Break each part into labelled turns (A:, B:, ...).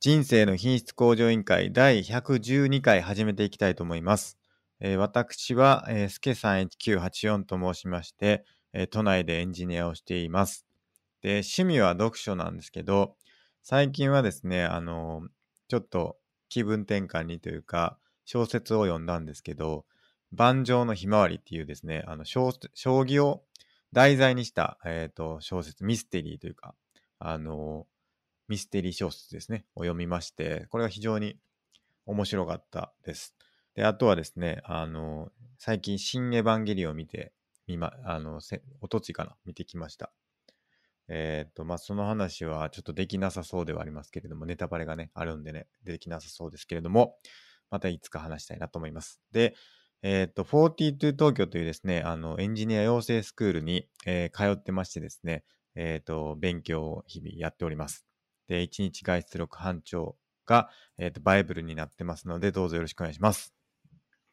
A: 人生の品質向上委員会第112回始めていきたいと思います。えー私は、えー、すけさん1984と申しまして、えー都内でエンジニアをしています。で、趣味は読書なんですけど、最近はですね、あのーちょっと気分転換にというか、小説を読んだんですけど、盤上のひまわりっていうですね、あの小将棋を題材にした、えー、と小説、ミステリーというか、あのーミステリー小説ですね、を読みまして、これが非常に面白かったです。で、あとはですね、あの、最近、新エヴァンゲリオンを見て、見ま、あの、せおとついかな、見てきました。えーっと、まあ、その話はちょっとできなさそうではありますけれども、ネタバレがね、あるんでね、できなさそうですけれども、またいつか話したいなと思います。で、えーっと、42東京というですね、あの、エンジニア養成スクールに、えー通ってましてですね、えーっと、勉強を日々やっております。で、1日外出力班長が、えーっと、バイブルになってますので、どうぞよろしくお願いします。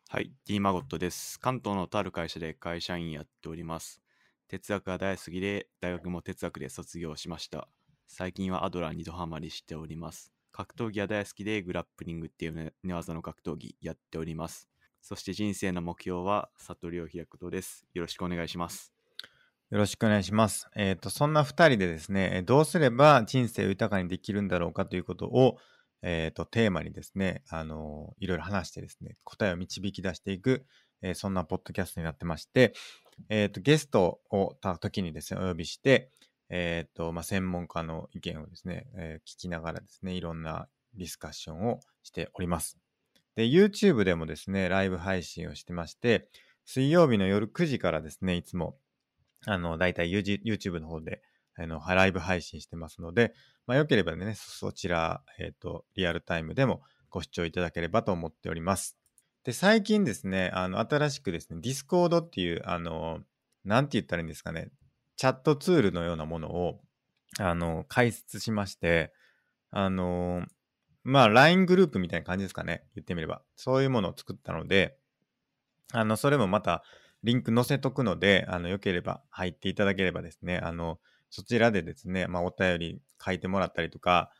B: はい、D マゴットです。関東のとある会社で会社員やっております。哲学が大好きで、大学も哲学で卒業しました。最近はアドラーにドハマりしております。格闘技が大好きで、グラップリングっていうね寝技の格闘技やっております。そして人生の目標は悟りを開くことです。よろしくお願いします。
A: よろしくお願いします。えっ、と、そんな二人でですね、えーどうすれば人生を豊かにできるんだろうかということを、えっ、と、テーマにですね、あのーいろいろ話してですね、答えを導き出していく、えーそんなポッドキャストになってまして、えっ、と、ゲストをた時にですね、お呼びして、えっ、と、まあ、専門家の意見をですね、えー聞きながらですね、いろんなディスカッションをしております。で、YouTube でもですね、ライブ配信をしてまして、水曜日の夜9時からですね、いつも、あの、だいたい YouTube の方で、あの、ライブ配信してますので、まあ、よければね、そそちら、えっ、と、リアルタイムでもご視聴いただければと思っております。で、最近ですね、あの、新しくですね、Discord っていう、あの、なんて言ったらいいんですかね、チャットツールのようなものを、あの、開設しまして、あの、まあ、LINE グループみたいな感じですかね、言ってみれば。そういうものを作ったので、あの、それもまた、リンク載せとくので、あの、よければ入っていただければですね、あの、そちらでですね、まあ、お便り書いてもらったりとか、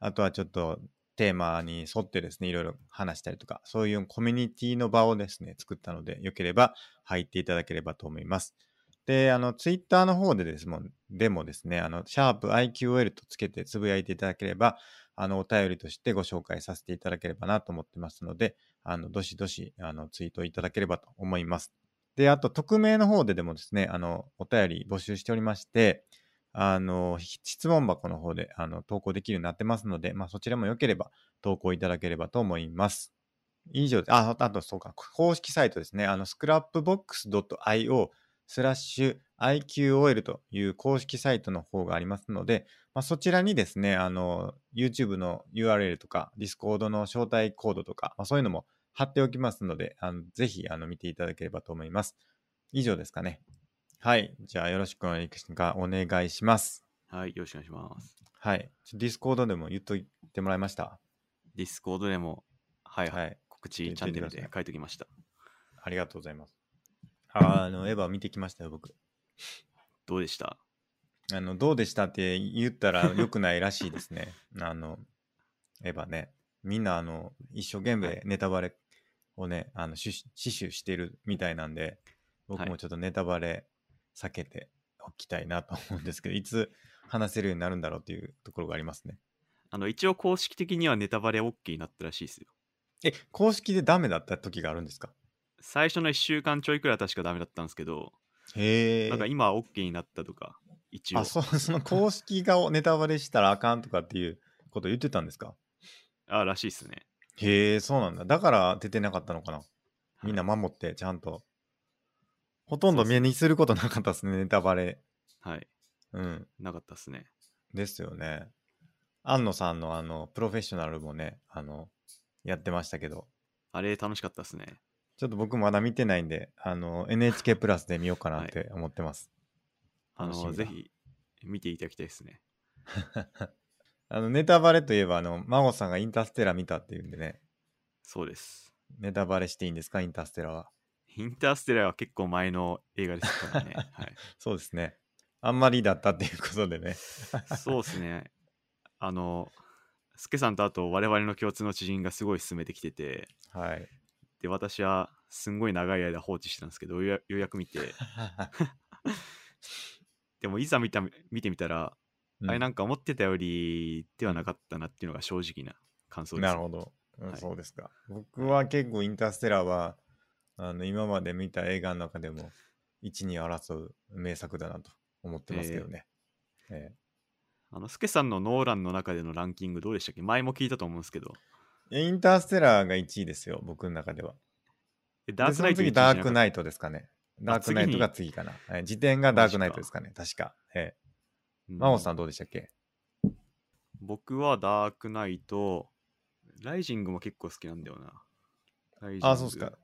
A: あとはちょっとテーマに沿ってですね、いろいろ話したりとか、そういうコミュニティの場をですね、作ったので、よければ入っていただければと思います。で、あの、ツイッターの方でですもん、でもですね、あの、シャープ i q l とつけてつぶやいていただければ、あの、お便りとしてご紹介させていただければなと思ってますので、あの、どしどし、あの、ツイートいただければと思います。で、あと、匿名の方ででもですね、あの、お便り募集しておりまして、あの、質問箱の方で、あの、投稿できるようになってますので、まあ、そちらも良ければ投稿いただければと思います。以上で、あ、あと、そうか、公式サイトですね、あの、scrapbox.io スラッシュ IQOL という公式サイトの方がありますので、まあ、そちらにですね、あの、YouTube の URL とか、Discord の招待コードとか、まあ、そういうのも貼っておきますので、あのぜひあの見ていただければと思います。以上ですかね。はい。じゃあよろしくお願いしお願いします。
B: はい、よろしくお願いします。
A: はい。ちょディスコードでも言っといてもらいました。
B: ディスコードでも、はい、はい、
A: はい。
B: 告知チャンネルで書いておきました。
A: ありがとうございます。あの、エヴァ見てきましたよ、僕。
B: どうでした
A: あの、どうでしたって言ったら良くないらしいですね。 あの、エヴァね。みんな、あの、一生懸命ネタバレをね、あの、死守してるみたいなんで、僕もちょっとネタバレ避けておきたいなと思うんですけど、いつ話せるようになるんだろうっていうところがありますね。
B: あの、一応公式的にはネタバレ OK になったらしいですよ。
A: え、公式でダメだった時があるんですか
B: 最初の1週間ちょいくらいは確かダメだったんですけど、
A: へえ。
B: なんか今は OK になったとか、一応
A: あ、。そう、その公式がネタバレしたらあかんとかっていうこと言ってたんですか
B: あ、らしいですね。
A: へえ、そうなんだ。だから出てなかったのかな。
B: い
A: みんな守って、ちゃんと。ほとんど目にすることなかったですね、ネタバレ。
B: はい。
A: うん。
B: なかったですね。
A: ですよね。安野さんのあの、プロフェッショナルもね、あの、やってましたけど、
B: あれ楽しかったですね。
A: ちょっと僕まだ見てないんで、あの、NHK プラスで見ようかなって思ってます。
B: あ
A: 楽しみ
B: の、
A: だ
B: ぜひ見ていただきたいですね。
A: あの、ネタバレといえば、あの、真帆さんがインターステラ見たっていうんでね、
B: そうです。
A: ネタバレしていいんですか、インターステラは。
B: インターステラーは結構前の映画ですから ね。はい、
A: そうですね。 あんまりだったっていうことでね。
B: そうですね。あの、スケさんとあと我々の共通の知人がすごい進めてきてて、
A: はい。
B: で、私はすんごい長い間放置してたんですけど、ようやく見て、でもいざ見た見てみたら、あれなんか思ってたよりではなかったなっていうのが正直な感想です、
A: なるほど、うん
B: はい
A: そうですか。僕は結構インターステラーは、あの、今まで見た映画の中でも、一二を争う名作だなと思ってますけどね。え
B: あの、スケさんのノーランの中でのランキングどうでしたっけ前も聞いたと思うんですけど。
A: えインターステラーが1位ですよ、僕の中では。
B: えダ
A: で
B: ークナイト
A: その次、
B: 一位じゃ
A: ダ
B: なか
A: ー
B: った
A: クナイトですかね。ダークナイトが次かな。え時点がダークナイトですかね、確か。え
B: う
A: え、
B: ん
A: 真央さんどうでしたっけ
B: 僕はダークナイト、ライジングも結構好きなんだよな。ライジング
A: あ、そうですか。。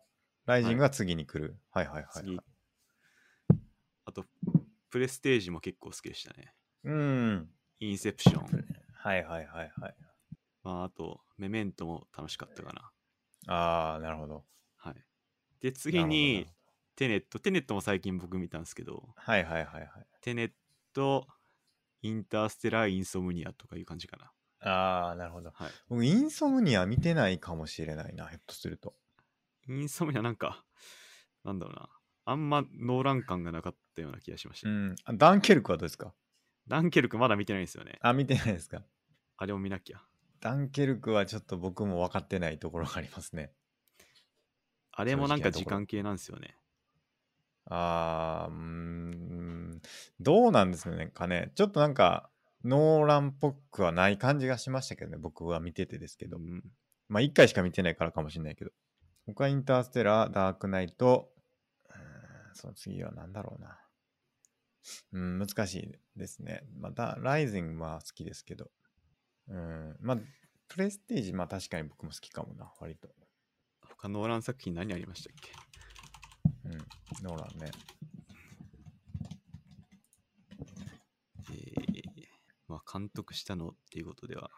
A: ライジングが次に来る。はいはいはい、
B: 次。あと、プレステージも結構好きでしたね。
A: うん。
B: インセプション。
A: はいはいはいはい。
B: まあ、あと、メメントも楽しかったかな。
A: ああ、なるほど。
B: はい。で、次
A: なる
B: に
A: ほど、
B: テネット。テネットも最近僕見たんですけど、
A: はいはいはいはい。
B: テネット、インターステラー・インソムニアとかいう感じかな。
A: ああ、なるほど。
B: はい
A: 僕、インソムニア見てないかもしれないな、ひょっとすると。
B: インソムニアなんか、なんだろうな。あんまノーラン感がなかったような気がしました。
A: うん。あダンケルクはどうですか
B: ダンケルクまだ見てないんですよね。
A: あ、見てないですか。
B: あれを見なきゃ。
A: ダンケルクはちょっと僕も分かってないところがありますね。
B: あれもなんか
A: 正直なと
B: 時
A: ころ
B: 間系なんですよね。
A: ああ、うーん。どうなんですかね。ちょっとなんか、ノーランっぽくはない感じがしましたけどね、僕は見ててですけど
B: う。ん
A: まあ、1回しか見てないからかもしれないけど。他インターステラー、ダークナイト、うーんその次は何だろうな。うん、難しいですね。また、ライジングは好きですけど。うん、まあ、プレステージ、まあ確かに僕も好きかもな、割と。
B: 他ノーラン作品何ありましたっけ
A: うん、ノーランね。
B: えー、まあ監督したのっていうことでは、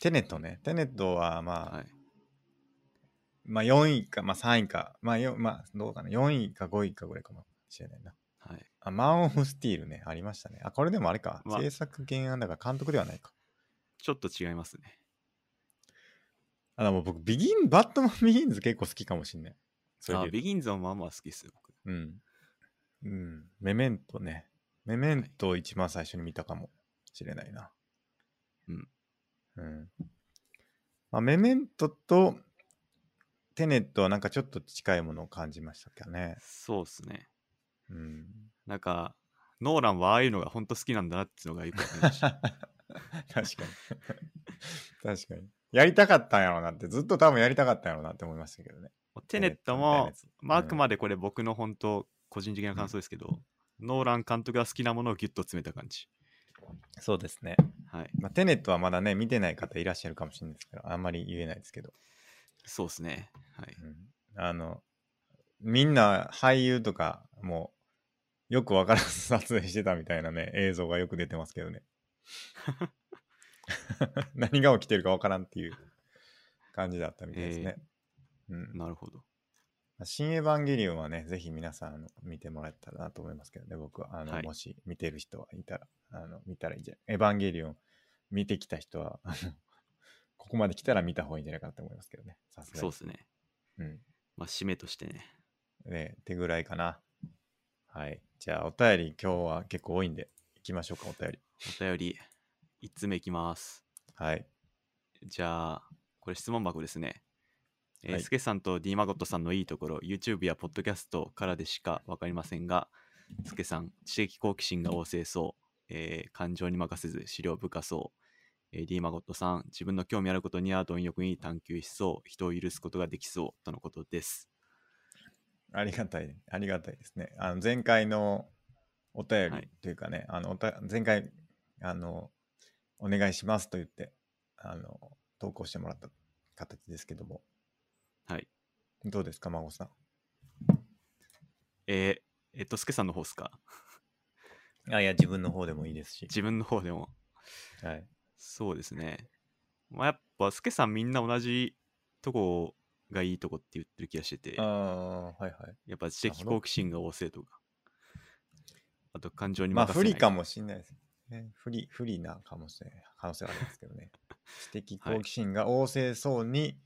A: テネットね。テネットは、まあ、
B: はい。
A: まあ4位か、まあ3位か、まあよ、まあ、どうかな、4位か5位かぐらいかもしれないな。
B: はい。
A: あ、マン・オブ・スティールね、ありましたね。あ、これでもあれか、
B: まあ
A: 制作原案だから監督ではないか。
B: ちょっと違いますね。
A: あ、でも僕、ビギン、バットマン・ビギンズ結構好きかもしんない。それ
B: あ
A: で言うと
B: ビギンズはまあまあ好きですよ、僕。
A: うん。うん。メメントね。メメントを一番最初に見たかもしれないな。
B: うん。
A: うん。まあ、メメントとテネットはなんかちょっと近いものを感じましたけどね。
B: そうですね。
A: うん。
B: なんか、ノーランはああいうのが本当好きなんだなっていうのがよくわかりま し
A: 確
B: た。
A: かに。確かに。やりたかったんやろうなって、ずっと多分やりたかったんやろうなって思いましたけどね。
B: テネット
A: みたいな
B: も
A: や、つ
B: まあ、あ
A: うん
B: くまでこれ僕の本当、個人的な感想ですけど、ノーラン監督が好きなものをギュッと詰めた感じ。
A: そうですね。
B: はい。
A: まあ、テネットはまだね、見てない方いらっしゃるかもしれないですけど、あんまり言えないですけど、
B: そうですね。はい。
A: うんあの、みんな俳優とか、もう、よくわからず撮影してたみたいなね、映像がよく出てますけど ね。何が起きてるかわからんっていう感じだったみたいですね。うんま
B: なるほど。
A: あ新エヴァンゲリオンはね、ぜひ皆さんあの見てもらえたらなと思いますけどね、僕は。あの
B: はい
A: もし見てる人はいたら、あの見たらいいんじゃないエヴァンゲリオン見てきた人は、あの ここまで来たら見た方がいいんじゃないかなと思いますけどね。さすがに。
B: そうですね。
A: うん
B: まあ、締めとしてね。
A: ね、ってぐらいかな。はい。じゃあ、お便り、今日は結構多いんで、行きましょうか、お便り。
B: お便り、1つ目いきます。
A: はい。
B: じゃあ、これ質問箱ですね。え
A: は
B: ー、
A: い
B: スケさんと D マゴットさんのいいところ、YouTube やポッドキャストからでしか分かりませんが、スケさん、知的好奇心が旺盛そう、えー感情に任せず資料深そう、えー、D マゴットさん、自分の興味あることには貪欲に探求しそう、人を許すことができそうとのことです。
A: ありがたい、ありがたいですね。あの、前回のお便
B: は
A: り
B: い
A: というかね、あの、おた前回、あの、お願いしますと言って、あの、投稿してもらった形ですけども、
B: はい。
A: どうですか、孫さ
B: えーえっと、スケさんの方ですか
A: ん。あ、いや、自分の方でもいいですし。
B: 自分の方でも。
A: はい。
B: そうですね。まあ、やっぱ、スケさんみんな同じとこがいいとこって言ってる気がしてて、
A: ああ、はいはい。
B: やっぱ知的好奇心が旺盛とか、あと感情に
A: まあ、
B: 任せ
A: 不
B: ない。
A: 利かもしれないですね。不利、不利なかもしれない可能性はありますけどね。知的好奇心が旺盛そうに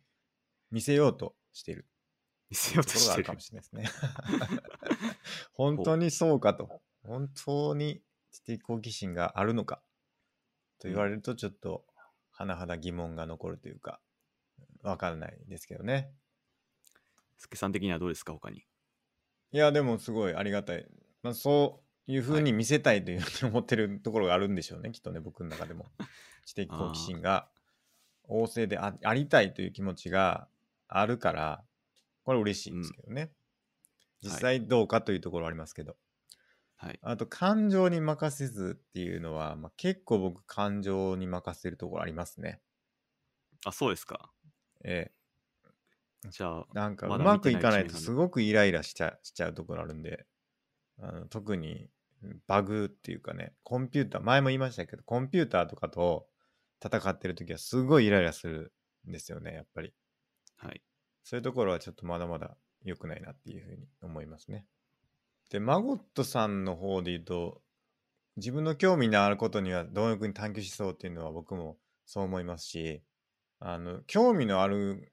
A: 見せようとしている
B: 見せよう
A: と
B: と
A: ころがある
B: してる
A: かも。しれないですね。本当にそうかと。本当に知的好奇心があるのかと言われるとちょっと甚だ疑問が残るというか、わからないですけどね。
B: スケさん的にはどうですか、他に。
A: いや、でもすごいありがたい。まあ、そういうふうに見せたいというふうに思ってるところがあるんでしょうね、きっとね、僕の中で も。知的好奇心が旺盛であありたいという気持ちがあるから、これ嬉しいですけどね。
B: うん
A: 実際どうかというところはありますけど。
B: はい。
A: あと、感情に任せずっていうのは、まあ、結構僕、感情に任せるところありますね。
B: あ、そうですか。
A: え
B: じゃあ
A: え、なんか、う
B: まだ
A: まくいかない
B: 見
A: と
B: てない一面がね
A: すごくイライラしちゃしちゃうところあるんで、あの特にバグっていうかね、コンピューター、前も言いましたけど、コンピューターとかと戦ってるときはすごいイライラするんですよね、やっぱり。
B: はい。
A: そういうところはちょっとまだまだ良くないなっていうふうに思いますね。で、マゴットさんの方で言うと、自分の興味のあることには貪欲に探求しそうっていうのは僕もそう思いますし、あの、興味のある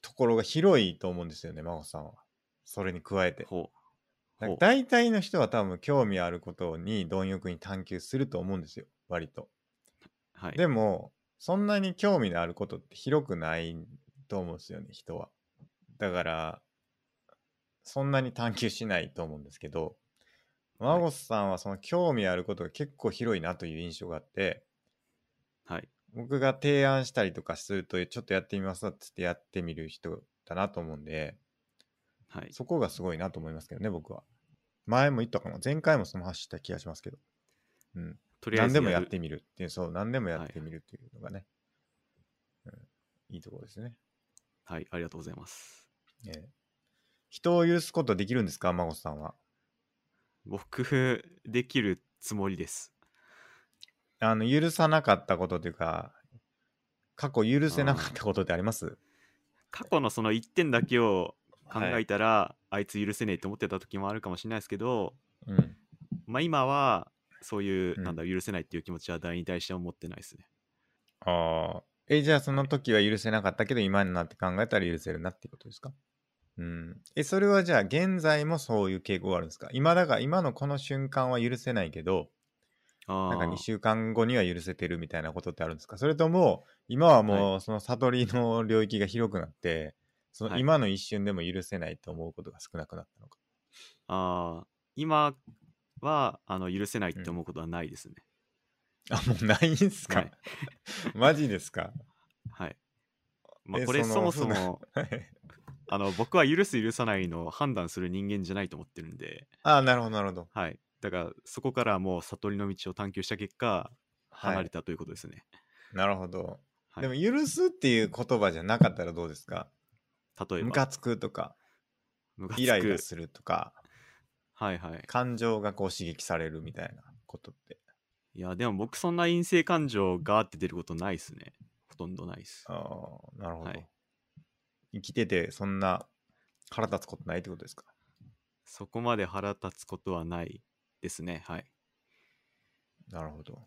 A: ところが広いと思うんですよね、マゴさんは。それに加えて。
B: ほう。
A: なん
B: ほ
A: か
B: う。
A: 大体の人は多分興味あることに貪欲に探求すると思うんですよ、割と。
B: はい。
A: でも、そんなに興味のあることって広くないと思うんですよね、人は。だから、そんなに探求しないと思うんですけど、マゴスさんはその興味あることが結構広いなという印象があって、
B: はい。
A: 僕が提案したりとかすると、ちょっとやってみますってってやってみる人だなと思うんで、
B: はい。
A: そこがすごいなと思いますけどね、僕は。前も言ったかな前回もその話した気がしますけど。うん。
B: とりあえ
A: 何
B: ず
A: でもや
B: る
A: ってみるっていう、そう、何でもや
B: は
A: っ
B: い
A: てみるっていうのがね、うん、いいところですね。
B: はい。ありがとうございます。
A: ええ人を許すことできるんですか、孫さんは。
B: 僕、できるつもりです。
A: あの、許さなかったことというか、過去許せなかったことってあります
B: 過去のその1点だけを考えたら、あいつ許せねえと思ってた時もあるかもしれないですけど、
A: うん。
B: まあ今は、そういう、
A: うん
B: なんだ、許せないっていう気持ちは誰に対しても持ってないですね。
A: ああ。え、じゃあその時は許せなかったけど、今になって考えたら許せるなっていうことですかうん。え、それはじゃあ現在もそういう傾向があるんですか今だから、今のこの瞬間は許せないけど、
B: あ
A: なんか
B: あ
A: 2、週間後には許せてるみたいなことってあるんですかそれとも、今はもうその悟りの領域が広くなって、その
B: はい
A: 今の一瞬でも許せないと思うことが少なくなったのか。
B: ああ今は、あの、許せないって思うことはないですね。
A: あ、もうないんすか、
B: はい
A: マジですか
B: はい。ま
A: え
B: あ、これ
A: その
B: そもそ
A: そ
B: も、あの、僕は許す許さないのを判断する人間じゃないと思ってるんで、
A: あ、なるほど、なるほど。
B: はい。だから、そこからもう悟りの道を探求した結果、
A: は
B: 離れ
A: い。
B: たということですね。
A: なるほど。
B: はい。
A: でも、許すっていう言葉じゃなかったらどうですか
B: 例えば、
A: ムカつくとか、
B: ムカつく
A: イライラするとか、
B: はいはい。
A: 感情がこう刺激されるみたいなことって。
B: いや、でも僕そんな陰性感情がーって出ることないですね。ほとんどないです。
A: ああ、なるほど、
B: はい
A: 生きてて、そんな腹立つことないってことですか
B: そこまで腹立つことはないですね。はい。
A: なるほど。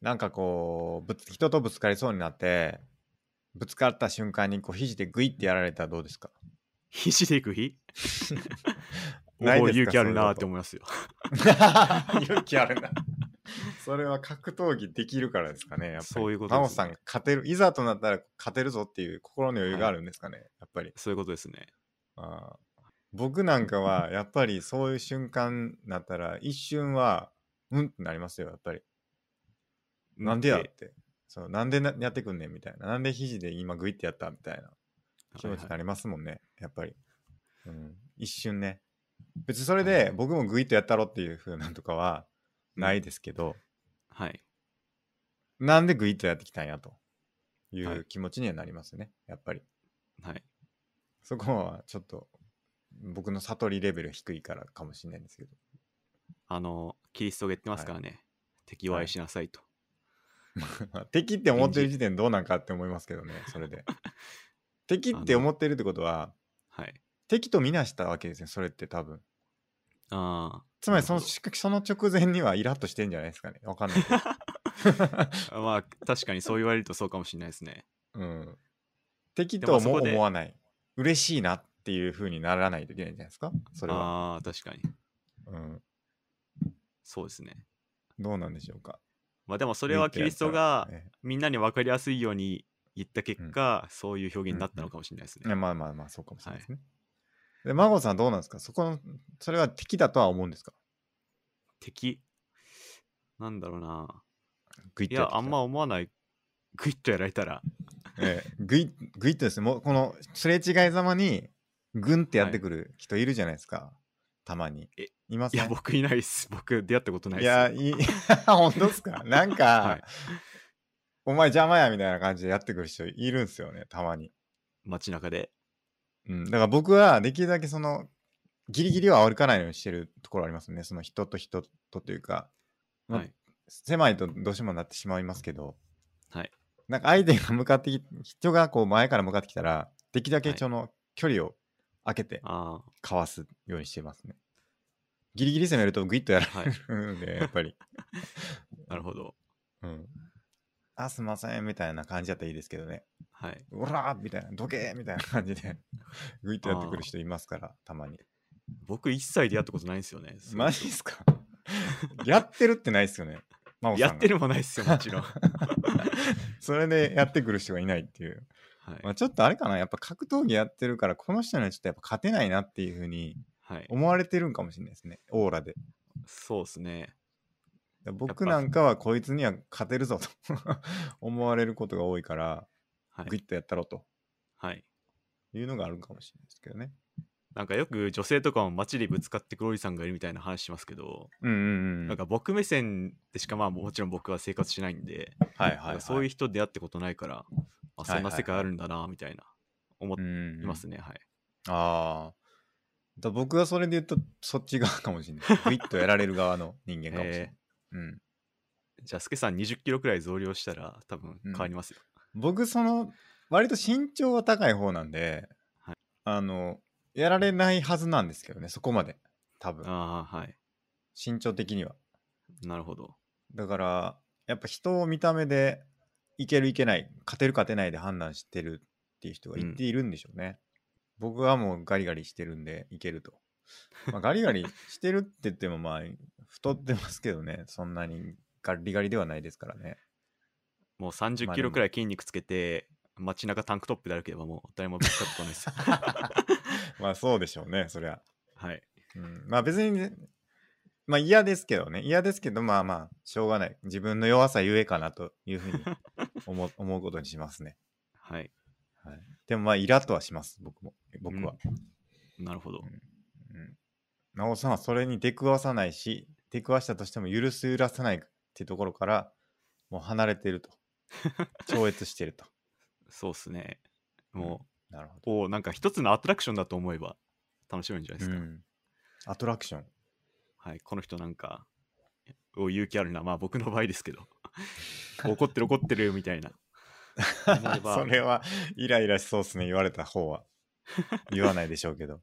A: なんかこうぶつ、人とぶつかりそうになって、ぶつかった瞬間にこう肘でグイってやられたらどうですか
B: 肘でいく日お
A: ない
B: お
A: で
B: う
A: すか
B: 勇気あるなーって
A: そういう
B: 思いますよ。
A: こと 勇気あるな。それは格闘技できるからですかね、やっぱり。
B: そういうこと
A: 真帆
B: ですね
A: さんが勝てる、いざとなったら勝てるぞっていう心の余裕があるんですかね、やっぱり。
B: そういうことですね。
A: あー僕なんか は、やっぱりそういう瞬間になったら、一瞬は、うんってなりますよ、やっぱり。なんでやって。そう、なんでなやってくんねんみたいな。なんで肘で今グイってやったみたいな気持ちにな
B: はい
A: りますもんね、やっぱり。うん。一瞬ね。別にそれで僕もグイッとやったろっていう風なんとかはないですけど、
B: はい、はい。
A: なんでグイッとやってきたんやとい
B: は
A: う
B: い
A: 気持ちにはなりますね、やっぱり。
B: はい。
A: そこはちょっと僕の悟りレベル低いからかもしれないんですけど。
B: あの、キリストが言ってますからね。敵を愛しなさいと。
A: 敵って思ってる時点でどうなんかって思いますけどね、それで。敵って思ってるってことは、
B: はい。
A: 敵とみなしたわけですね、それって多分。
B: ああ。
A: つまりそ
B: なる
A: の
B: ほど
A: しその直前にはイラッとしてんじゃないですかね。わかんないけど。
B: まあ確かにそう言われるとそうかもしれないですね。
A: うん。敵
B: でも
A: と
B: そ
A: も
B: こで
A: 思わない。嬉しいなっていう風にならないといけないんじゃないですかそれは。
B: ああ確かに
A: うん。
B: そうですね。
A: どうなんでしょうか。
B: まあでもそ
A: そ
B: れはキリストがみんなに分かりやすいように言った結果、そういう表現になったのかもしれないです
A: い
B: ね。
A: やまあまあまあ、そうかもしれないですね。で、マゴさんはどうなんですかそこの、それは敵だとは思うんですか
B: 敵なんだろうな。
A: グイッ
B: い
A: とやっ
B: や
A: てきた
B: あんま思わない。グイッとやられたら。
A: ええグイッ、グイッとですね、もうこのすれ違いざまに、グンってやってくる人いるじゃないですか。たまに
B: え。
A: います
B: い
A: ね
B: や僕いないです。僕出会ったことない
A: い
B: です。
A: や、いい、 本当です かなんか、
B: はい
A: お前邪魔やみたいな感じでやってくる人いるんですよね、たまに。
B: 街中で。
A: うん。だから僕は、できるだけその、ギリギリは歩かないようにしてるところありますね。その人と人とというか、まあ
B: はい。
A: 狭いとどうしてもなってしまいますけど、
B: はい。
A: なんか相手が向かってき、人がこう前から向かってきたら、できるだけその距離を空けて、
B: あ
A: かわすようにしてますね。ギリギリ攻めるとグイッとやら
B: あはい。
A: れるん で、やっぱり。
B: なるほど。
A: うん。あ、すんません、みたいな感じだったらいいですけどね。
B: はい。
A: おらーみたいな、どけーみたいな感じ で、グイッとやってくる人いますから、たまに。
B: 僕一切出会ったことないんですよね。
A: マジっすかやってるってないっすよね。真帆さん
B: や
A: が
B: ってるもない ですよ、もちろん。は
A: それでやってくる人がいないっていう。まあ、
B: い。
A: ちょっとあれかな、やっぱ格闘技やってるから、この人にはちょっとやっぱ勝てないなっていうふうに
B: はい、
A: 思われてるんかもしれないですね、オーラで。
B: そうですね。
A: だ僕なんかはこいつには勝てるぞと 思われることが多いから、
B: はい
A: グイ。ッとやったろうと
B: はい。
A: いうのがあるかもしれないですけどね。
B: なんかよく女性とかも街でぶつかってくるおじさんがいるみたいな話しますけど、
A: うんうんうん。
B: なんか僕目線でしかまあもちろん僕は生活しないんで、
A: はい
B: な
A: はい、
B: んかそういうう人出会ってことないから、あ、
A: いはい
B: そんな世界あるんだな、みたいな思っ
A: 人
B: て
A: ん
B: いますね。はい。
A: ああ。だ僕はそれで言うと、そっち側かもしれない。グイッとやられる側の人間かもしれない。
B: え
A: うん、
B: ーじゃあ、スケさん20キロくらい増量したら多分変わりますよ。
A: 僕、その、割と身長は高い方なんで、
B: はい
A: あの、やられないはずなんですけどね、そこまで。多分、
B: ああ、はい。
A: 身長的には。
B: なるほど。
A: だからやっぱ人を見た目でいけるいけない勝てる勝てないで判断してるっていう人が言っているんでしょうね、僕はもうガリガリしてるんでいけると、まあ、ガリガリしてるって言ってもまあ太ってますけどねそんなにガリガリではないですから ね
B: もう30キロくらい筋肉つけて、街中タンクトップで歩けばもう誰もぶつかってこないです。
A: まあそうでしょうねそりゃ、
B: はい。
A: うん、まあ別にね、まあ嫌ですけどね嫌ですけどまあまあしょうがない自分の弱さゆえかなというふう に思う思うことにしますね
B: はい。
A: はい、でもまあイラッとはします僕も僕は、
B: なるほど。
A: うんなおさんはそれに出くわさないし出くわしたとしても許す許さないってところからもう離れて ると超越してると
B: そうっすね。も
A: なるほ
B: う、おなんか一つのアトラクションだと思えば楽しめるんじゃないで
A: ど、
B: すか。
A: うんアトラクション
B: はい。この人なんか、お勇気あるな。まあ僕の場合です けど。怒ってる怒ってるみたいな。思えば
A: それはイライラしそうですね言われた方は言わないでしょうけど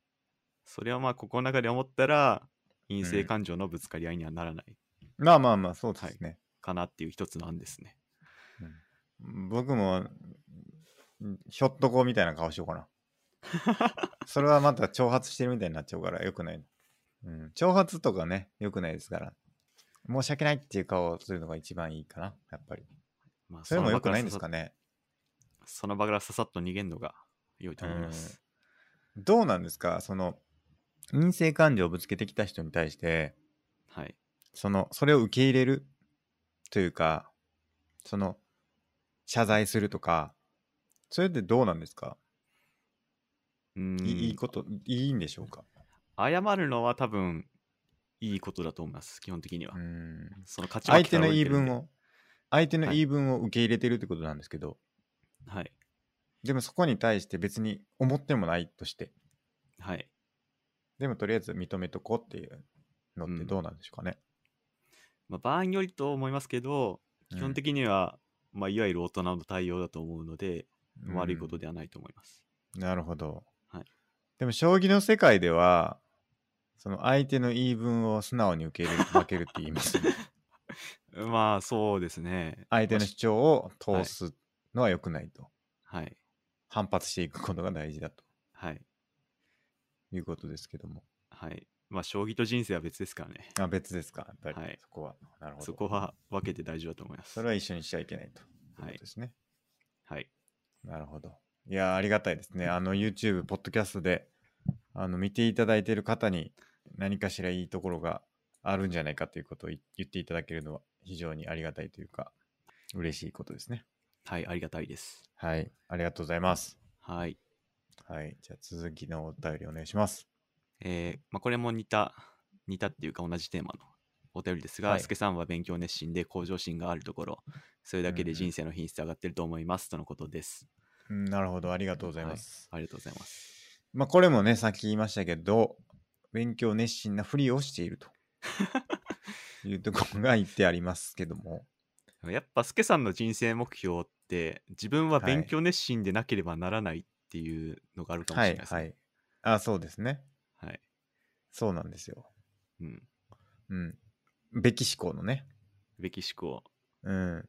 B: それはまあここの中で思ったら、陰性感情のぶつかり合いにはならない
A: まあまあまあそうですね、
B: かなっていう一つの案ですね。
A: うん僕もうんひょっとこみたいな顔しよう かなそれはまた挑発してるみたいになっちゃうからよくないな、うん、挑発とかねよくないですから申し訳ないっていう顔をするのが一番いいかなやっぱり
B: まあ
A: それもよくないんですか
B: ね。
A: ね
B: その場からささっと逃げるのが良いと思います。
A: どうなんですかその陰性感情をぶつけてきた人に対して
B: はい。
A: そのそれを受け入れるというかその謝罪するとかそれってどうなんですか
B: うん
A: いいいこといいんでしょうか
B: 謝るのは多分いいことだと思います、基本的には。
A: うん
B: その勝ち負
A: 相
B: けか
A: 手
B: ら
A: の言い
B: 動てる
A: 分
B: んで
A: を相手の
B: はい
A: 言い分を受け入れてるってことなんですけど、
B: はい。
A: でもそこに対して別に思ってもないとして
B: はい。
A: でもとりあえず認めとこうっていうのってどうなんでしょうかね、
B: まあ、場合によりと思いますけど、
A: うん
B: 基本的には、まあ、いわゆる大人の対応だと思うので、
A: うん
B: 悪いことではないと思います。
A: なるほど、
B: はい
A: でも将棋の世界では その相手の言い分を素直に受け入れる負けるって言いますね
B: まあ、そうですね。
A: 相手の主張を通すのは良くないと、
B: はい。
A: 反発していくことが大事だと
B: はい。
A: いうことですけども
B: はい。まあ、将棋と人生は別ですからね。
A: あ別ですかやっぱ
B: は
A: り
B: い
A: そこは、なるほど
B: そこは分けて大丈夫だと思います。
A: それは一緒にしちゃいけないという
B: は
A: こと
B: い。
A: ですね、
B: はい。
A: なるほどいやーありがたいですねあの YouTube ポッドキャストであの見ていただいている方に何かしらいいところがあるんじゃないかということを言言っていただけるのは非常にありがたいというか嬉しいことですね
B: はい。ありがたいです。
A: はいありがとうございます
B: はい。
A: はいじゃあ続きのお便りお願いします
B: えーまあ、これも似た、似たっていうか同じテーマのお便りです
A: は
B: が、
A: い
B: す、け、さんは勉強熱心で向上心があるところ、それだけで人生の品質上がってると思います、とのことです。
A: うんなるほどありがとうございます、
B: ありがとうございます。
A: まあこれもねさっき言いましたけど勉強熱心なふりをしている というところが言ってありますけども
B: やっぱ、すけさんの人生目標って、自分は勉強熱心でなければならないっていうのがあるかも
A: は
B: しれない
A: い
B: ですね。
A: はいあそうですね
B: はい。はい
A: そうなんですよ
B: うん。
A: うんべき思考のね
B: べき思考。
A: うん
B: はい。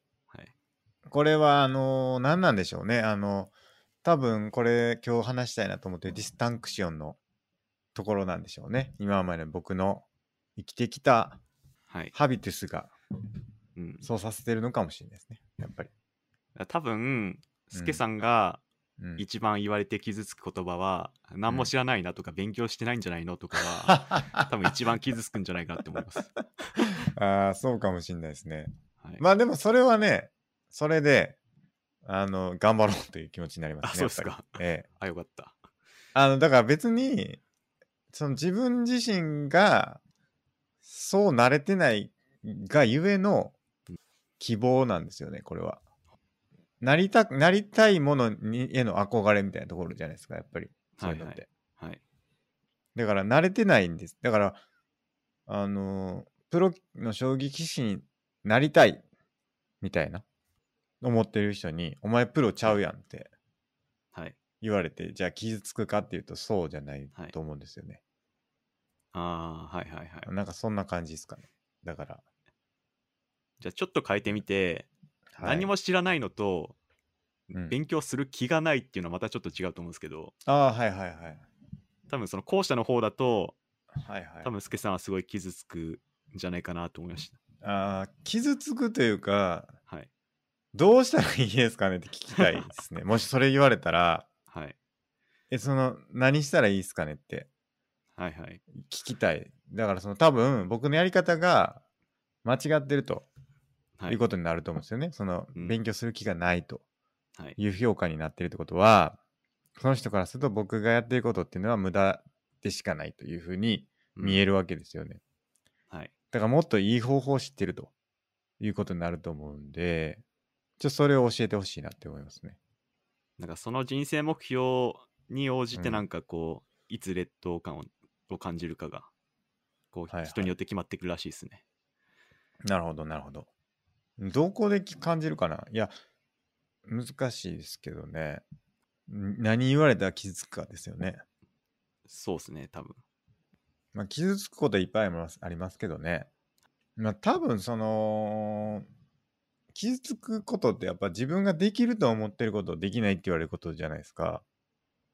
A: これはあのー何なんでしょうねあの多分これ今日話したいなと思ってるディスタンクションのところなんでしょうね今までの僕の生きてきた
B: はい。
A: ハビティスが
B: うん。
A: そうさせてるのかもしれないですねやっぱり、
B: 多分、
A: うん
B: すけさんが
A: うん、
B: 一番言われて傷つく言葉は、何も知らないなとか、勉強してないんじゃないのとか は、多分一番傷つくんじゃないかなって思います。
A: ああ、そうかもしんないですね。
B: はい、
A: まあでもそれはね、それで、あの、頑張ろうという気持ちになりますね。
B: あそうですか
A: やっぱり。ええ。
B: あ、よかった。
A: あの、だから別に、その自分自身が、そう慣れてないがゆえの希望なんですよね、これは。なりたく、なりたいものにへの憧れみたいなところじゃないですか、やっぱり。そういうのって。
B: はいはい。
A: だから慣れてないんです。だから、あのープロの将棋棋士になりたい、みたいな、思ってる人に、お前プロちゃうやんって
B: はい。
A: 言われて、じゃあ傷つくかっていうと、そうじゃないと思うんですよね。
B: ああ、はいはいはい。
A: なんかそんな感じですかね。だから、
B: じゃあちょっと変えてみて、
A: はい
B: 何も知らないのと、
A: うん
B: 勉強する気がないっていうのはまたちょっと違うと思うんですけど、
A: ああ、はいはいはい。
B: 多分その後者の方だと、
A: はいはい。
B: 多分すけさんはすごい傷つくんじゃないかなと思いまし
A: ああ、傷つくというか、
B: た。はい。
A: どうしたらいいですかねって聞きたいです ね。もしそれ言われたら、
B: はい。
A: え、その、何したらいいですかねって。
B: はいはい。
A: 聞きたい。だからその多分僕のやり方が間違ってると。
B: はいいう
A: ことになると思うんですよね。その
B: うん
A: 勉強する気がないと
B: はい。
A: いう評価になってるってことは、その人からすると僕がやってることっていうのは無駄でしかないというふうに見え
B: る。
A: るわけですよね。
B: はい。
A: だからもっといい方法を知ってるということになると思うんで、ちょっとそれを教えてほしいなって思いますね。
B: なんかその人生目標に応じ
A: う
B: て
A: ん
B: なんかこう、いつ劣等感をを感じるかが、こ
A: はいは
B: う、
A: い
B: 人によって決まってくるらしいですね。
A: なるほど、なるほど。どこでき感じるかないや、難しいですけどね。ん何言われたら傷つくかですよね。
B: そうですね、多分。
A: まあ、傷つくことはいっぱいありますありますけどね。まあ、多分その、傷つくことってやっぱ自分ができると思ってることをできないって言われることじゃないですか。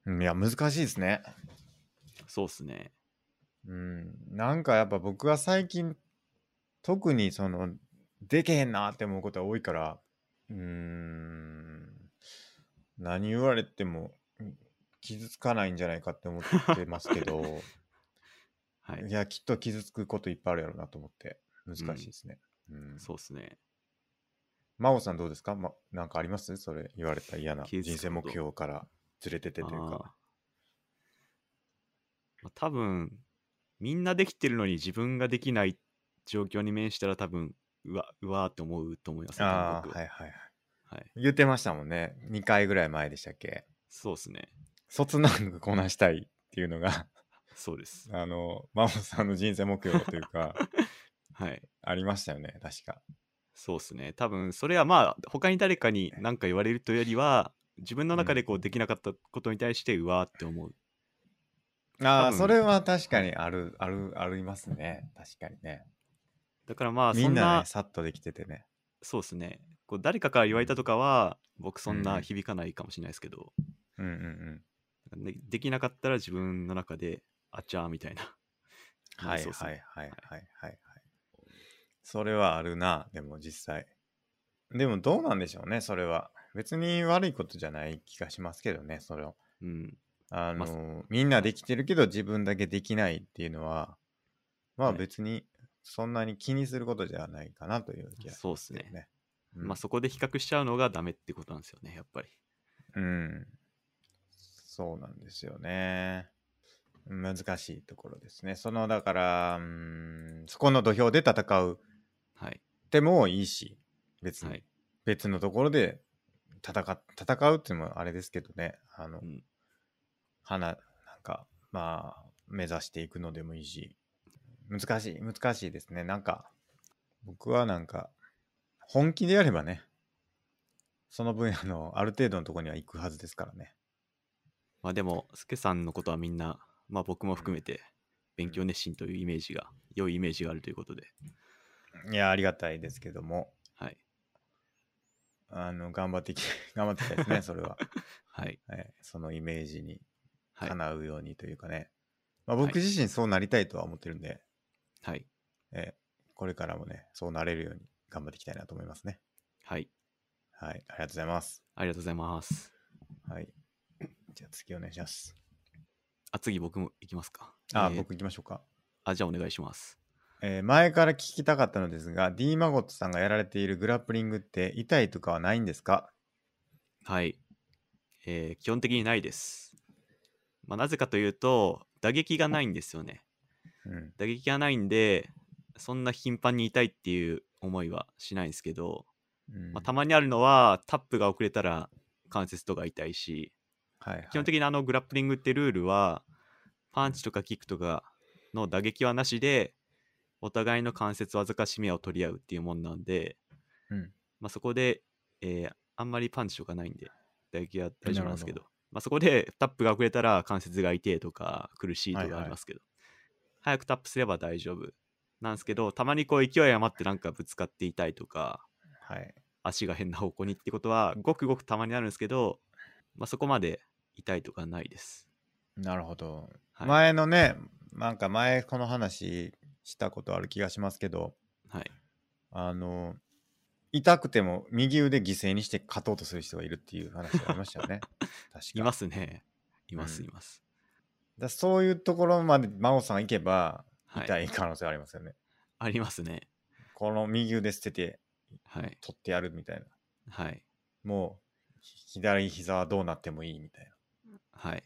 A: うんいや、難しいですね。
B: そうですね。
A: うん。なんかやっぱ僕は最近、特にその、でけへんなって思うことが多いから、うーん、何言われてもうん傷つかないんじゃないかって思ってますけ ど、
B: はい
A: い。や、きっと傷つくこといっぱいあるやろうなと思って、難しいですね。うん。
B: そうですね。
A: 真央さんどうですか、ま、なんかありますそれ言われた嫌な
B: 傷つくこと
A: 人生目標からずれててという
B: あー
A: か。
B: まあ多分、みんなできてるのに自分ができない状況に面したら多分、うわ、うわーって思うと思いますね。
A: ああー、
B: 多分僕
A: はいはいはい。
B: はい。
A: 言ってましたもんね。2回ぐらい前でしたっけ
B: そうですね。
A: 卒なんかこなしたいっていうのが、
B: そうです。
A: あの、真央さんの人生目標という か、
B: はい。
A: ありましたよね、確か。
B: そうですね。多分、それはまあ、他に誰かに何か言われるというよりは、自分の中でこうできなかったことに対して、うわーって思う。
A: あ
B: 多
A: あ、
B: 分
A: それは確かにある、ある、ありますね。確かにね。
B: だからまあ
A: み
B: そ
A: ん
B: ん
A: な
B: な
A: ね、さっとできててね。
B: そうですねこう誰かから言われたとかは僕そん
A: うんう
B: なん響かないかもしれないですけど、
A: うんうんうん。
B: でできなかったら自分の中であちゃーみた いなな
A: は
B: り
A: い
B: そうっす
A: は
B: ね
A: いはいはいはいはい。それはあるな、でも実際。でもどうなんでしょうね、それは。別に悪いことじゃない気がしますけどね、それを。
B: うん
A: あ
B: まあ
A: の、みんなできてるけど自分だけできないっていうのは、まあ
B: はい
A: 別にそんなに気にすることじゃないかなという気がし
B: そうっ
A: ます
B: す
A: け
B: ね
A: どね。うん
B: まあそこで比較しちゃうのがダメってことなんですよねやっぱり
A: うん。そうなんですよね。難しいところですね。その、だから、うんそこの土俵で戦う
B: はい
A: ってもいいし、別に、
B: はい
A: 別のところで戦っ戦うっていうのもあれですけどね、あの、
B: うん
A: 花、なんか、まあ、目指していくのでもいいし、難しい、難しいですね。なんか、僕はなんか、本気でやればね、その分野のある程度のところには行くはずですからね。
B: まあでもスケさんのことはみんなまあ僕も含めて勉強熱心というイメージが良いイメージがあるということで
A: いや、ありがたいですけども、
B: はい
A: あの、頑張っていき、 頑張っていきたいで すね、それは。
B: はい
A: はい、そのイメージに
B: はい
A: かなうようにというかね。まあ、
B: はい
A: 僕自身そうなりたいとは思ってるんで、
B: はい
A: えーこれからもね、そうなれるように頑張っていきたいなと思いますね。
B: はい
A: はい、ありがとうございます。
B: ありがとうございます
A: はい。じゃあ次お願いします。
B: あ次僕も行きますか
A: あ、
B: えー
A: 僕行きましょうか。
B: あじゃあお願いします
A: えー前から聞きたかったのですが、D マゴットさんがやられているグラップリングって痛いとかはないんですか
B: はい、えー基本的にないです、まあ、なぜかというと打撃がないんですよね
A: うん。
B: 打撃がないんでそんな頻繁に痛いっていう思いはしないんですけど、
A: うん
B: まあ、たまにあるのはタップが遅れたら関節とか痛いし
A: はい、はい。
B: 基本的にあのグラップリングってルールはパンチとかキックとかの打撃はなしでお互いの関節わずかしめを取り合うっていうもんなんで、
A: うん
B: まあ、そこで、えーあんまりパンチとかないんで打撃は大丈夫なんですけ
A: な
B: ど
A: る
B: まあ、そこでタップが遅れたら関節が痛いとか苦しいとかありますけど、早くタップすれば大丈夫なんですけどたまにこう勢い余ってなんかぶつかって痛いとか
A: はい。
B: 足が変な方向にってことはごくごくたまにあるんですけど、まあ、そこまで痛いとかないです。
A: なるほど。
B: はい
A: 前のね、なんか前この話したことある気がしますけど、
B: はい、
A: あの、痛くても右腕犠牲にして勝とうとする人がいるっていう話がありましたよ ね。確か
B: いますね。います、
A: うん
B: います。
A: だそういうところまで真央さん行けば
B: はい、
A: 痛い可能性ありますよね。
B: ありますね。
A: この右腕捨てて
B: はい。
A: 取ってやるみたいな。
B: はい。
A: もう左膝はどうなってもいいみたいな。
B: はい。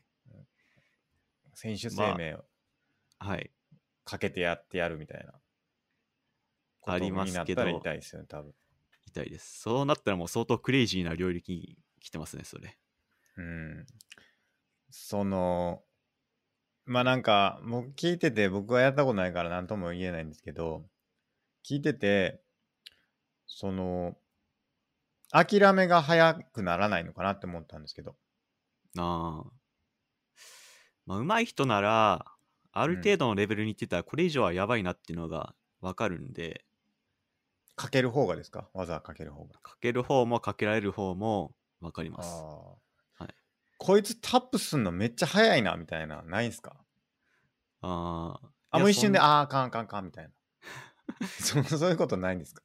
A: 選手生命を
B: はい。
A: かけてやってやるみたいな。
B: ありますけ
A: こ
B: ど
A: とになったら痛いですよね、多分。
B: 痛いです。そうなったらもう相当クレイジーな領域に来てますね、それ。
A: うん。その、まあなんか、僕聞いてて、僕はやったことないから何とも言えないんですけど、聞いてて、その、諦めが早くならないのかなって思ったんですけど。
B: ああ。まあ、上手い人なら、ある程度のレベルに行ってたら、これ以上はやばいなっていうのがわかるんで、
A: かける方がですか技かける方が。
B: かける方もかけられる方もわかり
A: あ
B: ま
A: あ
B: す。
A: ー、
B: はい
A: こいつタップすんのめっちゃ早いな、みたいな、ないんすか
B: あー
A: あ、
B: いや
A: もう一瞬で、
B: そん
A: ああー、カンカンカンみた いな。そそういうことないんですか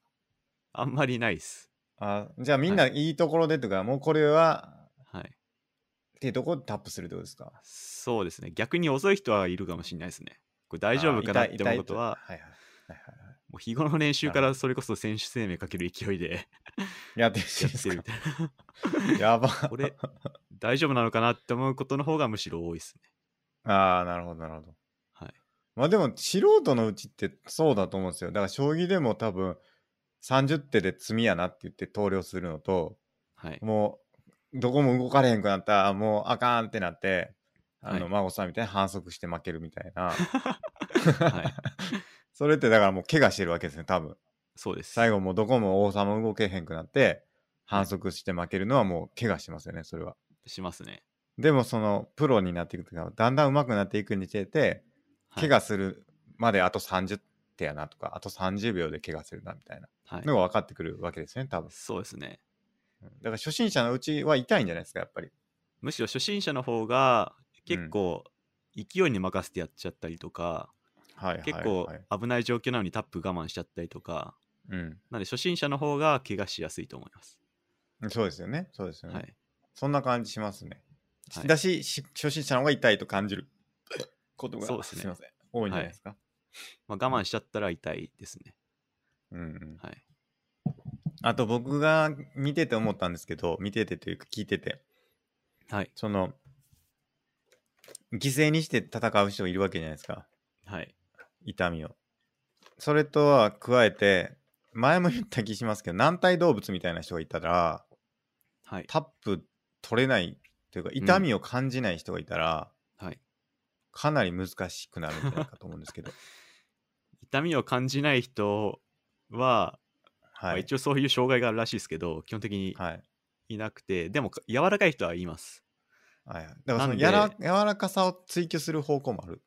B: あんまりないです。
A: あーじゃあみんないいところでとか、もうこれは
B: はい。
A: っていうところでタップするってことですか
B: そうですね。逆に遅い人はいるかもしれないですね。これ大丈夫かな
A: あ
B: っ
A: ー痛い
B: て思
A: 痛
B: う
A: い
B: ことは、
A: はいはいはいはいはい
B: もう日頃の練習か
A: なる
B: らそれこそ選手生命かける勢いで
A: やってるしで
B: やって
A: す
B: る
A: か
B: みたいな。
A: やば
B: これ、大丈夫なのかなって思うことの方がむしろ多いですね。
A: ああなるほどなるほど
B: はい。
A: まあでも素人のうちってそうだと思うんですよだから将棋でも多分30手で詰みやなって言って投了するのと
B: はい。
A: もうどこも動かれへんくなったらもうあかんってなってあの、
B: はい
A: 孫さんみたいに反則して負けるみたいな
B: はい、
A: それってだからもう怪我してるわけですね多分
B: そうです。
A: 最後もうどこも王様動けへんくなって反則して負けるのはもう怪我してますよねそれは
B: しますね。
A: でもそのプロになっていくというかだんだん上手くなっていくにつれて
B: はい
A: 怪我するまであと30手やなとかあと30秒で怪我するなみたいな
B: はい。
A: のが分かってくるわけですよね多分
B: そうですね。
A: うんだから初心者のうちは痛いんじゃないですかやっぱり
B: むしろ初心者の方が結構勢いに任せてやっちゃったりとか、
A: はいはいはい
B: 結構危ない状況なのにタップ我慢しちゃったりとか、
A: うん
B: なので初心者の方が怪我しやすいと思います。
A: そうですよねそうですよね、
B: はい。
A: そんな感じしますね、
B: はい
A: だしし初心者の方が痛いと感じる ことが
B: そうですね
A: いません多いんじゃないですか、
B: まあ、我慢しちゃったら痛いですね。
A: うんうん、
B: はい。
A: あと僕が見てて思ったんですけど見ててというか聞いてて
B: はい。
A: その犠牲にして戦う人がいるわけじゃないですか
B: はい。
A: 痛みをそれとは加えて前も言った気しますけど軟体動物みたいな人がいたら
B: はい。
A: タップ取れないというか痛みを感じない人がいたら、
B: はい、
A: かなり難しくなるんじゃないかと思うんです けど
B: 痛みを感じない人は、ま
A: は
B: あ
A: い
B: 一応そういう障害があるらしいですけど、基本的に
A: はい
B: いなくて、でも柔らかい人はいます。
A: はいはいだからそ
B: な
A: の
B: んで
A: やら柔らかさを追求する方向もある、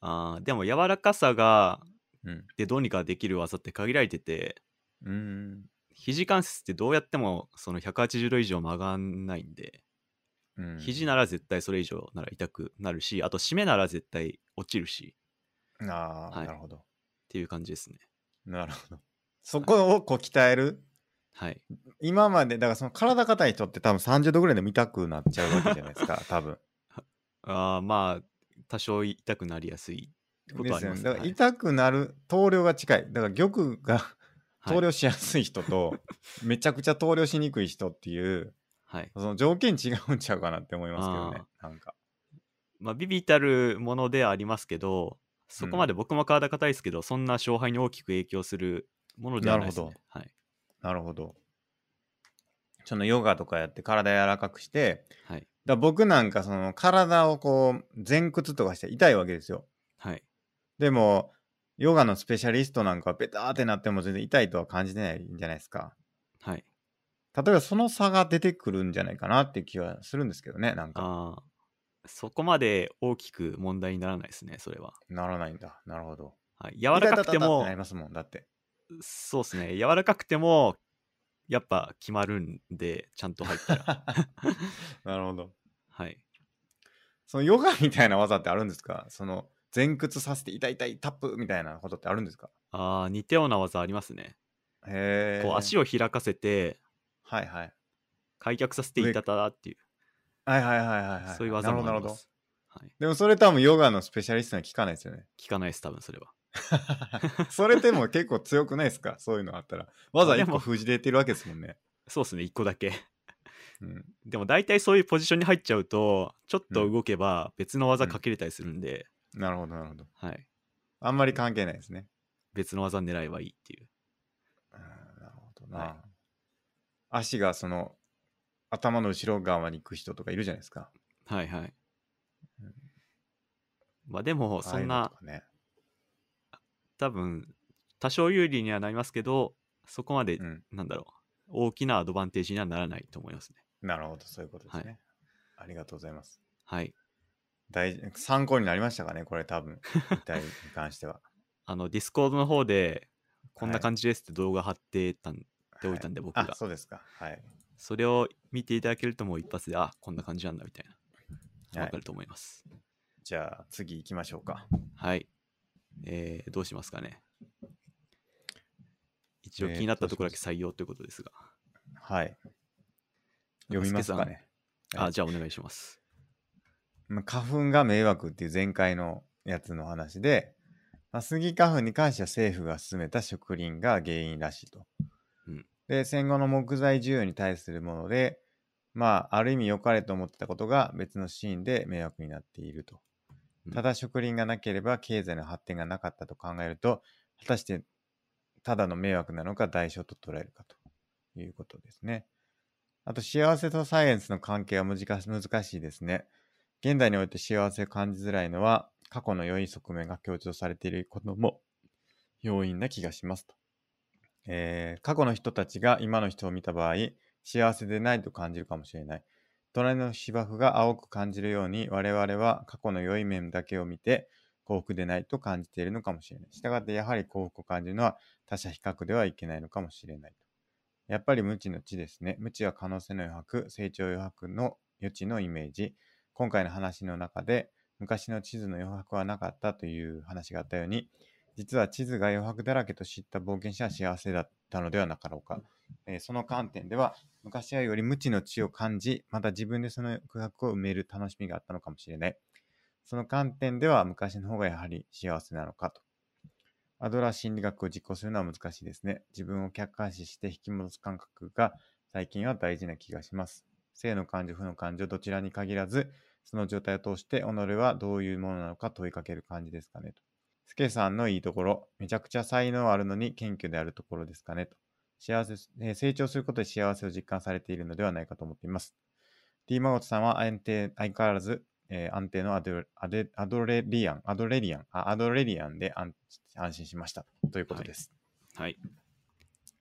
B: あーでも柔らかさが
A: うん、
B: でどうにかできる技って限られてて、
A: うーん
B: 肘関節ってどうやってもその180度以上曲がんないんで、
A: うん
B: 肘なら絶対それ以上なら痛くなるしあと締めなら絶対落ちるし
A: ああ、
B: はい
A: なるほど
B: っていう感じですね
A: なるほどそこをこう鍛える
B: はい
A: 今までだからその体硬い人って多分30度ぐらいでも痛くなっちゃうわけじゃないです か多分
B: あーまあ多少痛くなりやすいことはあります
A: だから
B: はい
A: 痛くなる投量が近いだから玉が
B: はい
A: 投量しやすい人と、 めちゃくちゃ投量しにくい人っていう
B: はい
A: その条件違うんちゃうかなって思いますけどねなんか
B: まあビビたるものではありますけどそこまで僕も体硬いですけど、そんな勝敗に大きく影響するものではないですね
A: なる
B: はい
A: なるほどそのヨガとかやって体柔らかくして
B: はい
A: だから僕なんかその体をこう前屈とかして痛いわけですよ
B: はい
A: でもヨガのスペシャリストなんかはベターってなっても全然痛いとは感じてないんじゃないですか
B: はい
A: 例えばその差が出てくるんじゃないかなっていう気はするんですけどねなんか
B: あーそこまで大きく問題にならないですねそれは、
A: ならないんだなるほど
B: はい、柔らかくて
A: 痛たたたっ
B: も
A: なりますもんだって
B: そうですね。柔らかくても、やっぱ決まるんで、ちゃんと 入ったら。
A: なるほど
B: はい。
A: そのヨガみたいな技ってあるんですかその前屈させて痛い痛いタップみたいなことってあるんですか
B: ああ、似たような技ありますね。
A: へえ
B: こう足を開かせて、
A: はいはい
B: 開脚させていただっていう、
A: はいはいはいはいはい
B: そういう技も
A: な
B: あ
A: るほどなる
B: り
A: ほ
B: ま
A: ど
B: す。はい、
A: でもそれ多分ヨガのスペシャリストには聞かないですよ ね
B: 効かないです、多分それは。
A: それでも結構強くないですかそういうのあったらわざ
B: で
A: 一個
B: も
A: 封じでやってるわけですもんね、
B: そうですね、1個だけ。
A: うん、
B: でも大体そういうポジションに入っちゃうと、ちょっと動けば別の技かけれたりするんで、
A: なるほどなるほど
B: はい。
A: あんまり関係ないですね
B: 別の技狙えばいいっていう。
A: うんなるほどな、
B: はい
A: 足がその頭の後ろ側に行く人とかいるじゃないですか
B: はいはい
A: うん。
B: まあでも、そん
A: ああいうの
B: な
A: とかね
B: 多分多少有利にはなりますけどそこまで、
A: うん、
B: なんだろう大きなアドバンテージにはならないと思いますね
A: なるほどそういうことですね、
B: は
A: ありがとうございます
B: はい
A: 大事参考になりましたかねこれ多 分痛いに関しては
B: あのディスコードの方でこん
A: は
B: ない感じですって動画貼ってたん、ておいたんで
A: は
B: 僕が
A: あそうですかはい
B: それを見ていただけるともう一発であこんな感じなんだみたいな
A: はい
B: わかると思います
A: じゃあ次行きましょうか
B: はい、えーどうしますかね一応
A: えー
B: 気になったところ
A: ど
B: だ
A: う
B: け
A: し
B: 採用ということですが、
A: はい読みますかねはい
B: あじゃあお願いします
A: まあ花粉が迷惑っていう前回のやつの話で、まあ、スギ花粉に関しては政府が進めた植林が原因らしいと。
B: うん
A: で戦後の木材需要に対するものでまあある意味良かれと思ってたことが別のシーンで迷惑になっていると
B: う。ん
A: ただ植林がなければ経済の発展がなかったと考えると果たしてただの迷惑なのか代償と捉えるかということですね。あと幸せとサイエンスの関係は難し難しいですね。現代において幸せを感じづらいのは過去の良い側面が強調されていることも要因な気がしますと、えー過去の人たちが今の人を見た場合幸せでないと感じるかもしれない隣の芝生が青く感じるように我々は過去の良い面だけを見て幸福でないと感じているのかもしれない。したがってやはり幸福を感じるのは他者比較ではいけないのかもしれないと。やっぱり無知の知ですね。無知は可能性の余白、成長余白の余地のイメージ。今回の話の中で昔の地図の余白はなかったという話があったように、実は地図が余白だらけと知った冒険者は幸せだったのではなかろうか。えーその観点では、昔はより無知の知を感じ、また自分でその空白を埋める楽しみがあったのかもしれない。その観点では昔の方がやはり幸せなのかと。アドラー心理学を実行するのは難しいですね。自分を客観視して引き戻す感覚が最近は大事な気がします。性の感情、負の感情、どちらに限らず、その状態を通して己はどういうものなのか問いかける感じですかねと。スケさんのいいところ、めちゃくちゃ才能あるのに謙虚であるところですかねと。幸せ、えー成長することで幸せを実感されているのではないかと思っています。D マゴトさんは安定相変わらず、えー安定のアドアデアドレリアン、アドレリアン、あアドレリアンで安安心しましたということです。
B: はい。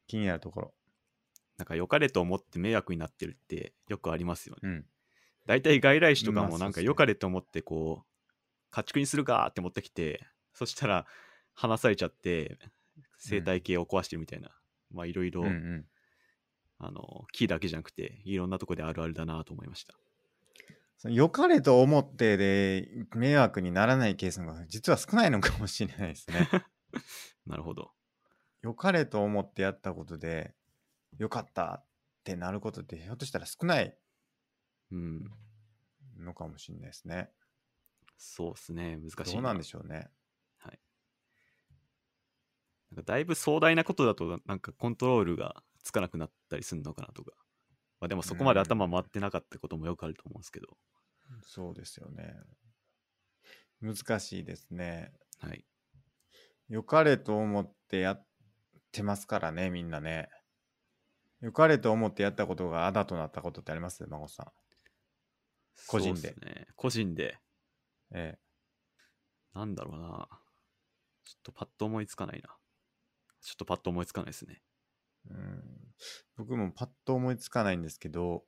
A: 気になるところ。
B: なんか良かれと思って迷惑になってるってよくありますよね。
A: うん。
B: 大体外来種とか
A: まあ
B: もなん
A: そう
B: か
A: っすね
B: 良かれと思ってこう、家畜にするかーって持ってきて、そしたら離されちゃって、生態系を壊してるみたいな。まあいろいろ、
A: うんうん。
B: あの、木だけじゃなくて、いろんなとこであるあるだなと思いました。
A: その良かれと思ってで迷惑にならないケースの方が実は少ないのかもしれないです ね。
B: なるほど。
A: 良かれと思ってやったことで良かったってなることってひょっとしたら少ない
B: うん。
A: のかもしれないですね。
B: そうですね。難しい。
A: どうなんでしょうね。
B: なんかだいぶ壮大なことだと、なんかコントロールがつかなくなったりするのかなとか。まあでもそこまで頭回ってなかったこともよくあると思うんですけど。
A: そうですよね。難しいですね。
B: はい。
A: 良かれと思ってやってますからね、みんなね。良かれと思ってやったことがあだとなったことってあります孫さん。個人で
B: そうっすね、個人で。
A: ええ。
B: なんだろうな。ちょっとパッと思いつかないな。ちょっとパッと思いつかないですね。
A: うん僕もパッと思いつかないんですけど、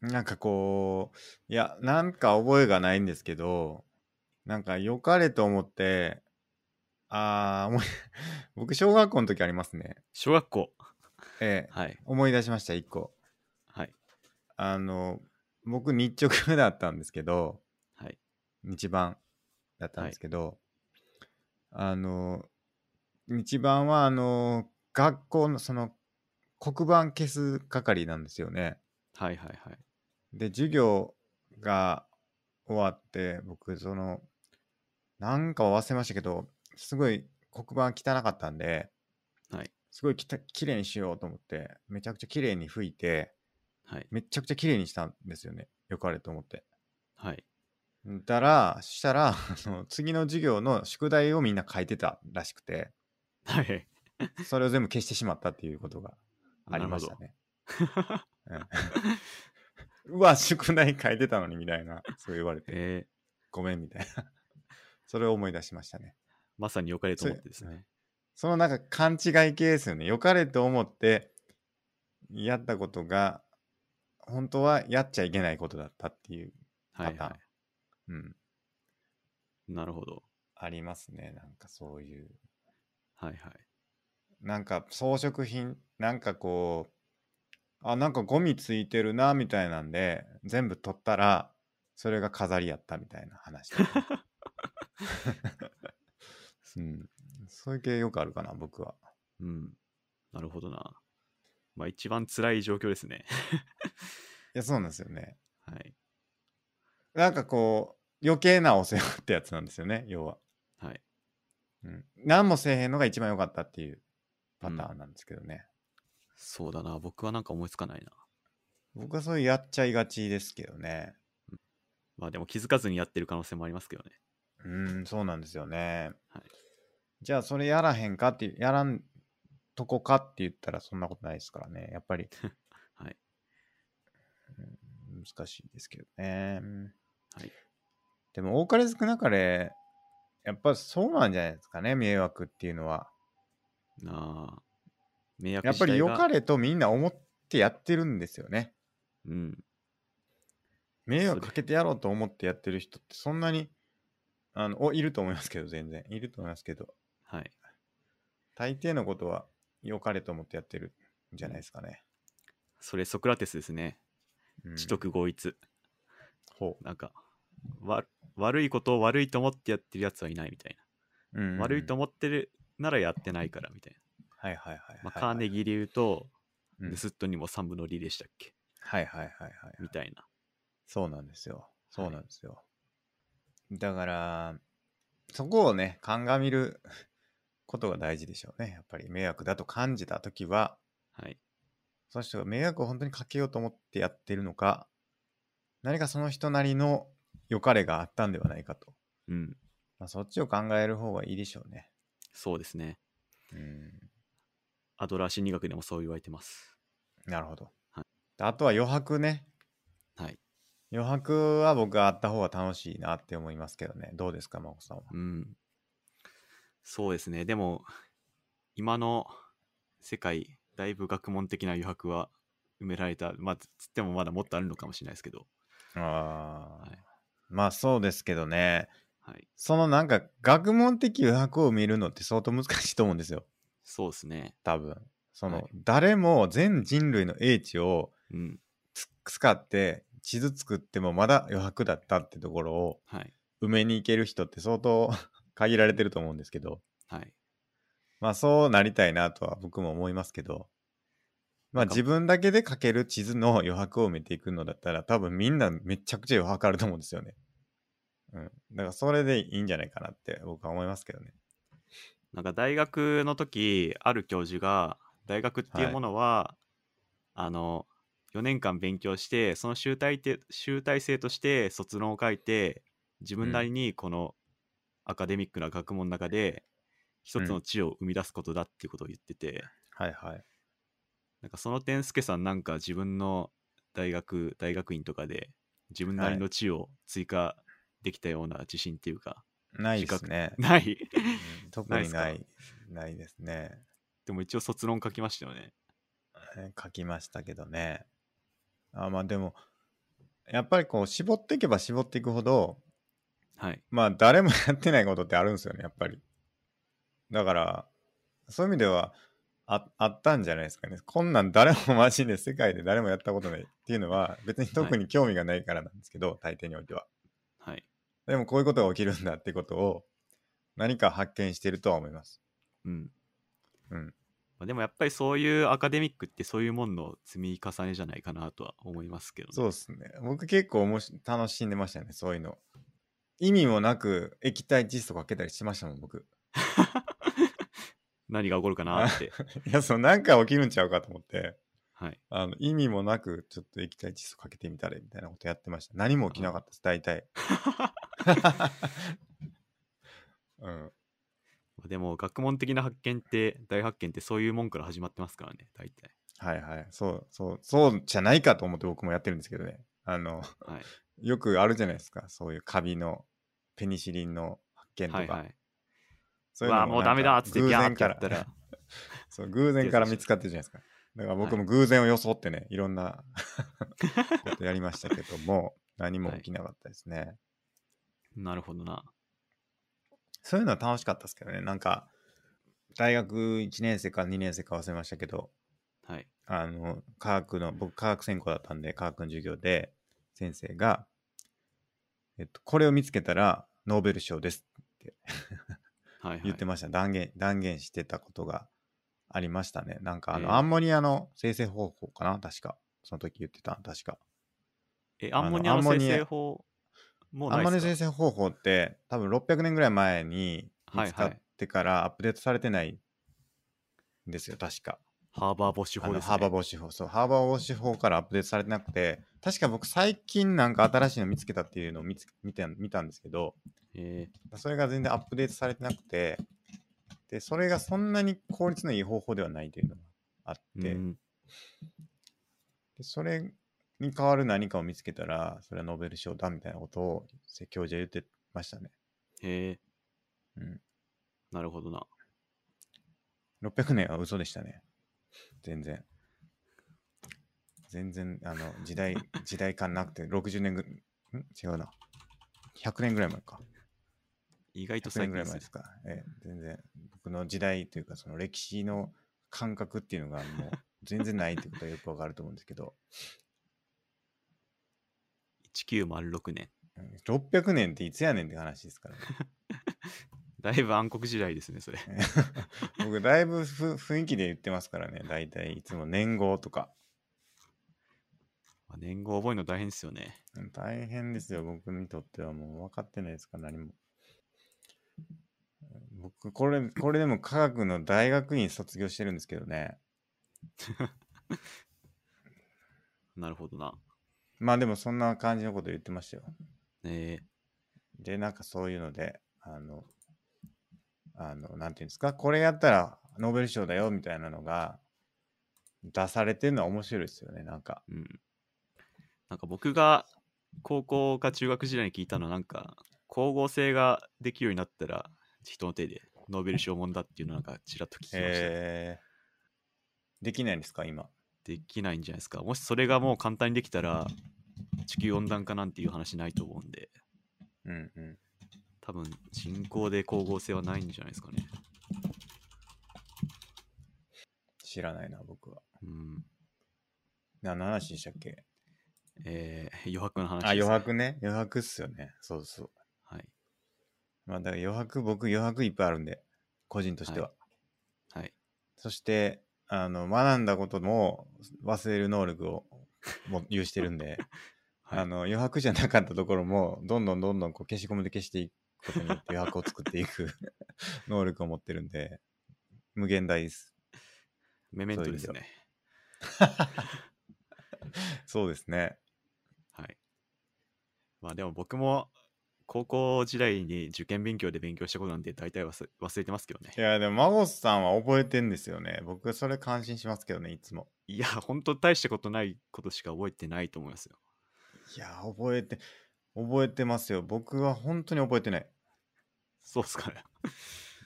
A: なんかこう、いや、なんか覚えがないんですけど、なんか良かれと思って、あー、思い 僕、小学校の時ありますね。
B: 小学校。
A: ええ、
B: はい。
A: 思い出しました、一個。
B: はい。
A: あの、僕、日直だったんですけど、
B: はい。
A: 日番だったんですけど、あの日番はあの学校のその黒板消す係なんですよね。
B: はいはいはい。
A: で授業が終わって僕そのなんか忘れましたけどすごい黒板汚かったんで、
B: はい
A: すごいきた綺麗にしようと思ってめちゃくちゃ綺麗に拭いて
B: はい。
A: めちゃくちゃ綺麗にしたんですよねよくあれと思って。
B: はい。
A: だら、したら、あの次の授業の宿題をみんな書いてたらしくて、
B: はい。
A: それを全部消してしまったっていうことが ありましたね。うん うわ、宿題書いてたのにみたいな、そう言われて、
B: えー、
A: ごめんみたいな。 それを思い出しましたね。
B: まさに良かれと思ってです
A: それ
B: ね。
A: そのなんか勘違い系ですよね。良かれと思ってやったことが、本当はやっちゃいけないことだったっていう、
B: は
A: パ
B: い
A: ターン
B: は
A: うん、
B: い。なるほど。
A: ありますね。なんかそういう。
B: はいはい。
A: なんか装飾品なんかこうあなんかゴミついてるなみたいなんで全部取ったらそれが飾りやったみたいな話とか、うん、そういう系よくあるかな僕は
B: うん。なるほどな。まあ一番辛い状況ですね。
A: いやそうなんですよね
B: はい。
A: なんかこう余計なお世話ってやつなんですよね要は、
B: はい。
A: うん、何もせえへんのが一番良かったっていうパターンなんですけどね、
B: そうだな。僕はなんか思いつかないな。
A: 僕はそういうやっちゃいがちですけどね
B: まあでも気づかずにやってる可能性もありますけどね。
A: うーん、そうなんですよね。
B: はい
A: じゃあ、それやらへんかっていう、やらんとこかって言ったら、そんなことないですからね。やっぱり、
B: はい。
A: うん難しいですけどね。
B: はい。
A: でも、多かれ少なかれ、やっぱそうなんじゃないですかね、迷惑っていうのは。
B: なあ。迷惑
A: やっぱり良か
B: れ。
A: れとみんな思ってやってるんですよね。
B: うん。
A: 迷惑かけてやろうと思ってやってる人って、そんなにあのおいると思いますけど、全然。いると思いますけど、
B: はい。
A: 大抵のことは良かれと思ってやってるんじゃないですかね。
B: それソクラテスですね。
A: うん
B: 知徳合一。
A: ほ、
B: なんか、わ悪いことを悪いと思ってやってるやつはいないみたいう
A: うんうんう
B: な。
A: ん
B: 悪いと思ってるならやってないからみたいな。
A: はいはいはいはいはい。
B: まあ、カーネギーで言うと、
A: うん
B: ヌスットにも3分の2でしたっけ
A: はいはいはいはいはい。
B: みたいな。
A: そうなんですよ。そうなんですよ。だから、そこをね、鑑みる ことが大事でしょうね。やっぱり迷惑だと感じたときは、
B: はい。
A: その人が迷惑を本当にかけようと思ってやってるのか、何かその人なりの良かれがあったんではないかと。
B: うん。
A: まあ、そっちを考える方がいいでしょうね。
B: そうですね。
A: うん。
B: アドラー心理学でもそう言われてます。
A: なるほど。
B: は
A: あとは余白ね。
B: はい。
A: 余白は僕はあった方が楽しいなって思いますけどね。どうですか、真帆さんは。
B: うん。そうですね。でも、今の世界、だいぶ学問的な余白は埋められた。まあ、つつってもまだもっとあるのかもしれないですけど。
A: ああ、
B: はい
A: まあそうですけどね。
B: はい。
A: そのなんか学問的余白を見るのって相当難しいと思うんですよ。
B: そうですね。
A: 多分。その、
B: はい
A: 誰も全人類の英知を
B: うん。
A: つ使って地図作ってもまだ余白だったってところを
B: はい。
A: 埋めに行ける人って相当 限られてると思うんですけど。
B: はい。
A: まあそうなりたいなとは僕も思いますけど。まあ
B: なんか
A: 自分だけで書ける地図の余白を埋めていくのだったら多分みんなめちゃくちゃ余白あると思うんですよね。うん。だからそれでいいんじゃないかなって僕は思いますけどね。
B: なんか大学の時、ある教授が、大学っていうものは、あの、4年間勉強して、その集大て集大成として卒論を書いて、自分なりにこのアカデミックな学問の中で、一つの知を生み出すことだっていうことを言ってて、
A: はいはい。
B: なんかその点、助さんなんか自分の大学、大学院とかで、自分なりの知を追加できたような自信っていうか、
A: ないです ね。
B: ない。
A: うん特にな
B: ないっ
A: い、ないですね。
B: でも一応卒論書きましたよね。
A: えー書きましたけどね。あまあでも、やっぱりこう絞っていけば絞っていくほど、
B: はい。
A: まあ誰も やってないことってあるんですよね、やっぱり。だから、そういう意味では、ああったんじゃないですかね。こんなん誰も マジで世界で誰もやったことないっていうのは別に特に興味がないからなんですけど、大抵においては。
B: はい。
A: でもこういうことが起きるんだってことを何か発見してるとは思います。
B: うん。
A: うん。
B: まあ、でもやっぱりそういうアカデミックってそういうもんの積み重ねじゃないかなとは思いますけどね、
A: そうですね。僕結構おもし楽しんでましたね、そういうの。意味もなく液体窒素かけたりしましたもん、僕。
B: 何が起こるかな って。
A: いや、そのなんか起きるんちゃうかと思って、
B: はい。
A: あの意味もなくちょっと液体窒素かけてみたれみたいなことやってました。何も起きなかったです、大 体。うん、
B: まあでも学問的な発見って、大発見ってそういうもんから始まってますからね、大体。
A: はいはい。そう、そう、そうじゃないかと思って僕もやってるんですけどね。あの、
B: はい。
A: よくあるじゃないですか、そういうカビのペニシリンの発見とか。
B: はいはい。
A: そうい
B: わ
A: の
B: あ、もう
A: な
B: ダ
A: んか
B: メだっつって
A: 偶
B: ビャー
A: 然
B: ってや
A: か
B: った
A: ら
B: ら。
A: そう偶然から見つかってるじゃないですか。だから僕も偶然を装ってね、いろんな ことやりましたけども、何も起きなかったですね。
B: なるほどな。
A: そういうのは楽しかったですけどね、なんか、大学1年生か2年生か忘れましたけど、
B: はい。
A: あの、科学の、僕科学専攻だったんで、科学の授業で、先生が、えっと、これを見つけたら、ノーベル賞です
B: はい、はい。
A: 言ってました、断言断言してたことがありましたねなんかあの、
B: ええ
A: アンモニアの生成方法かな確かその時言ってた確か
B: え、
A: あ
B: ア
A: の
B: ンモニア
A: アン
B: の
A: モニ
B: 生
A: ア
B: 成法もう
A: アン
B: ない
A: モニ
B: で
A: ア
B: すか
A: 生成方法って多分600年ぐらい前に見つかってからアップデートされてないんですよ確か
B: ハーバーボッシュ
A: あ
B: 法
A: の
B: です、ね。
A: ハーバー防止法そうハーバー防止法からアップデートされてなくて確か僕最近なんか新しいの見つけたっていうのを見つ見て見たんですけど
B: え
A: それが全然アップデートされてなくてでそれがそんなに効率のいい方法ではないというのがあっ
B: ー
A: て、
B: うん
A: でそれに代わる何かを見つけたらそれはノーベル賞だみたいなことを教授は言ってましたね、
B: え
A: うん、
B: ーなるほどな。
A: 600年は嘘でしたね全然全然あの時 代時代感なくて60年ぐん違うな100年ぐらい前か
B: 意外と
A: 100
B: 最
A: 年ぐら
B: 近
A: い
B: で
A: 前で
B: す
A: すか。ええ全然、僕の時代というか、その歴史の感覚っていうのがもう全然ないってことはよくわかると思うんですけど、
B: 1906年。
A: うん600年っていつやねんって話ですからね。
B: だいぶ暗黒時代ですね、それ。
A: 僕、だいぶふ雰囲気で言ってますからね、大体いつも年号とか。
B: まあ年号覚えるの大変ですよね。
A: うん大変ですよ、僕にとってはもう分かってないですから、何も。僕、これ、これでも科学の大学院卒業してるんですけどね。
B: なるほどな。
A: まあでもそんな感じのこと言ってましたよ。
B: え
A: で、なんかそういうので、あの、あの、なんていうんですか、これやったらノーベル賞だよみたいなのが出されてるのは面白いですよね、なんか。
B: ーうん。なんか僕が高校か中学時代に聞いたのは、なんか、光合成ができるようになったら、人の手でノーベル賞もんだっていうのをなんかちらっと聞きました。
A: えー、できないんですか、今。
B: できないんじゃないですか。もしそれがもう簡単にできたら、地球温暖化なんていう話ないと思うんで、
A: うんうん。
B: 多分人口で光合成はないんじゃないですかね。
A: 知らないな、僕は。
B: うん。
A: 何の話でしたっけ
B: えー、 余白の話です、
A: あ、余白ね。余白っすよね。そうそう。
B: はい。
A: まあ、だから余白、僕余白いっぱいあるんで、個人としては。
B: はい。
A: そして、あの、学んだことも忘れる能力をも有してるんで、
B: はい
A: あの、余白じゃなかったところも、どんどんどんどんこう消しゴムで消していくことによって余白を作っていく 能力を持ってるんで、無限大です。
B: メメントですね。
A: そうですね。
B: はい。まあでも僕も高校時代に受験勉強で勉強したことなんで大体忘れ忘れてますけどね
A: い。や、でも、マゴスさんは覚えてんですよね。僕、それ感心しますけどね、いつも。
B: いや、本当大したことないことしか覚えてないと思いますよ。
A: いや、覚えて、覚えてますよ。僕は本当に覚えてない。
B: そうっすから。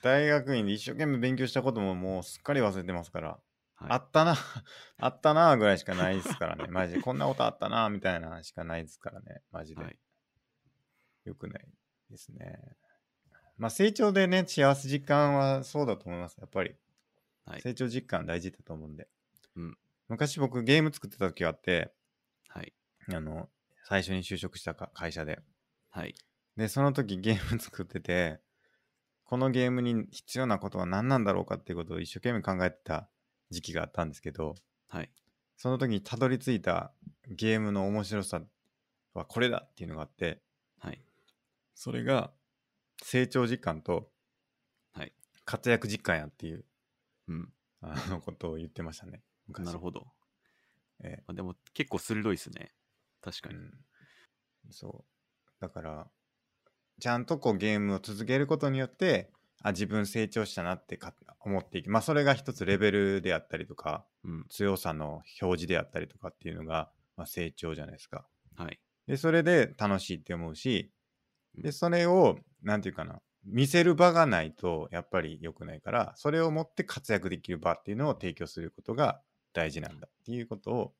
A: 大学院で一生懸命勉強したことももうすっかり忘れてますから、あ
B: はい、
A: ったな あったなぐらいしかないですからね マジでこんなことあったなみたいなしかないですからねマジで、
B: はい。
A: よくないですねまあ成長でね幸せ実感はそうだと思いますやっぱり、
B: はい
A: 成長実感大事だと思うんで、
B: うん
A: 昔僕ゲーム作ってた時があって
B: はい。
A: あの最初に就職したか会社で
B: はい。
A: で、その時ゲーム 作ってて、このゲームに必要なことは何なんだろうかっていうことを一生懸命考えてた時期があったんですけど、
B: はい。
A: その時にたどり着いたゲームの面白さはこれだっていうのがあって、
B: はい。
A: それが成長実感と
B: はい
A: 活躍実感やっていう
B: うん。
A: あのことを言ってましたね。昔
B: なるほど。
A: ええ
B: まあ、でも結構鋭いですね。確か
A: う
B: に。
A: ん、そうだからちゃんとこうゲームを続けることによってあ自分成長したなってか思っていきまあそれが一つレベルであったりとか
B: うん。
A: 強さの表示であったりとかっていうのが、まあ、成長じゃないですか
B: はい。
A: でそれで楽しいって思うし
B: う
A: で
B: ん
A: それをなんていうかな見せる場がないとやっぱり良くないからそれを持って活躍できる場っていうのを提供することが大事なんだっていうことを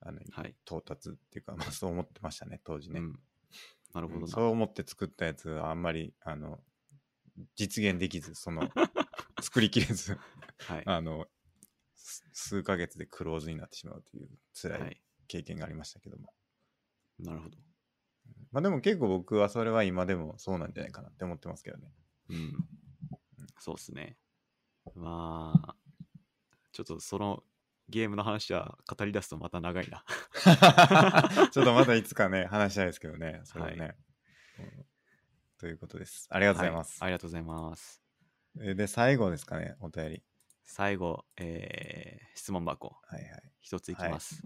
A: あの
B: はい。
A: 到達っていうか、まあ、そう思ってましたね当時ね、
B: うん。なるほどな。
A: そう思って作ったやつはあんまりあの実現できずそ の作りきれず
B: はい。
A: あのす数ヶ月でクローズになってしまうという辛
B: はいい。
A: 経験がありましたけども、
B: なるほど。
A: まあでも結構僕はそれは今でもそうなんじゃないかなって思ってますけどね
B: うん。そうっすね。まあ、ちょっとそのゲームの話は語り出すとまた長いな。
A: ちょっとまたいつかね話したいですけどねそれはね、
B: は
A: うんということですありがとうございます、
B: はありがとうございます。
A: えで最後ですかねお便り
B: 最後、えー質問箱、
A: はいはい
B: 一ついきます。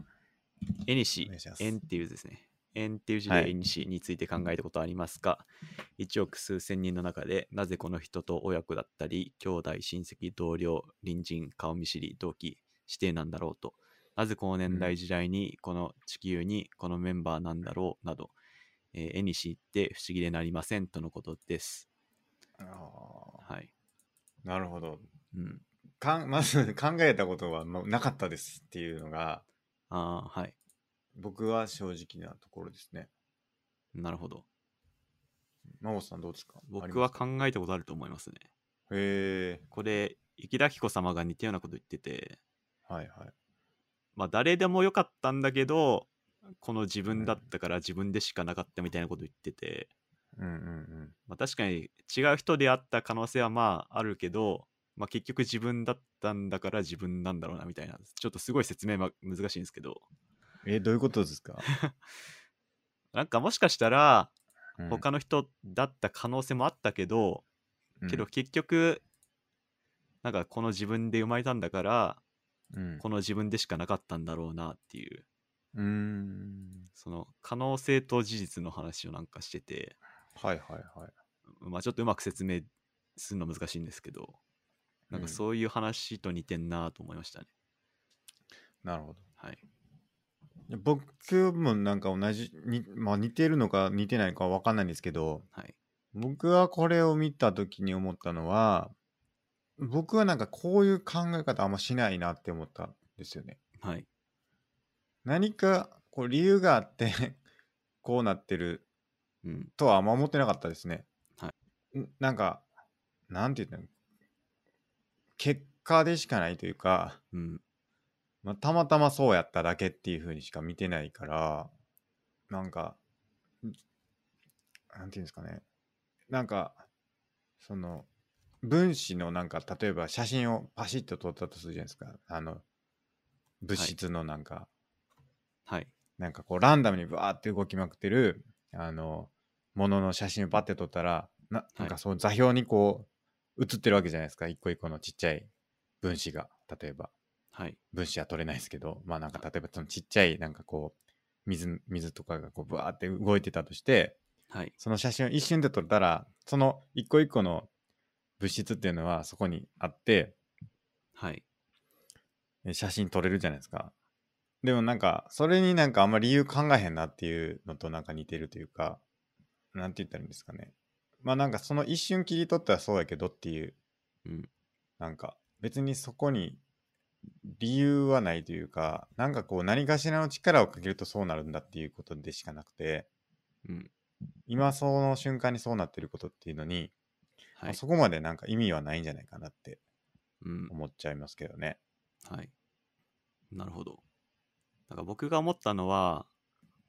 B: えに
A: お
B: し
A: 願いしま、す
B: えんっていう字ですね。えんっていう字
A: は
B: で
A: い
B: えにしについて考えたことはありますか、?1 億数千人の中で、なぜこの人と親子だったり、兄弟、親戚、同僚、隣人、顔見知り、同期、指定なんだろうと。なぜこの年代時代に、この地球に、このメンバーなんだろうなど、えー、えにしって不思議でなりませんとのことです。
A: あ
B: はい。
A: ーなるほど
B: うん。
A: かんま ず考えたことはもうなかったですっていうのが
B: ああ、はい。
A: 僕は正直なところですね。
B: なるほど。
A: うん真帆さんどうですか
B: 僕は
A: ありますか
B: 考えたことあると思いますね。
A: へえ
B: これ、池田紀子様が似たようなこと言ってて、
A: はいはい
B: まあ、誰でもよかったんだけど、この自分だったから自分でしかなかったみたいなこと言ってて、
A: うんうん
B: まあ、確かに違う人であった可能性はまああるけど、まあ、結局自分だったんだから自分なんだろうなみたいな、ちょっとすごい説明は難しいんですけど、
A: うんえどういうこと ですか、
B: なんかもしかしたら
A: うん
B: 他の人だった可能性もあったけど、けど
A: う
B: 結局、なんかこの自分で生まれたんだから、
A: ん
B: この自分でしかなかったんだろうなっていう
A: うん、うーん
B: その可能性と事実の話をなんかしてて
A: はいはいはい
B: まあちょっとうまく説明するの難しいんですけどなん
A: う
B: か
A: ん
B: そういう話と似てんなと思いましたね、
A: なるほど
B: はい
A: いや僕もなんか同じに、まあ、似てるのか似てないかわかんないんですけど
B: はい
A: 僕はこれを見た時に思ったのは僕はなんかこういう考え方あんましないなって思ったんですよね。
B: はい
A: 何かこう理由があって こうなってる
B: うん
A: とはあんま思ってなかったですね。
B: は
A: んなんかなんて言ったの結果でしかないというか、
B: うん
A: まあ、たまたまそうやっただけっていう風にしか見てないからなんかんなんていうんですかねなんかその分子のなんか例えば写真をパシッと撮ったとするじゃないですかあの物質のなんか、
B: はい
A: なんかこうランダムにバーって動きまくってるあのものの写真をバッて撮ったらななんかその座標にこう写ってるわけじゃないですか一個一個のちっちゃい分子が例えば。
B: はい
A: 分子は取れないですけど、まあなんか例えばそのちっちゃいなんかこう、水、水とかがこうブワーって動いてたとして、
B: はい
A: その写真を一瞬で撮ったら、その一個一個の物質っていうのはそこにあって、
B: はい
A: え写真撮れるじゃないですか。でもなんか、それになんかあんま理由考えへんなっていうのとなんか似てるというか、なんて言ったらいいんですかね。まあなんかその一瞬切り取ったらそうやけどっていう、
B: うん
A: なんか別にそこに理由はないというか、なんかこう何かしらの力をかけるとそうなるんだっていうことでしかなくて、
B: うん
A: 今その瞬間にそうなってることっていうのに、ま
B: は
A: あ
B: い
A: そこまでなんか意味はないんじゃないかなって
B: うん
A: 思っちゃいますけどね。
B: はいなるほどなんか僕が思ったのは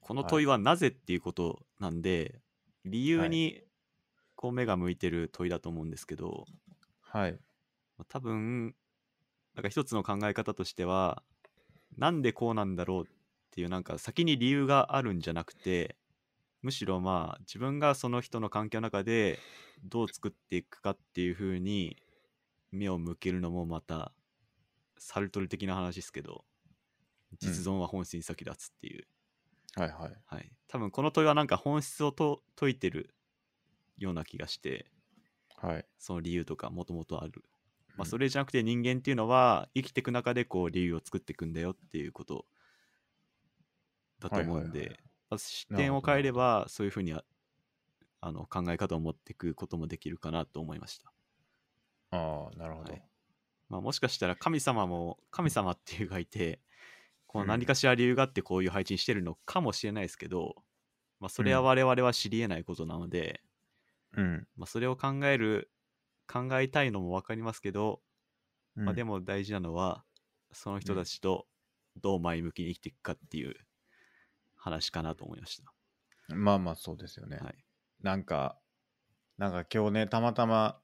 B: この問いはなぜっていうことなんで、理由にこう目が向いてる問いだと思うんですけど、
A: はい。
B: まあ多分なんか一つの考え方としてはなんでこうなんだろうっていうなんか先に理由があるんじゃなくてむしろまあ自分がその人の環境の中でどう作っていくかっていう風に目を向けるのもまたサルトル的な話ですけど実存は本質に先立つっていう、
A: はいはい。
B: はい、多分この問いはなんか本質をと解いてるような気がして
A: はい。
B: その理由とかもともとある、
A: う
B: まあ、
A: ん
B: それじゃなくて人間っていうのは生きていく中でこう理由を作っていくんだよっていうことだと思うん
A: はいはい
B: で
A: はい
B: まあ視点を変えればそういうふうにああの考え方を持っていくこともできるかなと思いました、
A: ああ、なるほど。
B: はいまあ、もしかしたら神様も神様っていうがいてこ
A: う
B: うん何かしら理由があってこういう配置にしてるのかもしれないですけど、まあ、それは我々は知り得ないことなので、
A: うん。
B: まあ、それを考える考えたいのも分かりますけど、まあ、で
A: も、
B: も大事なのはその人たちとどう前向きに生きていくかっていう話かなと思いまし
A: まあまあそうですよね。
B: た。はい、
A: なんか、なんか今日ね、たまたま、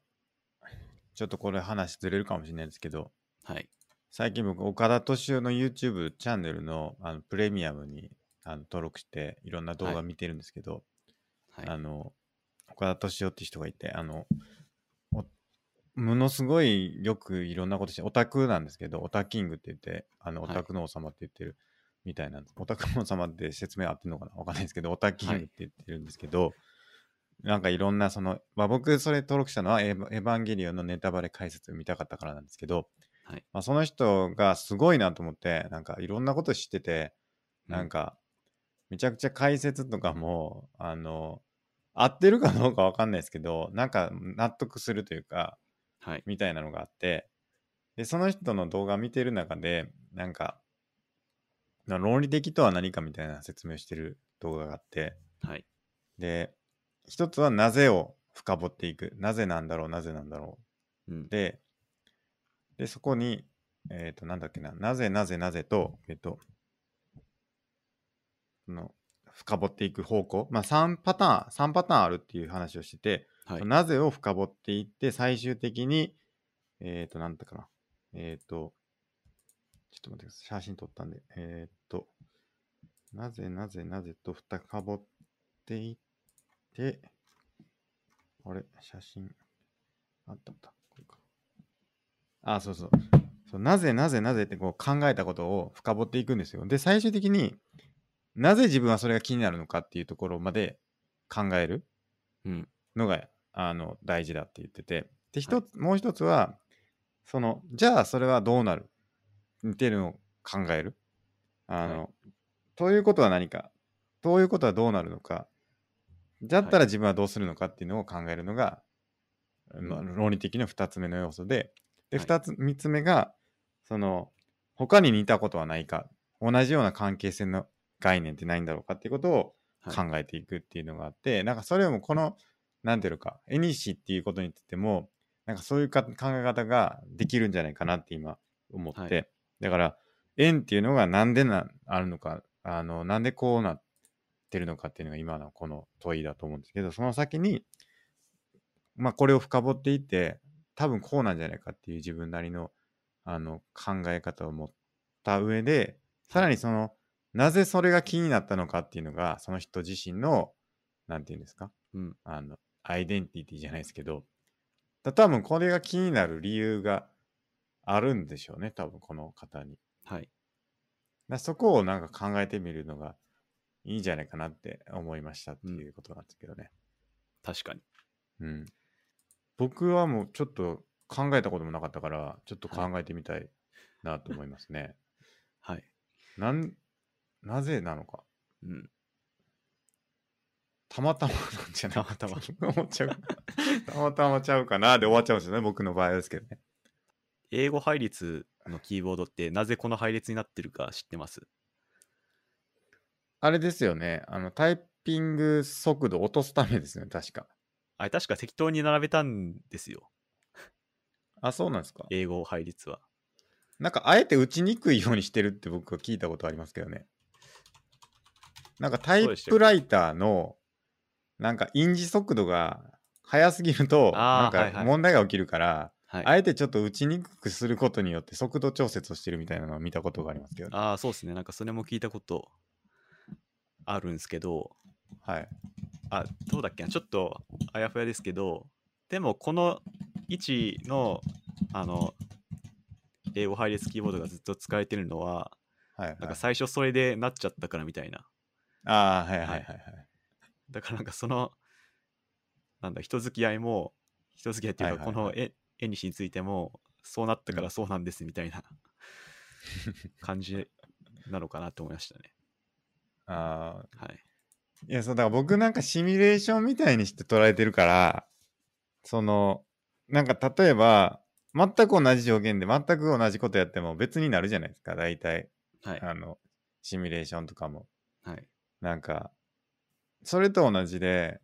A: ちょっとこれ話ずれるかもしれないですけど、
B: はい、
A: 最近僕、岡田敏夫の YouTube チャンネルのあのプレミアムにあの登録して、いろんな動
B: は
A: 画
B: い
A: 見てるんですけど、
B: は
A: あ
B: い、
A: の、岡田敏夫って人がいて、あの、おものすごいよくいろんなことして、オタクなんですけど、オタキングって言って、あの、オ
B: はい
A: タクの王様って言ってるみたいなんです。オタクの王様って説明合ってんのかなわかんないですけど、オタキングって言ってるんですけど、なんかいろんなその、まあ、僕それ登録したのはエヴァエヴァンゲリオンのネタバレ解説見たかったからなんですけど、
B: はい
A: まあ、その人がすごいなと思って、なんかいろんなこと知ってて、なん
B: か、
A: か、めちゃくちゃ解説とかも、あの、合ってるかどうかわかんないですけど、なんか納得するというか、
B: はい、
A: みたいなのがあって、で、その人の動画見てる中で、なんか、な論理的とは何かみたいな説明をしてる動画があって、
B: はい、
A: で、一つはなぜを深掘っていく。なぜなんだろう、なぜなんだろ
B: うん
A: う。。で、で、そこに、えっ、と、なんだっけな、なぜなぜなぜと、えっ、と、その、深掘っていく方向。まあ、3パターン、三パターンあるっていう話をしてて、
B: はい。
A: なぜを深掘っていって、最終的に、えっ、と、なんだかな。えっ、と、ちょっと待ってください。写真撮ったんで。えっ、と、なぜなぜなぜと深掘っていって、あれ、写真。あったあった。これか。あ、そうそう。そうなぜなぜなぜってこう考えたことを深掘っていくんですよ。で、最終的になぜ自分はそれが気になるのかっていうところまで考える。
B: うん。
A: のがあの大事だって言っててで一つ、もう一つはそのじゃあそれはどうなるっていうのを考えるあの、
B: は
A: ということは何かということはどうなるのかだった
B: は
A: ら自分はどうするのかっていうのを考えるのが、まあ
B: うん
A: 論理的な2つ目の要素でで
B: はい
A: 2つ3つ目がその他に似たことはないか同じような関係性の概念ってないんだろうかっていうことを
B: はい
A: 考えていくっていうのがあって、なんかそれもこの何ていうのか絵にしっていうことについてもなんかそういうか考え方ができるんじゃないかなって今思って、
B: はい
A: だから縁っていうのがなんでなあるのかあのなんでこうなってるのかっていうのが今のこの問いだと思うんですけどその先に、まあ、これを深掘っていって多分こうなんじゃないかっていう自分なりのあの考え方を持った上でさらにそのなぜそれが気になったのかっていうのがその人自身のなんていうんですか
B: うん。
A: あのアイデンティティじゃないですけどだ多分これが気になる理由があるんでしょうね多分この方に。
B: はい。
A: だそこをなんか考えてみるのがいいんじゃないかなって思いましたっていうことなんですけどね。
B: 確かに。
A: うん。僕はもうちょっと考えたこともなかったから、ちょっと考えてみたいなと思いますね。
B: はい。
A: なん、なぜなのか。
B: うん。
A: たまたまなんじゃないか
B: たま
A: たま。 思っちゃう。たまたまちゃうかなで終わっちゃうんですよね、僕の場合はですけどね。
B: 英語配列のキーボードってなぜこの配列になってるか知ってます
A: あれですよね、あの、タイピング速度落とすためですよね、確か。
B: あれ確か適当に並べたんですよ。
A: あ、そうなんですか。
B: 英語配列は。
A: なんか、あえて打ちにくいようにしてるって僕は聞いたことありますけどね。なんかタイプライターの、なんか印字速度が速すぎると、な
B: あ
A: ん
B: ー
A: か
B: はいはい
A: 問題が起きるから、
B: はい。
A: あえてちょっと打ちにくくすることによって速度調節をしてるみたいなのを見たことがありますけどね。
B: ああ、そうですね。なんかそれも聞いたことあるんですけど、
A: はい。
B: あ、どうだっけな、ちょっとあやふやですけど、でもこの位置の、あの、英語配列キーボードがずっと使えてるのは、
A: はい、はい
B: なんか。最初それでなっちゃったからみたいな。
A: ああ、はいはいはいはい。
B: だからなんかその、なんだ、人付き合いも、人付き合いっていうか、
A: は
B: こ
A: いはいは
B: の絵絵にしについても、そうなったからそうなんですみたいな感じなのかなと思いましたね。
A: ああ。
B: はい。
A: いや、そう、だから僕なんかシミュレーションみたいにして捉えてるから、その、なんか例えば、全く同じ条件で全く同じことやっても別になるじゃないですか、大体。
B: はい。
A: あの、シミュレーションとかも。
B: はい。
A: なんか、それと同じで、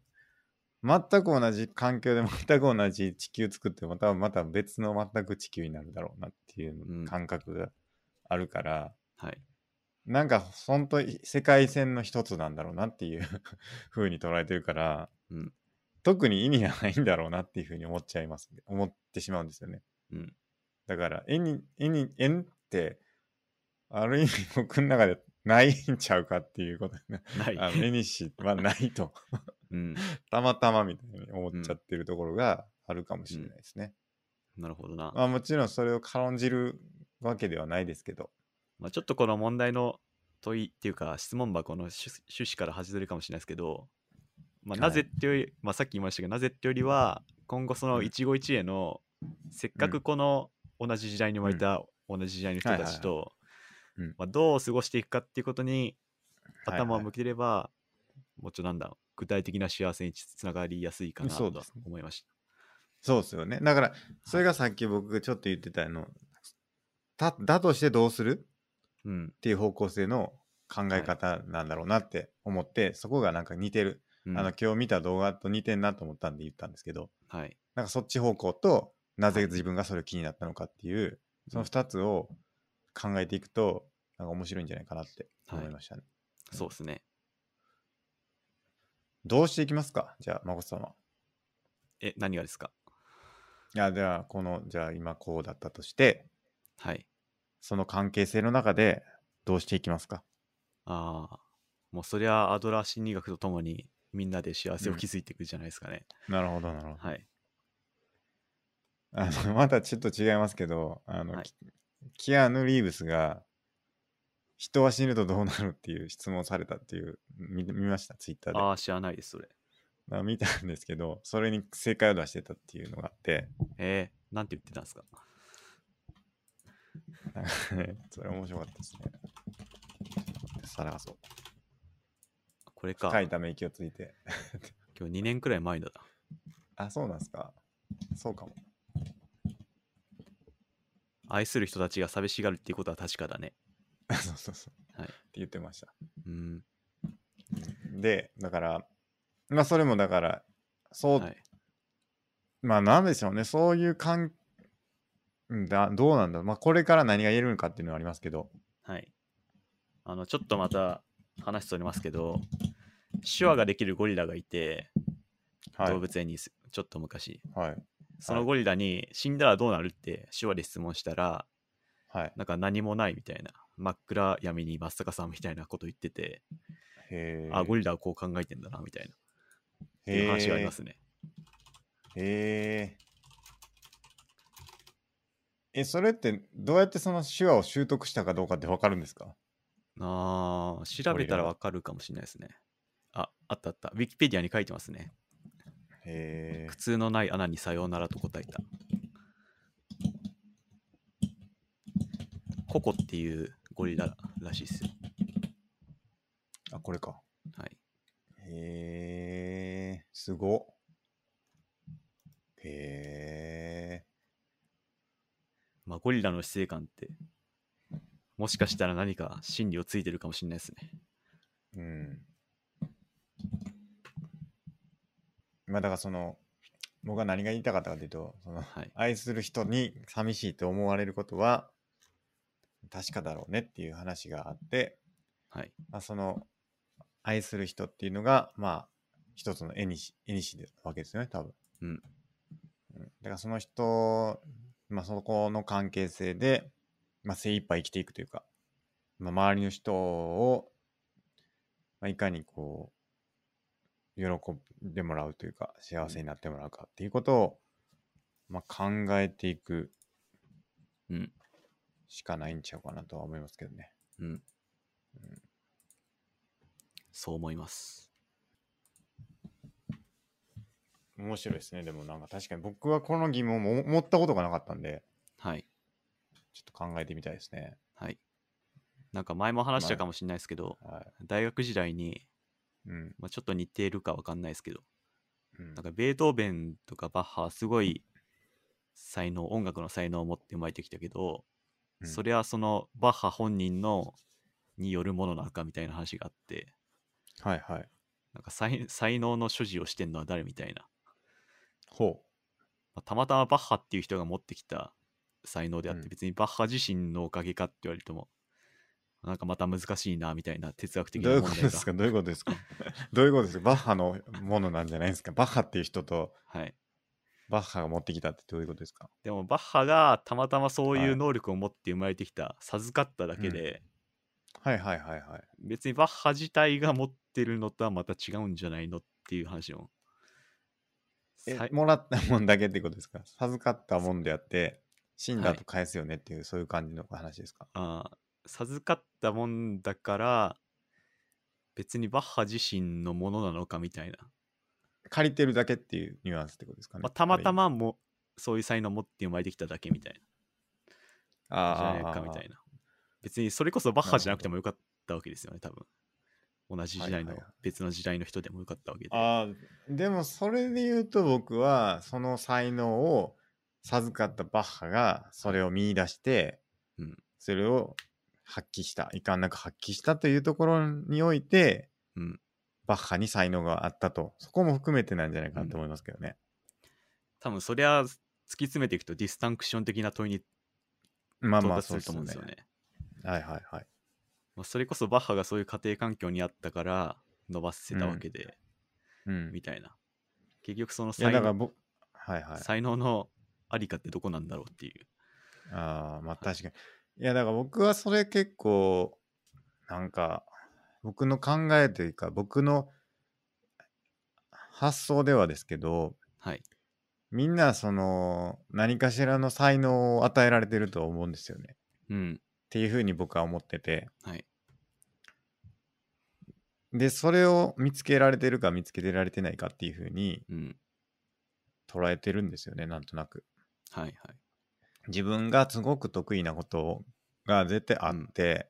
A: 全く同じ環境で全く同じ地球作っても多分また別の全く地球になるだろうなっていう感覚があるから、
B: はい。
A: なんか本当に世界線の一つなんだろうなっていう 風に捉えてるから、
B: うん
A: 特に意味がないんだろうなっていう風に思っちゃいます、思ってしまうんですよね。
B: うん。
A: だから、絵に、絵に、縁って、ある意味僕の中でないんちゃうかっていうことね。
B: な
A: あ
B: い。
A: の絵にしはない と、
B: うん。
A: たまたまみたいに思っちゃってるところがあるかもしれないですね。
B: なるほどな。
A: まあもちろんそれを軽んじるわけではないですけど、
B: まあ、ちょっとこの問題の問いっていうか質問箱の趣趣旨から外れるかもしれないですけど、ま
A: は
B: あ、
A: い
B: なぜっていうより、まあ、さっき言いましたけどなぜってよりは今後その一期一会のせっかくこの同じ時代に生まれた同じ時代の人たちと
A: はいはいはいうん
B: まあどう過ごしていくかっていうことに
A: はいはい
B: 頭を向ければ、もうちょっとなんだ具体的な幸せにつながりやすいかな
A: そ
B: と
A: うですね
B: 思いまし
A: そうですよね。だから、それがさっき僕がちょっと言ってたあの、ただとしてどうする
B: た。うん
A: っていう方向性の考え方なんだろうなって思って、そこがなんか似てる。
B: うん
A: あの今日見た動画と似てんなと思ったんで言ったんですけど
B: はい。
A: なんかそっち方向となぜ自分がそれを気になったのかっていうその2つを考えていくとなんか面白いんじゃないかなって思いましたね。
B: そうですね。
A: どうしていきますかじゃあ眞子さんは。
B: え、何がですか
A: いやではこのじゃあ今こうだったとして
B: はい。
A: その関係性の中でどうしていきますか
B: ああ、もうそりゃアドラー心理学とともにみんなで幸せを
A: うん
B: 築いていくじゃないですかね。
A: なるほどなるほど。
B: はい。
A: あの またちょっと違いますけどあの、
B: はい
A: キキアヌ・リーブスが「人は死ぬとどうなる?」っていう質問をされたっていう見見ましたツイッターで
B: ああ、知らないです、それ。
A: あ見たんですけどそれに正解を出してたっていうのがあって
B: えー、なんて言ってたんですか
A: なんかねそれ面白かったですね。探そう。
B: これか。
A: 深いため息をついて。
B: 今日2年くらい前だな。
A: あ、そうなんですか。そうかも。
B: 愛する人たちが寂しがるっていうことは確かだね。
A: あそうそうそう。
B: は
A: っ
B: い
A: て言ってました。
B: うん。
A: で、だから、まあそれもだから、そう、
B: はい。
A: まあなんでしょうね、そういう関んだどうなんだろう、まあこれから何が言えるのかっていうのはありますけど、
B: はい。あの、ちょっとまた話それますけど、手話ができるゴリラがいて、
A: はい。
B: 動物園にすちょっと昔、
A: はい。
B: そのゴリラに死んだらどうなるって手話で質問したら、
A: はい。
B: なんか何もないみたいな、真っ暗闇に真っ逆さみたいなこと言ってて、
A: へー
B: あ、ゴリラはこう考えてんだなみたいな、っていう話がありますね。
A: へえ。え、それってどうやってその手話を習得したかどうかってわかるんですか
B: ああ、調べたらわかるかもしれないですね。あ、あったあった。ウィキペディアに書いてますね。
A: へ
B: 苦痛のない穴にさようならと答えた。ココっていうゴリラらしいですよ。
A: ーあ、これか。
B: はい。
A: へえ、すごっ。へえ。
B: まあ、ゴリラの死生観って、もしかしたら何か心理をついてるかもしれないですね。
A: うん。まあだからその、僕は何が言いたかったかというと、その、
B: はい。
A: 愛する人に寂しいと思われることは確かだろうねっていう話があって、
B: はい。
A: まあ、その愛する人っていうのがまあ一つの絵にし絵にしでわけですよね多分、
B: うん
A: うんだからその人、まあ、そこの関係性で、まあ、精一杯生きていくというか、まあ、周りの人を、まあ、いかにこう喜んでもらうというか幸せになってもらうかっていうことを、まあ、考えていく
B: うん。
A: しかないんちゃうかなとは思いますけどね。
B: うん。そう思います。
A: 面白いですね。でもなんか確かに僕はこの疑問も持ったことがなかったんで、
B: はい。
A: ちょっと考えてみたいですね。
B: はい。なんか前も話したかもしれないですけど、
A: は
B: 大学時代に、
A: い。うん。
B: まあ、ちょっと似ているかわかんないですけど、
A: うん
B: なんかベートーベンとかバッハはすごい才能音楽の才能を持って生まれてきたけど、
A: うん
B: それはそのバッハ本人のによるものなのかみたいな話があって
A: はいはい。
B: なんか才才能の所持をしてんのは誰みたいな、
A: ほ
B: まあたまたまバッハっていう人が持ってきた才能であっ
A: う
B: て
A: ん
B: 別にバッハ自身のおかげかって言われるともなんかまた難しいなみたいな哲学
A: う。
B: 的
A: どう
B: な
A: いう
B: 問
A: こと
B: 題
A: ですかどういうこと ですかどういうことですかバッハのものなんじゃないですかバッハっていう人と
B: はい、
A: バッハが持ってきたってどういうことですか
B: でもバッハがたまたまそうい
A: は
B: う
A: い
B: 能力を持って生まれてきた、授かっただけで、
A: はいはいはいはい。
B: 別にバッハ自体が持ってるのとはまた違うんじゃないのっていう話を。
A: え
B: さい
A: もらったもんだけってことですか授かったもんであって、死んだと返すよねっていう、そういう感じの話ですか
B: あー授かったもんだから別にバッハ自身のものなのかみたいな、
A: 借りてるだけっていうニュアンスってことですかね、
B: まあ、たまたまもそういう才能持って生まれてきただけみたい
A: ある意味あーあ
B: なじゃない
A: ー
B: か
A: あー
B: みたいな別にそれこそバッハじゃなくてもよかったわけですよね多分同じ時代
A: はい
B: の
A: はいはい
B: 別の時代の人でもよかったわけで、
A: ああでもそれで言うと僕はその才能を授かったバッハがそれを見出して、
B: うん
A: それを発揮した遺憾なく発揮したというところにおいて、
B: うん
A: バッハに才能があったと、そこも含めてなんじゃないかなと思いますけどね。
B: 多分そりゃ突き詰めていくとディスタンクション的な問いに
A: まあ
B: 到
A: まあ、
B: 達す
A: そう
B: る
A: です
B: と
A: よ
B: 思うんで
A: ね
B: すよ。ね。
A: はいはいはい。
B: まあ、それこそバッハがそういう家庭環境にあったから伸ばせたわけで、
A: うん。
B: みたいな。結局その
A: いや、
B: 才
A: だから
B: 能,、
A: 僕、はいはい。
B: 才能のありかってどこなんだろうっていう。
A: ああ、まあ確かに。いや、だから僕はそれ結構、なんか、僕の考えというか、僕の発想ではですけど、
B: はい。
A: みんなその何かしらの才能を与えられてると思うんですよね。っ
B: うん。
A: ていうふうに僕は思ってて。
B: はい。
A: で、それを見つけられてるか見つけてられてないかっていうふうに
B: うん。
A: 捉えてるんですよね、なんとなく。
B: はいはい。
A: 自分がすごく得意なことが絶対あって、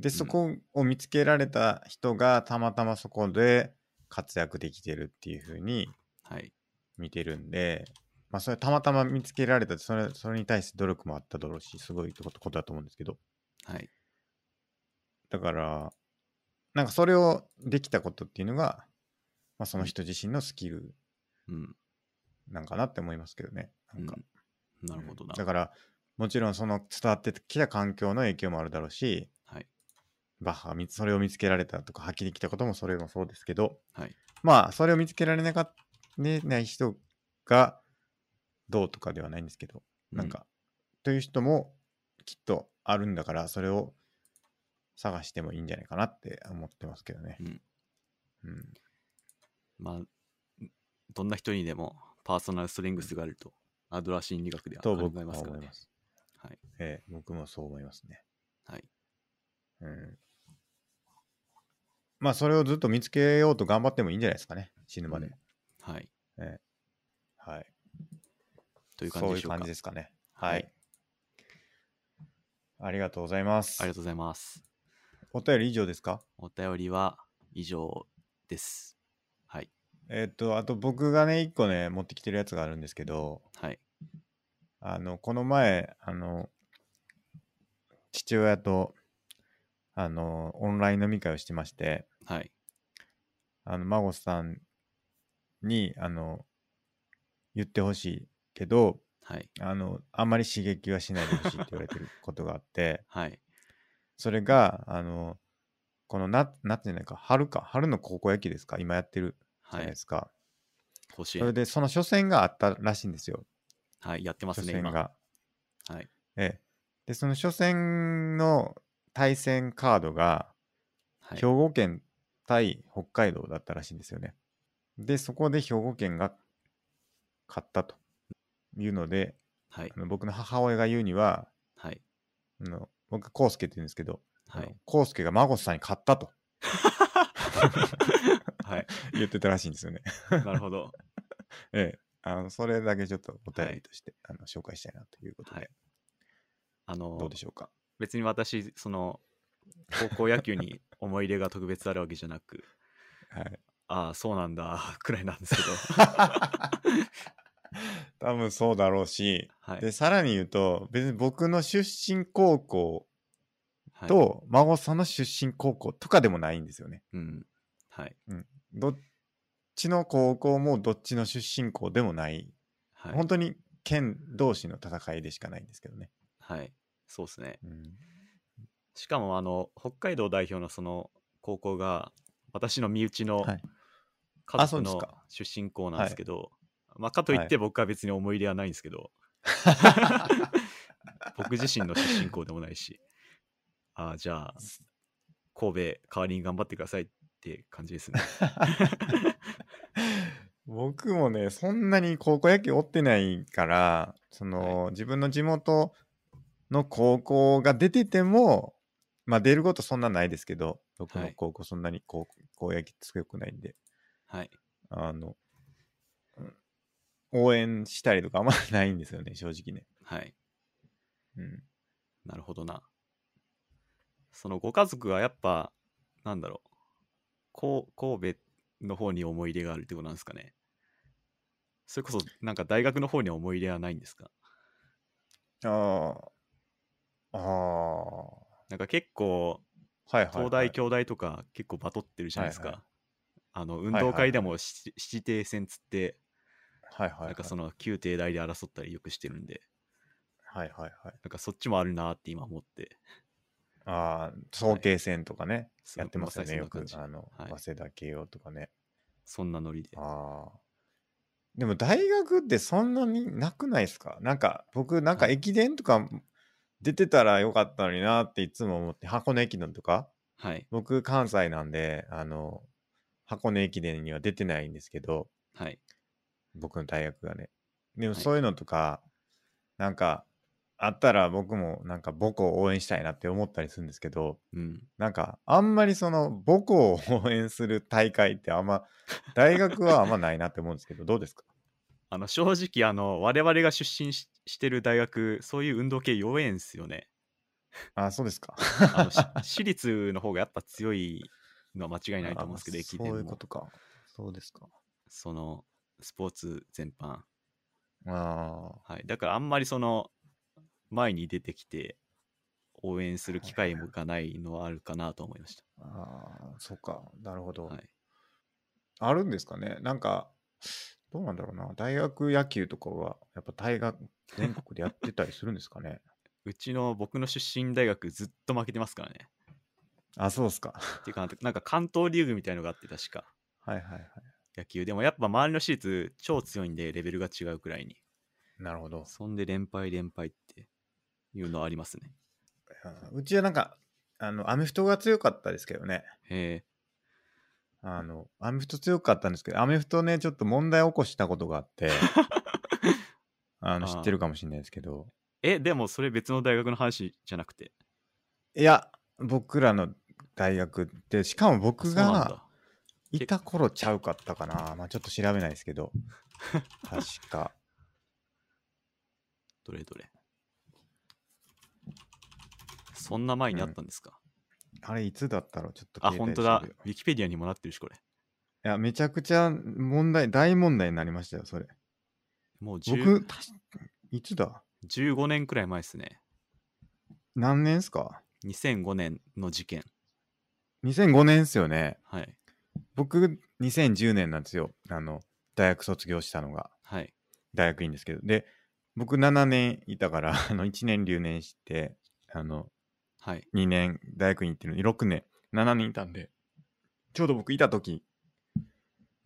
A: で、そこを見つけられた人がたまたまそこで活躍できてるっていうふうに
B: はい。
A: 見てるんで、まあ、それたまたま見つけられたそれ、それに対して努力もあっただろうし、すごいってことことだと思うんですけど、
B: はい。
A: だから、なんかそれをできたことっていうのが、まあ、その人自身のスキル
B: うん。
A: なんかなって思いますけどね。なんか、
B: うん、なるほどな。
A: だから、もちろんその伝わってきた環境の影響もあるだろうし、
B: はい。
A: バッハが見つそれを見つけられたとか、はっきり来たこともそれもそうですけど、
B: はい。
A: まあ、それを見つけられなかっねない人がどうとかではないんですけど、なんか、という人もきっとあるんだから、それを探してもいいんじゃないかなって思ってますけどね。
B: うん
A: うん
B: うん、まあ、どんな人にでもパーソナルストレングスがあると、アドラー心理学では
A: と
B: 考
A: 僕
B: え
A: は
B: ますから
A: 思い
B: ね
A: ま。す。
B: はい。
A: ええ僕もそう思いますね。
B: はい。
A: うん。まあ、それをずっと見つけようと頑張ってもいいんじゃないですかね。死ぬまで。
B: うんはい。
A: はい。
B: という感じでしょう
A: そういう
B: か。
A: 感じ
B: あ
A: ですかね。はい。
B: はい
A: ありがとうございます。
B: りがとうございます。
A: お便り以上ですか
B: お便りは以上です。はい。
A: えっ、と、あと僕がね、一個ね、持ってきてるやつがあるんですけど、
B: はい。
A: あの、この前、あの、父親と、あの、オンライン飲み会をしてまして、
B: はい。
A: あの、孫さんに、あの、言ってほしいけど、
B: はい。
A: あの、あんまり刺激はしないでほしいって言われてることがあって、
B: はい。
A: それが、あの、この夏、夏じゃないか、春か、春の高校野球ですか、今やってるじゃな
B: は
A: い
B: い
A: で。すか。
B: 甲子
A: それ
B: 園。
A: で、その初戦があったらしいんですよ、
B: はい。やってます
A: 初
B: ね、
A: 戦
B: 今。
A: が。
B: はい。
A: ええ。で、その初戦の対戦カードが、
B: はい
A: 兵。庫県対北海道だったらしいんですよね。で、そこで兵庫県が勝ったというので、
B: はい
A: あ。の僕の母親が言うには、
B: はい。
A: あの僕、コウスケって言うんですけど、
B: はい。
A: コウスケが孫さんに勝ったと
B: はい。
A: 言ってたらしいんですよね。
B: なるほど。
A: ええ、あのそれだけちょっとお便
B: は
A: り
B: い
A: として、あの紹介したいなということで、
B: はいあの
A: どうでしょうか。
B: 別に私、その、高校野球に思い入れが特別あるわけじゃなく、
A: はい、
B: ああ、そうなんだ、 くらいなんで すけど。
A: 多分そうだろうし、
B: はい。
A: でさらに言うと別に僕の出身高校
B: はい、
A: と孫さんの出身高校とかでもないんですよね。
B: うん。はい。
A: どっちの高校もどっちの出身校でもない、
B: はい
A: 本。当に県同士の戦いでしかないんですけどね。
B: はい。そうですね。
A: うん、
B: しかも、あの、北海道代表のその高校が、私の身内の
A: はい
B: 家
A: あそう
B: 族
A: です
B: の
A: か
B: 出身校なんですけど、まあ、かといって僕は別に思い入れはないんですけ ど、 僕自身の出身校でもないし、ああ、じゃあ、神戸、代わりに頑張ってくださいって感じで すね。
A: 僕もね、そんなに高校野球追ってないから、その、自分の地元の高校が出てても、まあ出ることそんなないですけど、僕
B: は
A: の
B: い
A: 高校そんなに高高校野球強くないんで、
B: はい。
A: あの、うん応援したりとかあんまりないんですよね、正直ね。
B: はい。
A: うん。
B: なるほどな。そのご家族はやっぱ、なんだろう、こう神戸の方に思い入れがあるってことなんですかね。それこそ、なんか大学の方に思い入れはないんですか
A: ああ。ああ。
B: なんか結構、
A: はいはい、はい。
B: 東大、京大とか結構バトってるじゃないです
A: はい
B: か。あの運
A: はいは
B: 動
A: いはい
B: 会でもし七艇戦つって、
A: はいはいはい。
B: なんかその旧艇台で争ったりよくしてるんで、
A: はいはいはい。
B: なんかそっちもあるなって今思って。
A: ああ、早慶戦とかね、
B: そ
A: やってますよね、よ
B: さ
A: く
B: に。そんな
A: あ
B: 感じ
A: の、
B: はい
A: 早稲田慶応とかね。
B: そんなノリで。
A: ああ。でも大学ってそんなになくないですかなんか僕なんか
B: はい
A: 駅伝とか出てたらよかったのになっていつも思って箱根駅伝とか
B: はい。
A: 僕関西なんであの箱根駅伝には出てないんですけど
B: はい。
A: 僕の大学がねでも
B: はい
A: そういうのとか、なんかあったら僕もなんか母校を応援したいなって思ったりするんですけど
B: うん。
A: なんかあんまりその母校を応援する大会ってあんま大学はあんまないなって思うんですけどどうですか
B: あの正直、あの我々が出身ししてる大学、そういう運動系弱えんすよね。
A: あ、そうですか。
B: あ のし私立の方がやっぱ強いのは 間違いないと思うんですけど、
A: あ
B: 駅伝も
A: そういうことか。そうですか。
B: そのスポーツ全般。
A: あ
B: はい、だからあんまりその前に出てきて応援する機会もがないのはあるかなと思いまし
A: ーあー、そっか。なるほ
B: た。
A: ど、
B: はい、
A: あるんですかね。なんか、どうなんだろうな。大学野球とかは、やっぱ大学、全国でやってたりするんですかね。
B: うちの僕の出身大学ずっと負けてますからね。
A: あ、そうですか。
B: っていうか、なんか関東リーグみたいのがあって確か
A: はいはいはい。
B: 野球でもやっぱ周りの私立超強いんでレベルが違うくらいに。
A: なるほど。
B: そんで連敗連敗っていうのはありますね。
A: うんうちはなんか、あの、アメフトが強かったですけどね。
B: へえ。
A: あの、アメフト強かったんですけど、アメフトね、ちょっと問題起こしたことがあ って、あの、
B: あ
A: 知
B: ー
A: ってるかもしれないですけど、
B: え、でもそれ別の大学の話じゃなくて。
A: いや、僕らの大学って、しかも
B: あそ
A: 僕
B: うなん
A: が
B: だ。
A: いた頃ちゃうかったかな。まあちょっと調べないですけど。確か。
B: どれどれ。そんな前にあったんですか、
A: あれ、いつだったろうちょっと
B: あ、
A: 携帯
B: 本当だ
A: 調べよ。
B: ウィキペディアにもなってるし、これ。
A: ういや、めちゃくちゃ問題、大問題になりましたよ、それ。
B: もう10
A: 僕、確かいつだ
B: 15年くらい前ですね。
A: 何年っすか
B: 2005年の事件。
A: ?2005 年っすよね。
B: はい。
A: 僕、2010年なんですよ。あの、大学卒業したのが。
B: はい。
A: 大学院ですけど。で、僕7年いたから、あの、1年留年して、あの、
B: はい。
A: 2年大学院行ってるのに6年7年いたんでちょうど僕いた時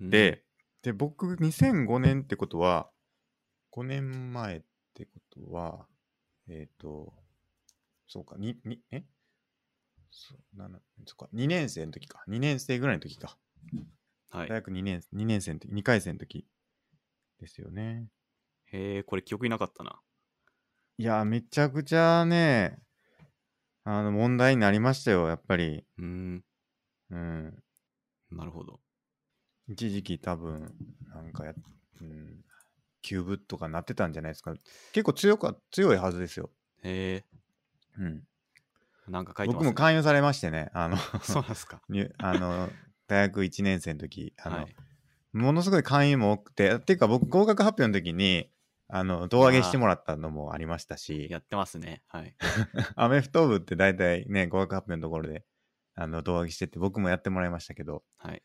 B: うん
A: で、、で僕2005年ってことは5年前ってことはえっ、とそうかににえそう7そうか2年生の時か2年生ぐらいの時か
B: はい、
A: 大
B: へ
A: 学2年二年生の時2回生の時ですよね
B: え、これ記憶になかったな。
A: いやめちゃくちゃねあの問題になりましたよやっぱり
B: うーん。
A: うん
B: なるほど。
A: 一時期多分なんかや、うん、キューブとかなってたんじゃないですか結構強か強いはずですよ、
B: へ
A: うん
B: え、なんか書いてま
A: 僕
B: す、ね。
A: も勧誘されましてねあ の
B: そうなんですか。
A: 入あの大学1年生の時あの、
B: はい。
A: ものすごい勧誘も多くてっていうか僕合格発表の時にあの胴上げしてもらったのもありましたし
B: やってますね。はい。
A: アメフト部って大体ね合格発表のところであの胴上げしてって僕もやってもらいましたけど
B: はい。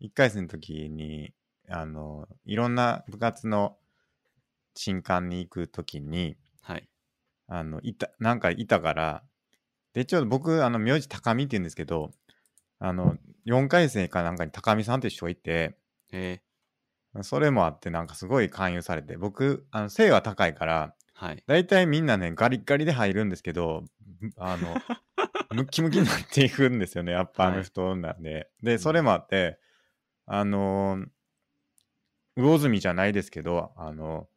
A: 1回戦の時にあのいろんな部活の新刊に行く時に
B: はい。
A: あのいたなんかいたからでちょうど僕あの名字高見って言うんですけどあの4回生かなんかに高見さんと一緒がいて
B: へえ、
A: それもあってなんかすごい勧誘されて僕あの背は高いから
B: はい。
A: 大体みんなねガリッガリで入るんですけどあの ムッキムキになっていくんですよねやっぱア
B: はい
A: メフトなんで、でそれもあってあのー魚住じゃないですけどあの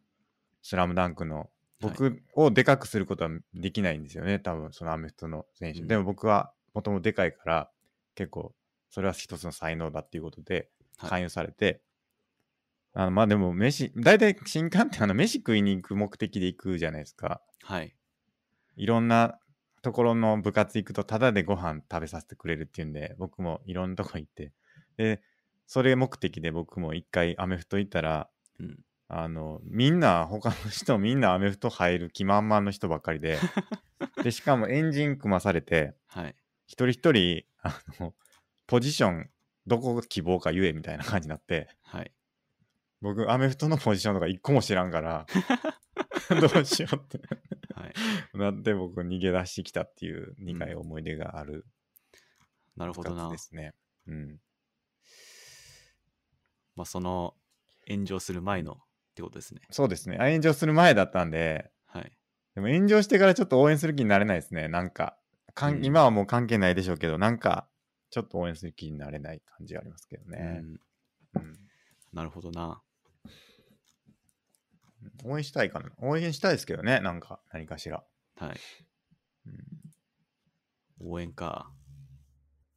A: スラムダンクの
B: はい、
A: 僕をでかくすることはできないんですよね多分そのアメフトの選手、
B: うん
A: でも僕はもともとでかいから結構それは一つの才能だっていうことで
B: はい
A: 勧誘されて、あのまあでも飯大体新刊ってあの飯食いに行く目的で行くじゃないですか
B: はい。
A: いろんなところの部活行くとタダでご飯食べさせてくれるっていうんで僕もいろんなとこ行ってでそれ目的で僕も一回アメフト行ったら
B: うん。
A: あのみんな他の人みんなアメフト入る気満々の人ばっかりででしかもエンジン組まされて
B: はい。
A: 一人一人あのポジションどこが希望かゆえみたいな感じになって、
B: はい。
A: 僕、アメフトのポジションとか一個も知らん から、どうしようって
B: はい、
A: なって、僕、逃げ出してきたっていう苦い思い出がある
B: なるほど
A: 部活
B: な
A: で。すね。うん。
B: まあ、その、炎上する前のってことですね。
A: そうですね。あ炎上する前だったんで、
B: はい。
A: でも炎上してからちょっと応援する気になれないですね。なんか、かん
B: うん
A: 今はもう関係ないでしょうけど、なんか、ちょっと応援する気になれない感じはありますけどね
B: う。ん、
A: うん
B: なるほどな。
A: 応援したいかな。応援したいですけどね、なんか、何かしら。
B: はい。
A: うん
B: 応援か。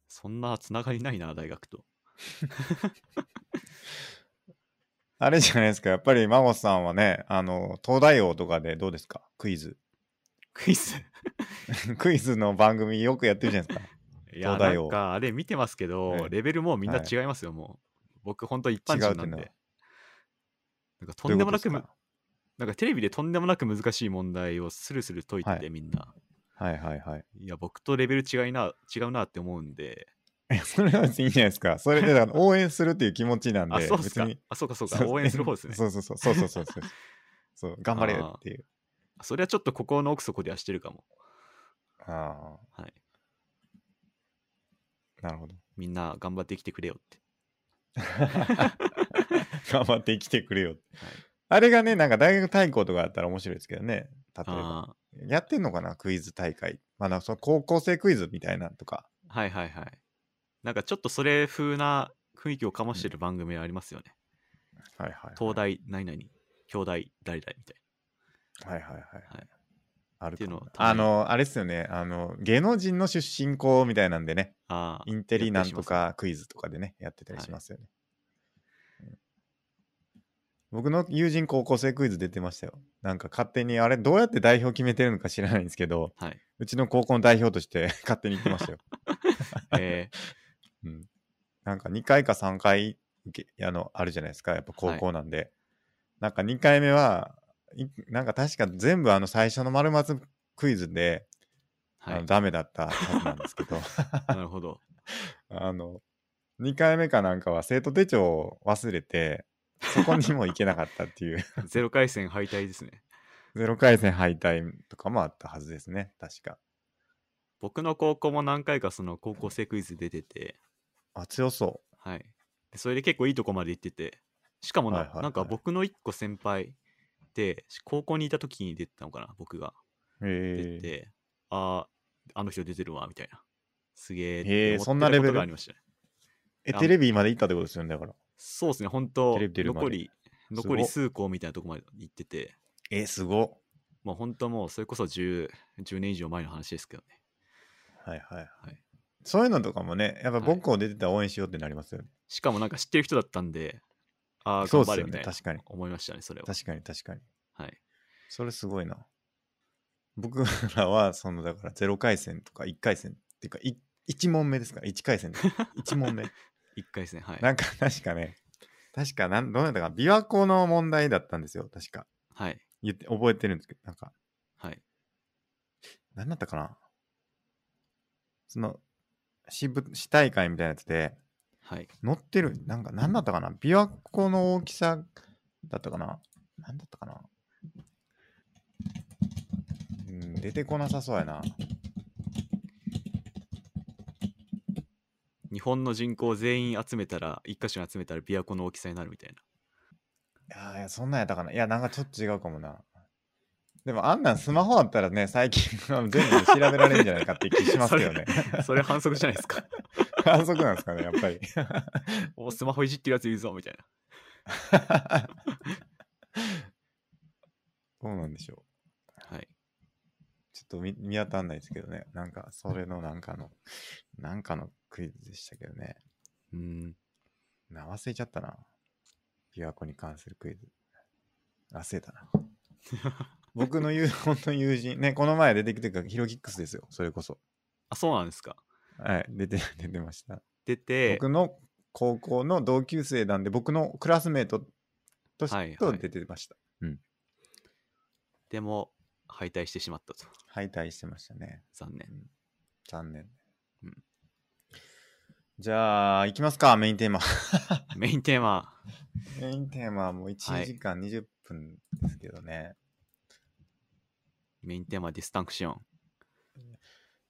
B: そんなつながりないな、大学と。
A: あれじゃないですか、やっぱり、孫さんはね、あの、東大王とかでどうですかクイズ。
B: クイズ。
A: クイズの番組よくやってるじゃないですか。
B: いや、
A: 東大
B: な
A: 王
B: んかあれ見てますけど、
A: はい
B: レベルもうみんな違いますよ、もう。僕、ほんと一般
A: 違うっ
B: 人
A: てう
B: ない
A: んのは
B: で。なん かとんでもなく
A: どうい
B: む
A: うこ
B: なんかテレビでとんでもなく難しい問題をスルスル解いてて、
A: はい
B: みん
A: と
B: な。
A: ですかはいはいはい。
B: いや、僕とレベル違いな、違うなって思うんで。
A: いやそれは別にいいんじゃないですか。それで、だから 応援するっていう気持ちなん
B: あ、
A: で、
B: そうっすか
A: 別に。
B: あ、そうか、そうか。応援する方ですね。
A: そうそうそうそうそうそうそう。そう頑張れよっていう。
B: それはちょっと心の奥底ではしてるかも。
A: あ
B: はい。
A: あ、なるほど。
B: みんな頑張って生きてくれよって。
A: 頑張って生きてくれよって
B: はい
A: あれがね、なんか大学対抗とかだったら面白いですけどね。例えば。
B: あ
A: やってんのかなクイズ大会。まあ、なんかその高校生クイズみたいなのとか。
B: あ、はいはいはい。なんかちょっとそれ風な雰囲気を醸してる番組ありますよね。
A: はいはい、はい。
B: 東。大何々、兄弟誰々みたいな。
A: はいはいはい。
B: はい
A: ある
B: っていうのを
A: かも
B: たま
A: あ
B: に
A: の、あれですよね。あの、芸能人の出身校みたいなんでね。
B: ああ
A: インテリなんと
B: やっ
A: かクイズとかでね、やってたりしますよね。うん僕の友人高校生クイズ出てましたよ。なんか勝手に、あれ、どうやって代表決めてるのか知らないんですけど、
B: たりし
A: うちの高校の代表として 勝手に言ってま したよ。
B: ますねはい。え
A: うん、なんか2回か3回受けあのあるじゃないですかやっぱ高
B: はい
A: 校なんで、なんか2回目はいなんか確か全部あの最初の丸松クイズで、あ
B: ーは
A: の
B: い。
A: ダメだったはずなんですけど
B: なるほど。
A: あの2回目かなんかは生徒手帳を忘れてそこにも行けなかったっていう
B: ゼロ回戦敗退ですね。
A: ゼロ回戦敗退とかもあったはずですね確か
B: 僕の高校も何回かその高校生クイズ出てて、
A: あ強そ
B: はい。でそれで結構いいとこまで行ってて、しかもな,、
A: はいはいはい
B: なんか僕の一個先輩で、高校にいた時に出てたのかな、僕が。
A: う
B: 出
A: へえ
B: て、ああ、あの人出てるわ、みたいな。すげえって
A: へえ
B: 思って
A: そんなレベル
B: ことがありましたね。
A: えテレビまで行ったってことですよねだから
B: そうですね、本当
A: テレビ出るまで
B: 残り、
A: ごっ
B: 残り数校みたいなとこまで行ってて、
A: えすごっ
B: もう本当もうそれこそ 10, 10年以上前の話ですけどね。
A: はいはいはい
B: はい
A: そういうのとかもね、やっぱ
B: はい
A: 母校出てたら応援しようってなりますよね。
B: しかもなんか知ってる人だったんで、ああ、
A: そうっす
B: 頑張れ
A: よ
B: みた
A: ね。
B: いな
A: 確かに。
B: 思いましたね、それは。
A: 確かに確かに。
B: はい。
A: それすごいな。僕らは、その、だから0回戦とか1回戦っていうか、い1問目ですから、1回戦とか。1問目。
B: 1回戦、はい。
A: なんか確かね、確かなん、どうやったかな、琵琶湖の問題だったんですよ、確か。
B: はい。
A: 言って、覚えてるんですけど、なんか、
B: はい。
A: 何だったかな。その、市部市大会みたいなやつで、
B: はい。
A: 乗ってる、なんか何だったかな琵琶湖の大きさだったかな何だったかなうん、出てこなさそうやな。
B: 日本の人口全員集めたら、一箇所に集めたら琵琶湖の大きさになるみたいな。
A: いやーいや、そんなんやったかな。いや、なんかちょっと違うかもな。でも、あんなんスマホあったらね、最近全部調べられるんじゃないかって気しますけどね。
B: それ反則じゃないですか。
A: 反則なんですかね、やっぱり。
B: おスマホいじってるやついるぞ、みたいな。
A: どうなんでしょう。
B: はい。
A: ちょっと見見当たんないですけどね。なんか、それのなんかの、なんかのクイズでしたけどね。
B: うーん。
A: な、忘れちゃったな。琵琶湖に関するクイズ。忘れたな。僕の友、 本当に友人、ね、この前出てきてたヒロキックスですよ、それこそ。
B: あ、そうなんですか。
A: はい、出て、 出てました。
B: 出て、
A: 僕の高校の同級生なんで、僕のクラスメートとし
B: はいはい
A: と出てました。
B: でも、敗退してしまったと。
A: 敗退してましたね。
B: 残念。
A: 残念。
B: うん
A: じゃあ、行きますか、メインテーマ。
B: メインテーマ。
A: メインテーマはもう
B: は
A: 1
B: い
A: 時間20分ですけどね。
B: メインテーマディスタンクション。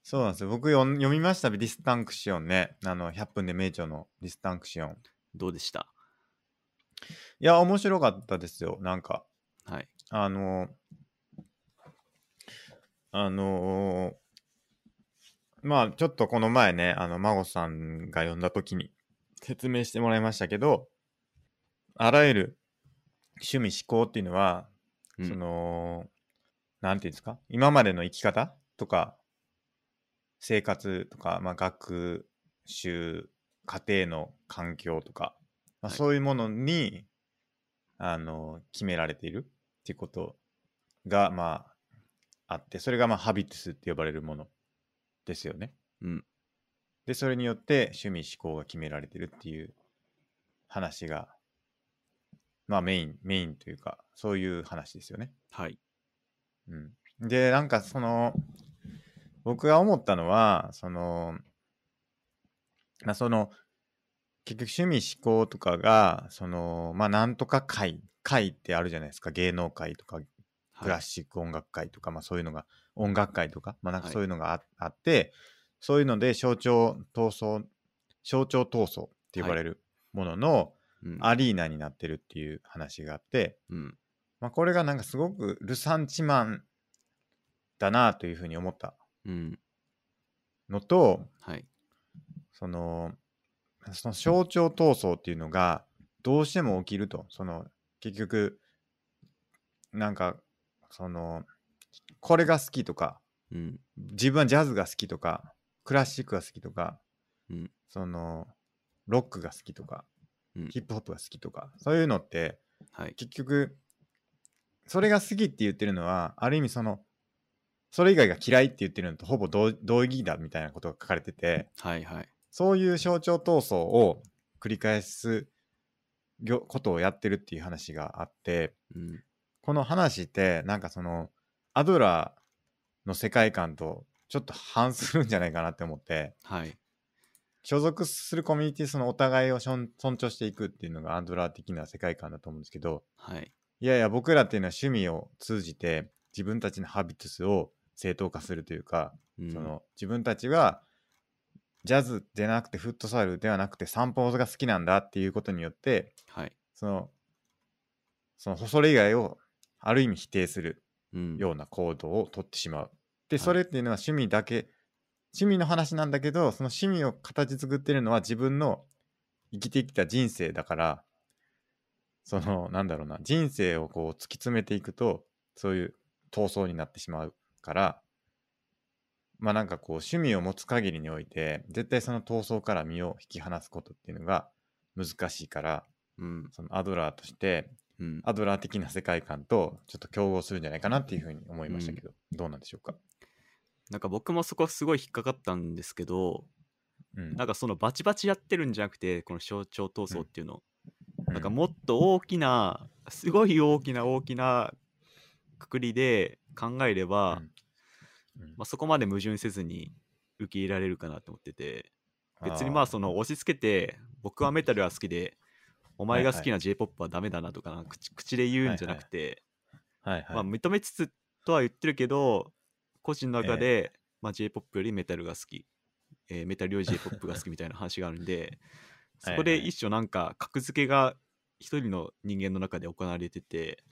A: そうなんですよ。僕読ん読みました、ディスタンクシオンね。あの、100分で名著のディスタンクシオン。
B: どうでした
A: いや、面白かったですよ。なんか、
B: はい。
A: あの、あの、まあ、ちょっとこの前ね、あの、孫さんが呼んだ時に 説明してもらいましたけど、あらゆる趣味思考っていうのは、
B: うん
A: その、なんていうんですか、今までの生き方とか、生活とか、まあ、学習、家庭の環境とか、まあ、
B: はい
A: そういうものに、あの、決められているっていうことが、まあ、あって、それが、まあ、ハビティスって呼ばれるものですよね。
B: うん。
A: で、それによって趣味、思考が決められてるっていう話が、まあ、メイン、メインというか、そういう話ですよね。
B: はい。
A: うん、でなんかその僕が思ったのはそのまあその結局趣味思考とかがそのまあなんとか会会ってあるじゃないですか芸能界とかク
B: は
A: ラ
B: い。
A: シック音楽会とか、まあそういうのが音楽会とかまあなんか
B: はい
A: そういうのがあ,、あってそういうので象徴闘争象徴闘争って呼ばれるものの
B: うん。
A: アリーナになってるっていう話があって、
B: うん。
A: まあ、これがなんかすごくルサンチマンだなというふうに思った
B: うん。
A: のと
B: はい。
A: そのその象徴闘争っていうのがどうしても起きるとその結局なんかそのこれが好きとか
B: うん。
A: 自分はジャズが好きとかクラシックが好きとか、
B: うん
A: そのロックが好きとか、
B: うん
A: ヒップホップが好きとかそういうのって
B: はい。
A: 結局それが好きって言ってるのはある意味そのそれ以外が嫌いって言ってるのとほぼ同同義だみたいなことが書かれてて
B: はい。はい。
A: そういう象徴闘争を繰り返すぎょことをやってるっていう話があって
B: うん。
A: この話ってなんかそのアドラーの世界観とちょっと反するんじゃないかなって思って
B: はい。
A: 所属するコミュニティそのお互いをしょん尊重していくっていうのがアドラー的な世界観だと思うんですけど
B: はい。
A: いやいや、僕らっていうのは趣味を通じて自分たちのハビトゥスを正当化するというか、
B: うん
A: その自分たちがジャズでなくてフットサルではなくて散歩が好きなんだっていうことによって、
B: はい。
A: その、そのそれ以外をある意味否定する
B: うん。
A: ような行動をとってしまう。で、
B: はい
A: それっていうのは趣味だけ、趣味の話なんだけど、その趣味を形作ってるのは自分の生きてきた人生だから、その、なんだろうな、人生をこう突き詰めていくと、そういう闘争になってしまうから、まあなんかこう趣味を持つ限りにおいて、絶対その闘争から身を引き離すことっていうのが難しいから、
B: うん。
A: そのアドラーとして
B: うん。
A: アドラー的な世界観とちょっと競合するんじゃないかなっていうふうに思いましたけど、どうなんでしょうか。
B: なんか僕もそこすごい引っかかったんですけど、
A: うん
B: なんかそのバチバチやってるんじゃなくて、この象徴闘争っていうの、
A: う
B: なんかもっと大きな、すごい大きな大きなくくりで考えれば、
A: うん
B: まあ、そこまで矛盾せずに受け入れられるかなと思ってて、別にまあその押し付けて、僕はメタルは好きで、お前が好きな J-POP はダメだなとかなんか口、口で言うんじゃなくて、
A: ーはいはい、
B: まあ、認めつつとは言ってるけど個人の中で、まあ、J−POP よりメタルが好き、えーメタルより J−POP が好きみたいな話があ るんでそこで
A: はいはい
B: 一種なんか格付けが一人の人間の中で行われてて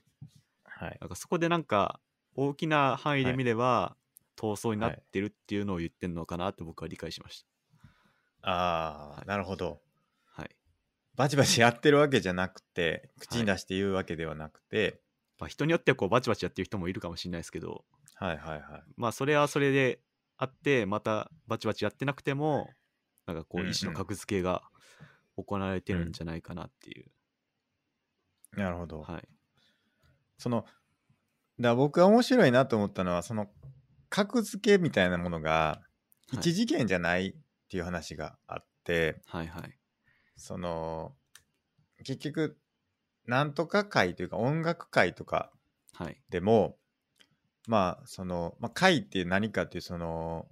A: はい
B: なんかそこでなんか大きな範囲で見れば、闘争にな
A: はい
B: ってるっていうのを言ってるのかなって僕は理解しまし
A: ああ、
B: はい
A: なるほど。
B: たはい、
A: バチバチやってるわけじゃなくて口
B: はい
A: に出して言うわけではなくて、
B: まあ、人によってはこうバチバチやってる人もいるかもしれないですけど
A: はい、はいはい
B: まあそれはそれであってまたバチバチやってなくてもなんかこ
A: うん
B: う
A: うん
B: 意思の格付けが行われてるんじゃないかなっていう、
A: なるほど。
B: はい
A: そのだから僕が面白いなと思ったのはその格付けみたいなものが
B: はい
A: 一次元じゃないっていう話があって、
B: はいはい
A: その結局なんとか会というか音楽会とか
B: はい
A: でもまあその、まあ、会って何かっていうその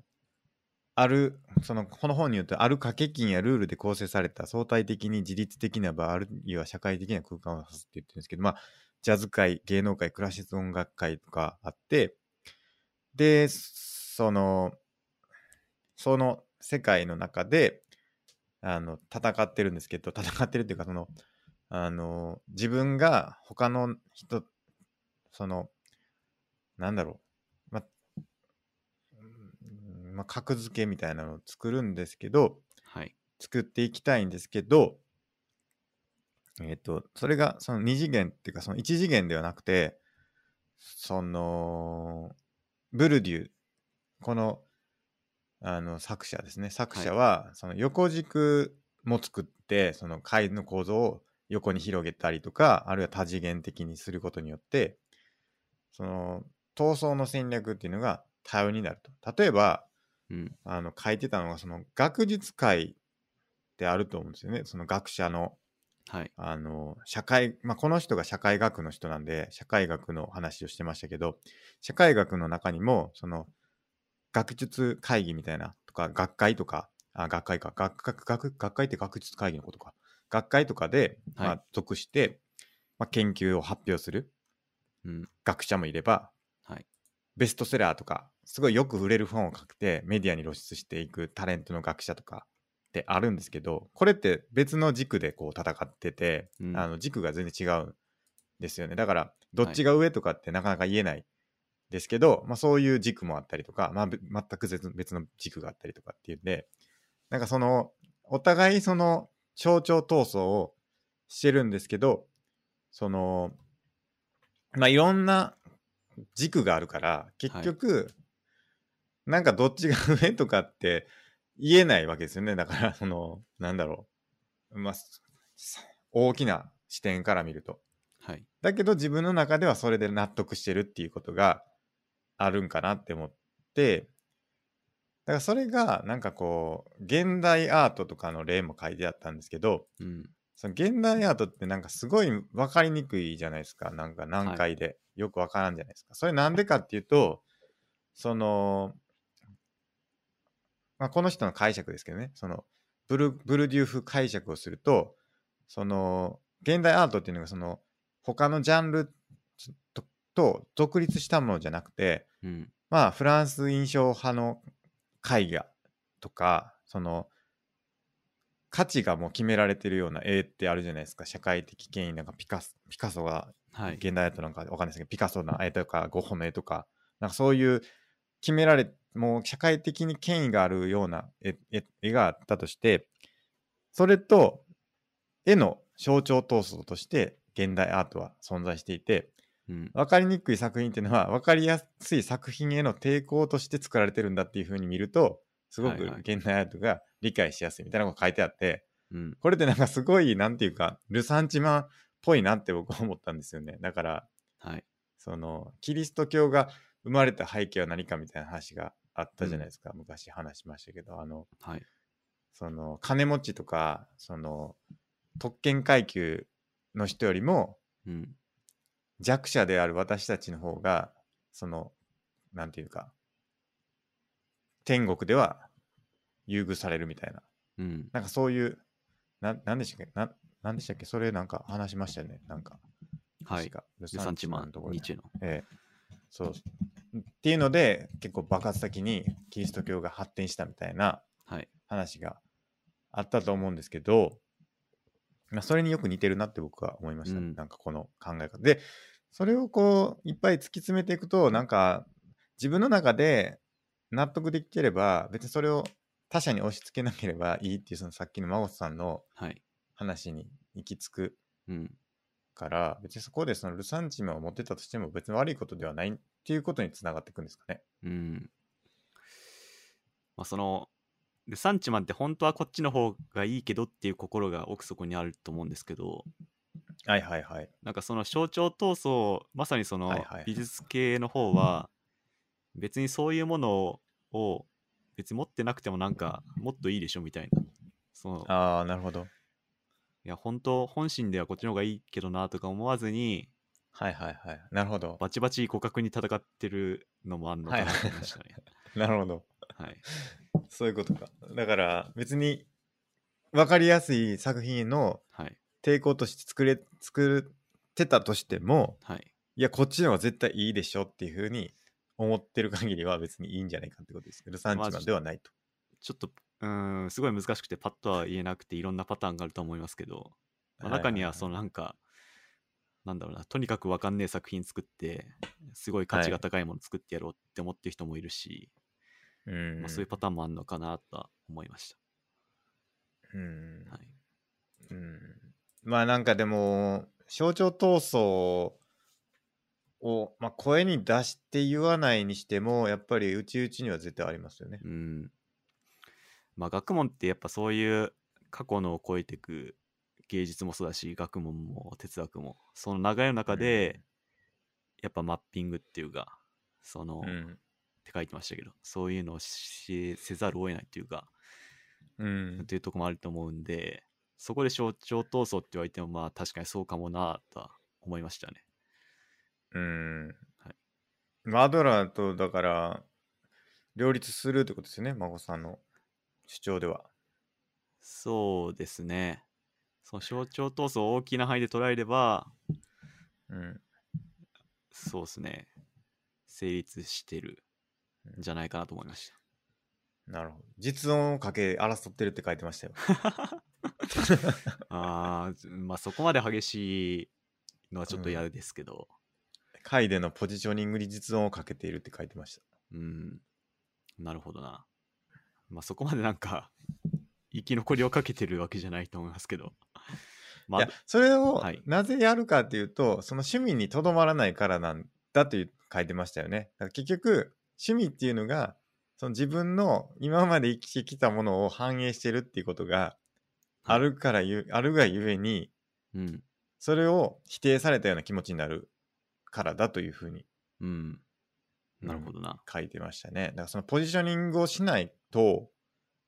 A: ああるそのこの本によってある掛け金やルールで構成された相対的に自律的な場あるいは社会的な空間を指すって言ってるんですけどまあジャズ界芸能界クラシック音楽界とかあってでそのその世界の中であの戦ってるんですけど戦ってるっていうかそのあの自分が他の人そのなんだろう、まうんまあ、格付けみたいなのを作るんですけど
B: はい。
A: 作っていきたいんですけどえっ、とそれがその2次元っていうかその1次元ではなくてそのブルデューこのあの作者ですね作者はその横軸も作ってその階の構造を横に広げたりとかあるいは多次元的にすることによってその闘争の戦略っていうのが多様になると例えば
B: うん。
A: あの書いてたのがその学術会ってあると思うんですよねその学者の
B: はい。
A: あの社会、まあ、この人が社会学の人なんで社会学の話をしてましたけど社会学の中にもその学術会議みたいなとか学会とかあ学会か学学学学会って学術会議のことか学会とかで、
B: はい
A: まあ、属して、まあ、研究を発表する
B: うん。
A: 学者もいれば、
B: はい
A: ベストセラーとかすごいよく売れる本を書くてメディアに露出していくタレントの学者とかってあるんですけどこれって別の軸でこう戦ってて、
B: うん
A: あの軸が全然違うんですよねだからどっちが上とかってなかなか言えないですけど、まあ、そういう軸もあったりとか、まあ、ぶ全く別別の軸があったりとかっていうんでなんかそのお互いその象徴闘争をしてるんですけどそのまあいろんな軸があるから結局、なんかどっちが上とかって言えないわけですよねだからそのなんだろうまあそ大きな視点から見ると
B: はい。
A: だけど自分の中ではそれで納得してるっていうことがあるんかなって思ってだからそれがなんかこう現代アートとかの例も書いてあったんですけど
B: うん。
A: その現代アートってなんかすごい分かりにくいじゃないですかなんか難解で、よく分からんじゃないですかそれなんでかっていうとその、まあ、この人の解釈ですけどねそのブルブルデューフ解釈をするとその現代アートっていうのがその他のジャンルとと独立したものじゃなくて
B: うん。
A: まあフランス印象派の絵画とかその価値がもう決められてるような絵ってあるじゃないですか社会的権威なんかピカソピカソが
B: はい。
A: 現代アートなんかわかんないですけどピカソの絵とかゴッホの絵とかなんかそういう決められもう社会的に権威があるような絵絵絵があったとしてそれと絵の象徴闘争として現代アートは存在していて
B: うん。
A: 分かりにくい作品っていうのは分かりやすい作品への抵抗として作られてるんだっていうふうに見るとすご
B: はい
A: く
B: はい
A: 現代アートが理解しやすいみたいなこと書いてあって
B: うん。
A: これってなんかすごいなんていうかルサンチマンっぽいなって僕は思ったんですよねだから
B: はい。
A: そのキリスト教が生まれた背景は何かみたいな話があったじゃないですか、昔話しましたけどあの
B: はい。
A: その金持ちとかその特権階級の人よりも
B: うん。
A: 弱者である私たちの方がそのなんていうか天国では優遇されるみたいな
B: うん。
A: なんかそういうななんでしたっけななんでしたっけそれなんか話しましたよねなんか
B: はい。
A: 確かル
B: ルサンチマ
A: の
B: ン
A: とこ、ろで
B: ニチェの。
A: ええ、そうっていうので結構爆発的にキリスト教が発展したみたいな
B: はい。
A: 話があったと思うんですけど、まあ、それによく似てるなって僕は思いました、
B: うん
A: なんかこの考え方でそれをこういっぱい突き詰めていくとなんか自分の中で納得できれば別にそれを他者に押し付けなければいいっていうそのさっきの孫さんの
B: はい。
A: 話に行き着く
B: うん。
A: から別にそこでそのルサンチマンを持ってたとしても別に悪いことではないっていうことにつながっていくんですかね。
B: うん。まあ、その、ルサンチマンって本当はこっちの方がいいけどっていう心が奥底にあると思うんですけど、
A: はいはいはい。
B: なんかその象徴闘争まさにそ
A: はい
B: の
A: はい
B: 美術系の方は別にそういうものを別に持ってなくてもなんかもっといいでしょみたいなその
A: ああなるほど。
B: いや本当本心ではこっちの方がいいけどなとか思わずに
A: はいはいはい。なるほど。
B: バチバチ互角に戦ってるのもあんのかな
A: はい
B: と思いましたね。
A: なるほど。
B: はい、
A: そういうことか。だから別に分かりやすい作品への
B: はい。
A: 抵抗として作れ作ってたとしても
B: はい。
A: いやこっちの方が絶対いいでしょっていうふうに思ってる限りは別にいいんじゃないかってことですけど産地マンではないと。
B: ちょっと、うーん、すごい難しくて、パッとは言えなくて、いろんなパターンがあると思いますけど、まあ中には、そのなんか、なんだろうな、とにかくわかんねえ作品作って、すごい価値が高いもの作ってやろうって思ってる人もいるし、
A: はいはいはい、うん
B: まあ、そういうパターンもあるのかなとは思いまし
A: うん
B: た。はい。
A: うんまあなんかでも象徴闘争を、まあ、声に出して言わないにしてもやっぱりうちうちには絶対ありますよね。
B: うん。まあ、学問ってやっぱそういう過去のを超えてく芸術もそうだし、学問も哲学も、その流れの中で、やっぱマッピングっていうか、その、
A: う
B: っ
A: ん
B: て書いてましたけど、そういうのをしせざるを得ないっていうか、
A: うん
B: っていうとこもあると思うんで、そこで象徴闘争って言われても、まあ確かにそうかもなとは思いましたね。
A: うん
B: はい
A: マドラーとだから両立するってことですよね孫さんの主張では。
B: そうですね。その象徴闘争を大きな範囲で捉えれば、
A: うん
B: そうですね。成立してるんじゃないかなと思いまし
A: なるほど実音をかけ争ってるって書いてました よ。
B: た。ああ、まあそこまで激しいのはちょっと嫌ですけど、
A: カイデのポジショニングに実音をかけているって書いてました。
B: うん、なるほどな。まあそこまでなんか、生き残りをかけてるわけじゃないと思いますけど。ま
A: い
B: あ
A: や、それを
B: はい
A: なぜやるかっていうと、その趣味にとどまらないからなんだという書いてましたよね。だから結局趣味っていうのがその自分の今まで生きてきたものを反映してるっていうことがあるからゆ、あるがゆえに
B: うん、
A: それを否定されたような気持ちになるからだというふうに
B: うん。なるほどな。
A: 書いてましたね。だからそのポジショニングをしないと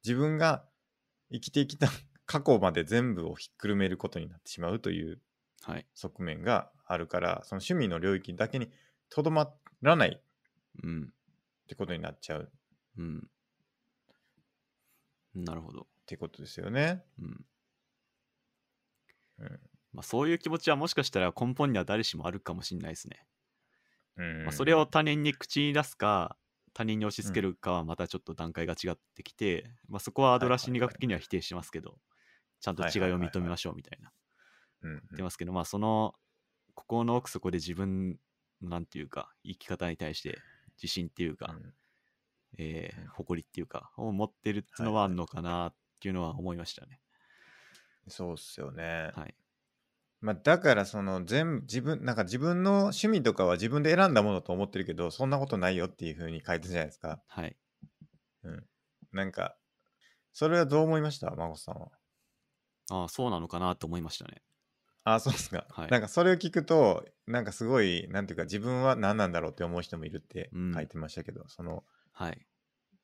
A: 自分が生きてきた過去まで全部をひっくるめることになってしまうという
B: はい。
A: 側面があるからその趣味の領域だけにとどまらないっ
B: うん、
A: てことになっちゃうっ
B: うん。なるほど。
A: てことですよね。
B: うん。
A: うん
B: まあそういう気持ちはもしかしたら根本には誰しもあるかもしれないですね。
A: うん
B: まあ、それを他人に口に出すか他人に押し付けるかはまたちょっと段階が違ってきて、まあ、そこはアドラー心理学的には否定しますけど、ちゃんと違いを認めましょうみたいな
A: うんうん
B: 言ってますけど、まあ、そのここの奥底で自分のなんていうか生き方に対して自信っていうか、
A: うん
B: えー
A: うん
B: 誇りっていうかを持ってるっていうのはあるのかなっていうのは思いましたね。
A: そうっすよね。
B: はい、
A: まあ、だからその全部自分なんか自分の趣味とかは自分で選んだものと思ってるけどそんなことないよっていうふうに書いてるじゃないですか。
B: はい、
A: なんかそれはどう思いました孫さんは。
B: ああそうなのかなと思いましたね。
A: あそうですか、
B: はい
A: なんかそれを聞くとなんかすごいなんていうか自分は何なんだろうって思う人もいるって書いてましたけど、その
B: はい、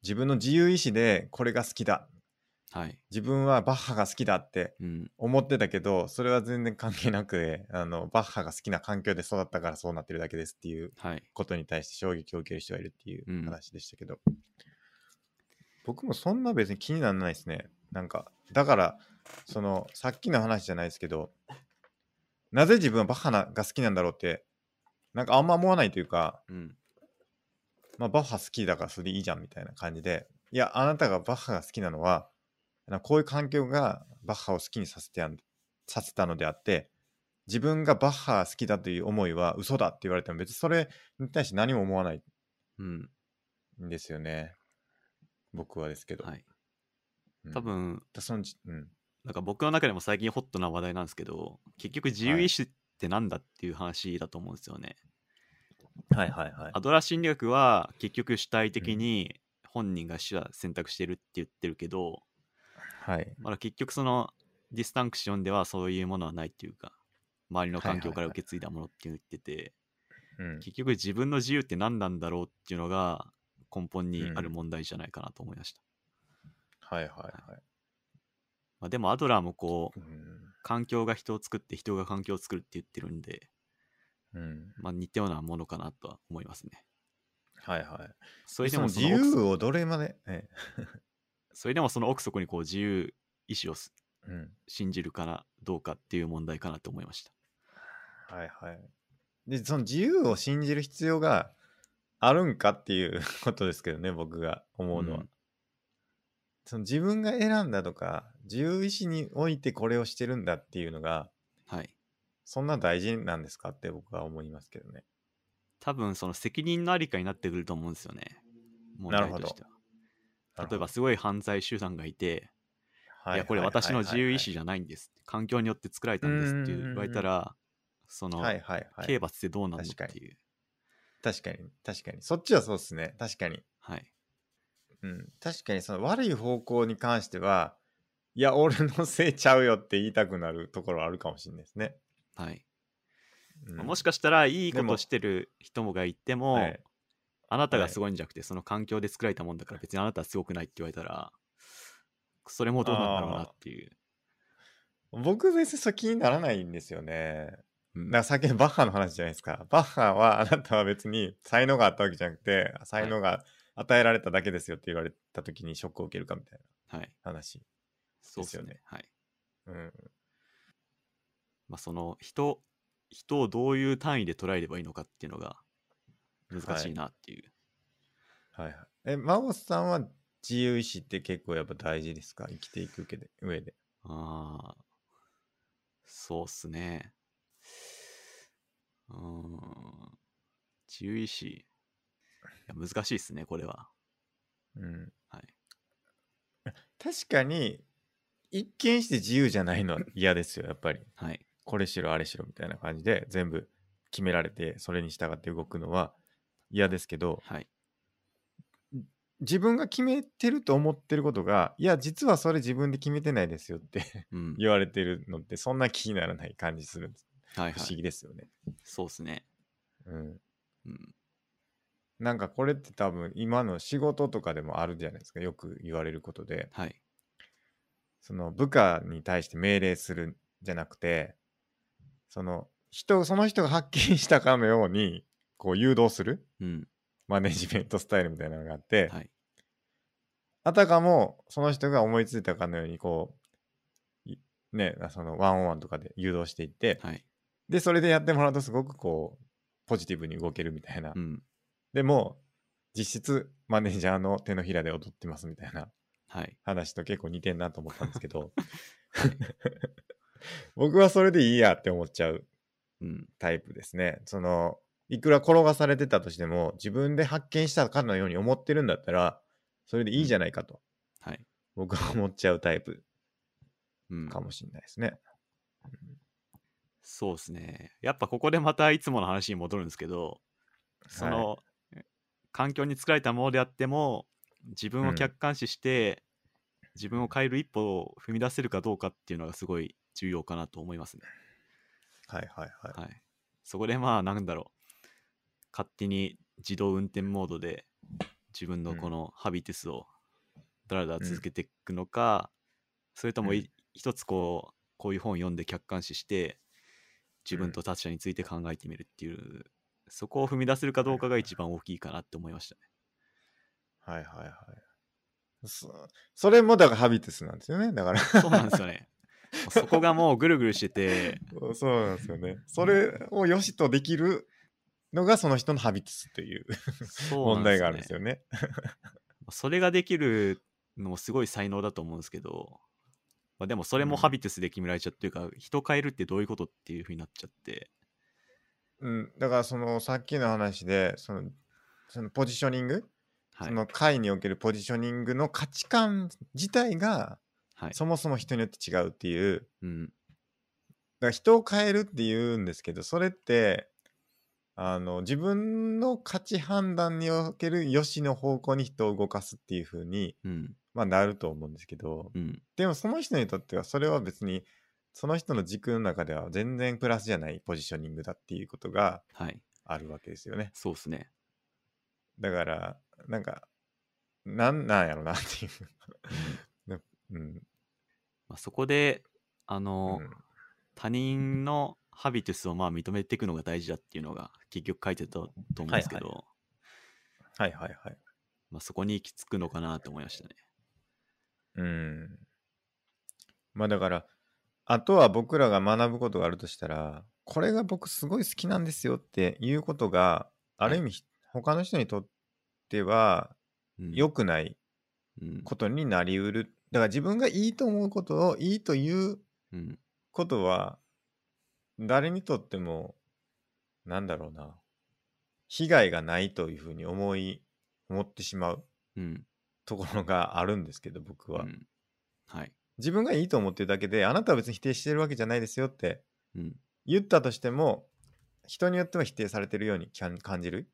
A: 自分の自由意志でこれが好きだ
B: はい、
A: 自分はバッハが好きだって
B: うん、
A: 思ってたけどそれは全然関係なくてあのバッハが好きな環境で育ったからそうなってるだけですっていう
B: はい、
A: ことに対して衝撃を受ける人がいるってい
B: うん
A: う話でしたけど、僕もそんな別に気にならないですねなんかだからそのさっきの話じゃないですけどなぜ自分はバッハなが好きなんだろうってなんかあんま思わないというか
B: うん、
A: まあ、バッハ好きだからそれでいいじゃんみたいな感じで、いや、あなたがバッハが好きなのは、なこういう環境がバッハを好きにさせてやんさせたのであって、自分がバッハ好きだという思いは嘘だって言われても別にそれに対して何も思わない
B: うん、
A: んですよね。僕はですけど。
B: はい。
A: うん
B: 多、分、
A: だそのじうん。
B: なんか僕の中でも最近ホットな話題なんですけど、結局自由意志ってなんだっていう話だと思うんですよね。
A: はいはいはい
B: ア。ドラー心理学は結局主体的に本人が手段選択してるって言ってるけど、
A: はい。
B: まだ結局そのディスタンクションではそういうものはないっていうか、周りの環境から受け継いだものって言ってて、
A: うん、
B: 結局自分の自由って何なんだろうっていうのが根本にある問題じゃないかなと思いました。
A: はいはいはい。
B: まあ、でもアドラーもこう、
A: うん
B: 環境が人を作って人が環境を作るって言ってるんで、
A: うん、
B: まあ、似たようなものかなとは思いますね。
A: はいはい。
B: それで
A: そ
B: も
A: の
B: そ
A: 自
B: の奥
A: 由
B: さん
A: をどれまで、ええ
B: それでもその奥底にこう自由意志をす
A: うん。
B: 信じるかどうかっていう問題かなと思いました。
A: はいはい。で、その自由を信じる必要があるんかっていうことですけどね、 僕が思うのは。
B: うん
A: その自分が選んだとか、自由意志においてこれをしてるんだっていうのが、
B: はい。
A: そんな大事なんですかって僕は思いますけどね。
B: 多分その責任のありかになってくると思うんですよね。問題として
A: なる
B: は。
A: ほ
B: 例え
A: ど
B: ば、すごい犯罪集団がいて、い
A: は
B: や、これ私の自由意志じゃないんです。環境によって作られたんですって言われたら、その、
A: はいはいはい。
B: 刑罰ってどうなるの
A: 確かに
B: っていう。
A: 確かに、確かに。そっちはそうですね。確かに。
B: はい。
A: うん。確かに、その悪い方向に関しては、いや、俺のせいちゃうよって言いたくなるところはあるかもしれないですね。
B: はい。
A: うん
B: まあもしかしたら、いいこ
A: で
B: と
A: も
B: してる人もがいても、
A: はい
B: あなたがすごいんじゃなくて、その環境で作られたもんだから、別にあなたはすごくないって言われたら、それもどうなんだろうなっていう。
A: 僕別にそれ気にならないんですよね。
B: うん
A: だからさっきのバッハの話じゃないですか。バッハはあなたは別に才能があったわけじゃなくて、才能が与えられただけですよって言われた時にショックを受けるかみたい
B: はい。
A: な話。
B: そうですよ
A: ですよ
B: ね。はい。
A: うん。
B: まあ、その人人をどういう単位で捉えればいいのかっていうのが難しいなっていう、
A: はいはい。え、真帆さんは自由意志って結構やっぱ大事ですか生きていく上で。上で
B: ああそうっすねうーん自由意志いや難しいっすねこれは
A: うん。
B: はい
A: 確かに一見して自由じゃないのは嫌ですよやっぱり
B: はい
A: これしろあれしろみたいな感じで全部決められてそれに従って動くのは嫌ですけど
B: はい
A: 自分が決めてると思ってることがいや実はそれ自分で決めてないですよって
B: うん
A: 言われてるのってそんな気にならない感じするんです
B: はい
A: 不
B: は
A: 思
B: い
A: 議ですよね、
B: そうっすね
A: うん
B: うん
A: なんかこれって多分今の仕事とかでもあるじゃないですかよく言われることで
B: はい
A: その部下に対して命令するんじゃなくて、その人、その人が発見したかのように、こう誘導する
B: うん
A: マネジメントスタイルみたいなのがあって、
B: はい
A: あたかもその人が思いついたかのように、こう、いね、そのワンオンワンとかで誘導していって、
B: はい
A: で、それでやってもらうとすごくこう、ポジティブに動けるみたいな。
B: うん
A: でも、実質マネージャーの手のひらで踊ってますみたいな。
B: はい
A: 話と結構似てんなと思ったんですけど 僕はそれでいいやって思っちゃう
B: うん
A: タイプですねそのいくら転がされてたとしても自分で発見したかのように思ってるんだったらそれでいいじゃないかと、
B: はい
A: 僕は思っちゃうタイプ
B: うん
A: かもしれないですね、
B: そうですね。やっぱここでまたいつもの話に戻るんですけど、その、環境に作られたものであっても、自分
A: う
B: を
A: ん
B: 客観視して、自分を変える一歩を踏み出せるかどうかっていうのがすごい重要かなと思いますね。
A: はいはいはい
B: はい。そこでまあ、なんだろう。勝手に自動運転モードで自分のこのハビテスをだらだら続けていくのか、それともい
A: うん
B: 一つこう、こういう本を読んで客観視して、自
A: う
B: 分
A: ん
B: と他者について考えてみるっていう、そこを踏み出せるかどうかが一番大きいかなって思いましたね。
A: はいはいはいそそれもだからハビテスなんですよねだから
B: そうなんですよね。もうそこがもうぐるぐるしてて、
A: そうなんですよねそれを良しとできるのがその人のハビテスという
B: そう
A: 問
B: なんですよね
A: 題があるんですよね
B: それができるのもすごい才能だと思うんですけど、まあ、でもそれもハビテスで決められちゃうっていうか、人変えるってどういうことっていうふうになっちゃって、
A: うん、だからそのさっきの話でそのそのポジショニング、
B: はい
A: その会におけるポジショニングの価値観自体が
B: はい
A: そもそも人によって違うっていうだか
B: うん、
A: ら人を変えるっていうんですけどそれってあの自分の価値判断における良しの方向に人を動かすっていう風に
B: うん、
A: まあ、なると思うんですけど
B: うん、
A: でもその人にとってはそれは別にその人の軸の中では全然プラスじゃないポジショニングだっていうことが
B: はい、
A: あるわけですよね。
B: そうですね。
A: だから、なんか、なんなんやろなっていう。な うん。
B: まあ、そこで、あ
A: う
B: の、
A: ん
B: 他人のハビテスをまあ認めていくのが大事だっていうのが結局書いてたと思うんですけど、
A: はいはいはいはい。
B: まあ、そこに行き着くのかなと思いましたね。
A: うん。まあだから、あとは僕らが学ぶことがあるとしたら、これが僕すごい好きなんですよっていうことが、あ
B: は
A: る意
B: い。
A: 味ひ他の人にとっては
B: うん。
A: 良くない
B: うん。
A: ことになりうる。だから自分がいいと思うことをいいという
B: うん。
A: ことは、誰にとっても、なんだろうな、被害がないというふうに思い、思ってしまう
B: うん。
A: ところがあるんですけど、僕
B: う
A: は。
B: ん。はい。
A: 自分がいいと思ってるだけで、あなたは別に否定してるわけじゃないですよって
B: うん。
A: 言ったとしても、人によっては否定されてるように感感じる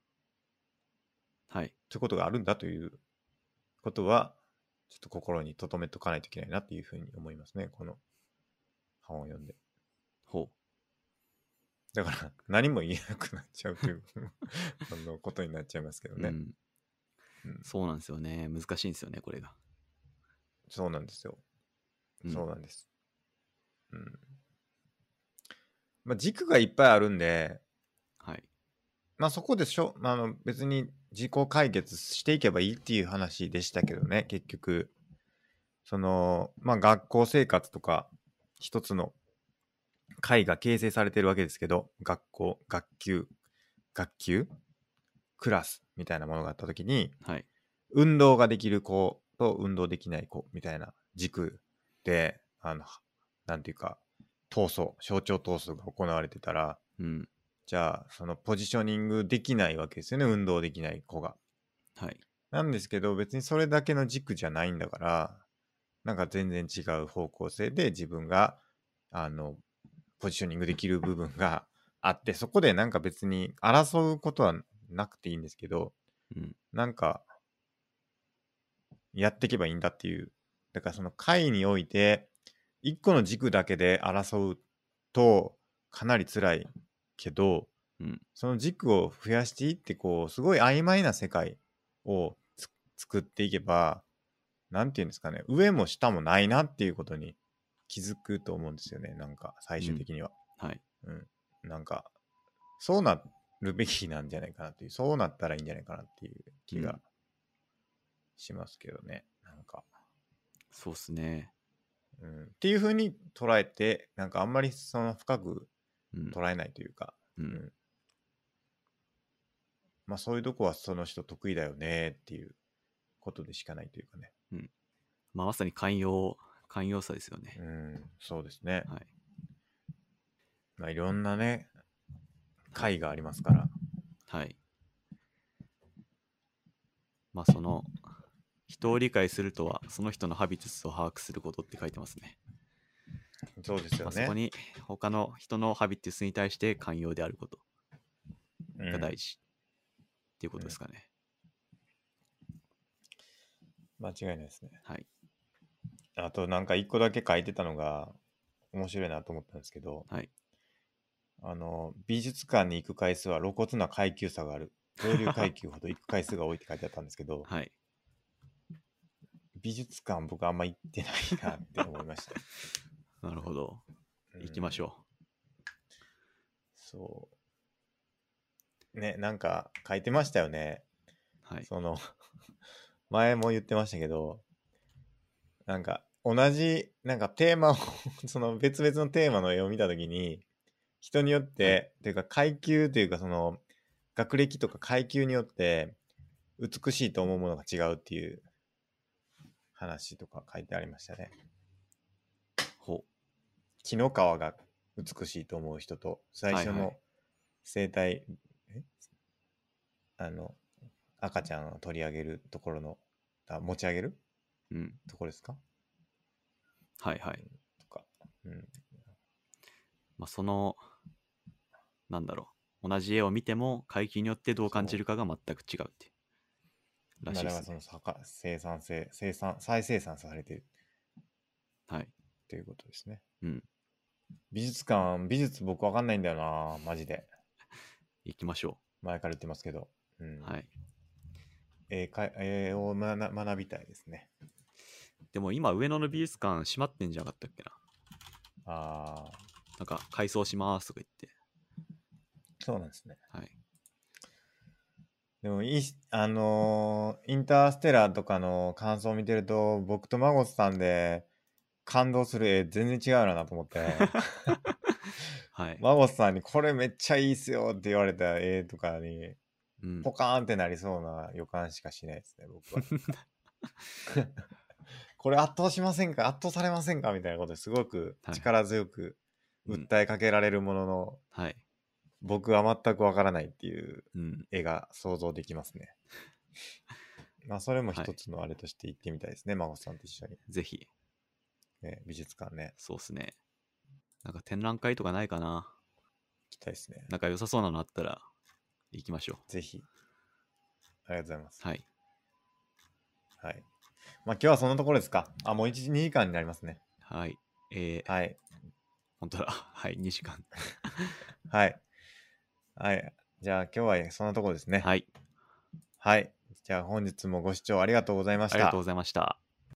B: はい。
A: ということがあるんだということは、ちょっと心に留めとかないといけないなっていうふうに思いますね、この本を読んで。
B: ほ
A: だから何も言えなくなっちゃうという あのことになっちゃいますけど
B: う。う
A: ね。
B: ん。
A: うん、
B: そうなんですよね。難しいんですよね、これが。
A: そうなんですよ。
B: う。
A: そうんなんです。うん。まあ、軸がいっぱいあるんで、
B: はい。
A: まあそこでしょ、まあ、あの別に自己解決していけばいいっていう話でしたけどね、結局、その、まあ学校生活とか、一つの会が形成されてるわけですけど、学校、学級、学級、クラスみたいなものがあったときに、
B: はい。
A: 運動ができる子と運動できない子みたいな軸で、あの、なんていうか、闘争、象徴闘争が行われてたら、
B: うん。
A: じゃあ、そのポジショニングできないわけですよね、運動できない子が。
B: はい。
A: なんですけど、別にそれだけの軸じゃないんだから、なんか全然違う方向性で自分が、あの、ポジショニングできる部分があって、そこでなんか別に争うことはなくていいんですけど、
B: うん。
A: なんかやっていけばいいんだっていう。だからその会において、一個の軸だけで争うとかなり辛いけど、
B: うん。
A: その軸を増やしていって、こう、すごい曖昧な世界をつ作っていけば、なんていうんですかね、上も下もないなっていうことに気づくと思うんですよね、なんか、最
B: う
A: 終
B: ん。
A: 的には。
B: はい。
A: うん。なんか、そうなるべきなんじゃないかなっていう、そうなったらいいんじゃないかなっていう
B: う
A: 気が
B: ん。
A: しますけどね、なんか。
B: そうっすね。
A: うん、っていう風に捉えて、なんかあんまりその深く
B: うん。
A: 捉えないというか、
B: う。
A: うんん、まあそういうとこはその人得意だよねっていうことでしかないというかね。
B: うん。まあ、まさに寛容、寛容さですよ
A: う
B: ね。
A: ん、そうですね。
B: はい。
A: まあいろんなね、
B: はい。
A: 会がありますから。
B: はい。まあ、その、人を理解するとは、その人のハビタスを把握することって書いてますね。
A: そうです
B: ま
A: よ
B: あ、そこ
A: ね。
B: に、他の人のハビタスに対して寛容であること
A: う
B: が
A: ん、
B: 大事っていうこ
A: う
B: とです
A: ん。
B: かね。
A: 間違いないですね。
B: はい。
A: あとなんか一個だけ書いてたのが面白いなと思ったんですけど、
B: はい。
A: あの、美術館に行く回数は露骨な階級差がある。上流階級ほど行く回数が多いって書いてあったんですけど、
B: はい。
A: 美術館僕あんま行ってないなって思いま したね。
B: なるほど。
A: う
B: 行きまし
A: ん、
B: ょ
A: そう。ね、なんか書いてましたよね。
B: う。はい。
A: その 前も言ってましたけど、なんか同じ、なんかテーマを その別々のテーマの絵を見たときに、人によっ
B: はい。
A: て、というか階級というかその学歴とか階級によって美しいと思うものが違うっていう話とか書いてありましたね。
B: ほ
A: 木の皮が美しいと思う人と、
B: う。
A: 最
B: はい
A: 初
B: はい。
A: の生態、えあの、赤ちゃんを取り上げるところの、あ持ち上げる
B: うん。
A: ところですか、
B: はいは
A: う
B: い。
A: ん、とか。うん。
B: まあ、その、なんだろう。同じ絵を見ても、階級によってどう感じ
A: そ
B: るかが全く違うっていう
A: う。
B: ら
A: ま
B: し
A: あ、
B: い
A: だか
B: です
A: らその
B: ね。
A: さか生産性、生産、再生産されてる
B: はい。
A: ということですね。
B: うん。
A: 美術館、美術僕わかんないんだよな、マジで。
B: 行きましょ
A: 前から言ってますけど。う
B: う。
A: ん。
B: はい。
A: 絵か絵を学学びたいですね。
B: でも今、上野の美術館閉まってんじゃなかったっけな。
A: ああ、
B: なんか、改装しますとか言って。
A: そうなんですね。
B: はい。
A: でもいいし、あのーインターステラーとかの感想を見てると、僕とマゴスさんで感動する絵全然違うなと思って、
B: はい。
A: マゴスさんにこれめっちゃいいっすよって言われた絵とかに、
B: うん
A: ポカーンってなりそうな予感しかしないですね、僕 は。これ圧倒しませんか圧倒されませんかみたいなことですごく
B: はい
A: 力強く
B: うん
A: 訴えかけられるものの、
B: はい。
A: 僕は全くわからないっていう
B: うん。
A: 絵が想像できます ね。まあそれも
B: はい
A: 一つのあれとして行ってみたいですね、孫さんと一緒に、
B: ぜひ、
A: ね。美術館ね、
B: そうっすね。なんか展覧会とかないかな
A: 行きたいですね。
B: なんか良さそうなのあったら、行きましょ
A: ぜひ。ありがとうございます。
B: う。はい。
A: はい。まあ今日はそんなところですか。あ、もう1時、2時間になりますね。
B: はい。えー、
A: はい。
B: 本当だ。 はい、2時間。
A: はい。はい。じゃあ今日はそんなところですね。
B: はい。
A: はい。じゃあ本日もご視聴ありがとうございまし
B: ありが
A: た
B: とうご。ざいました。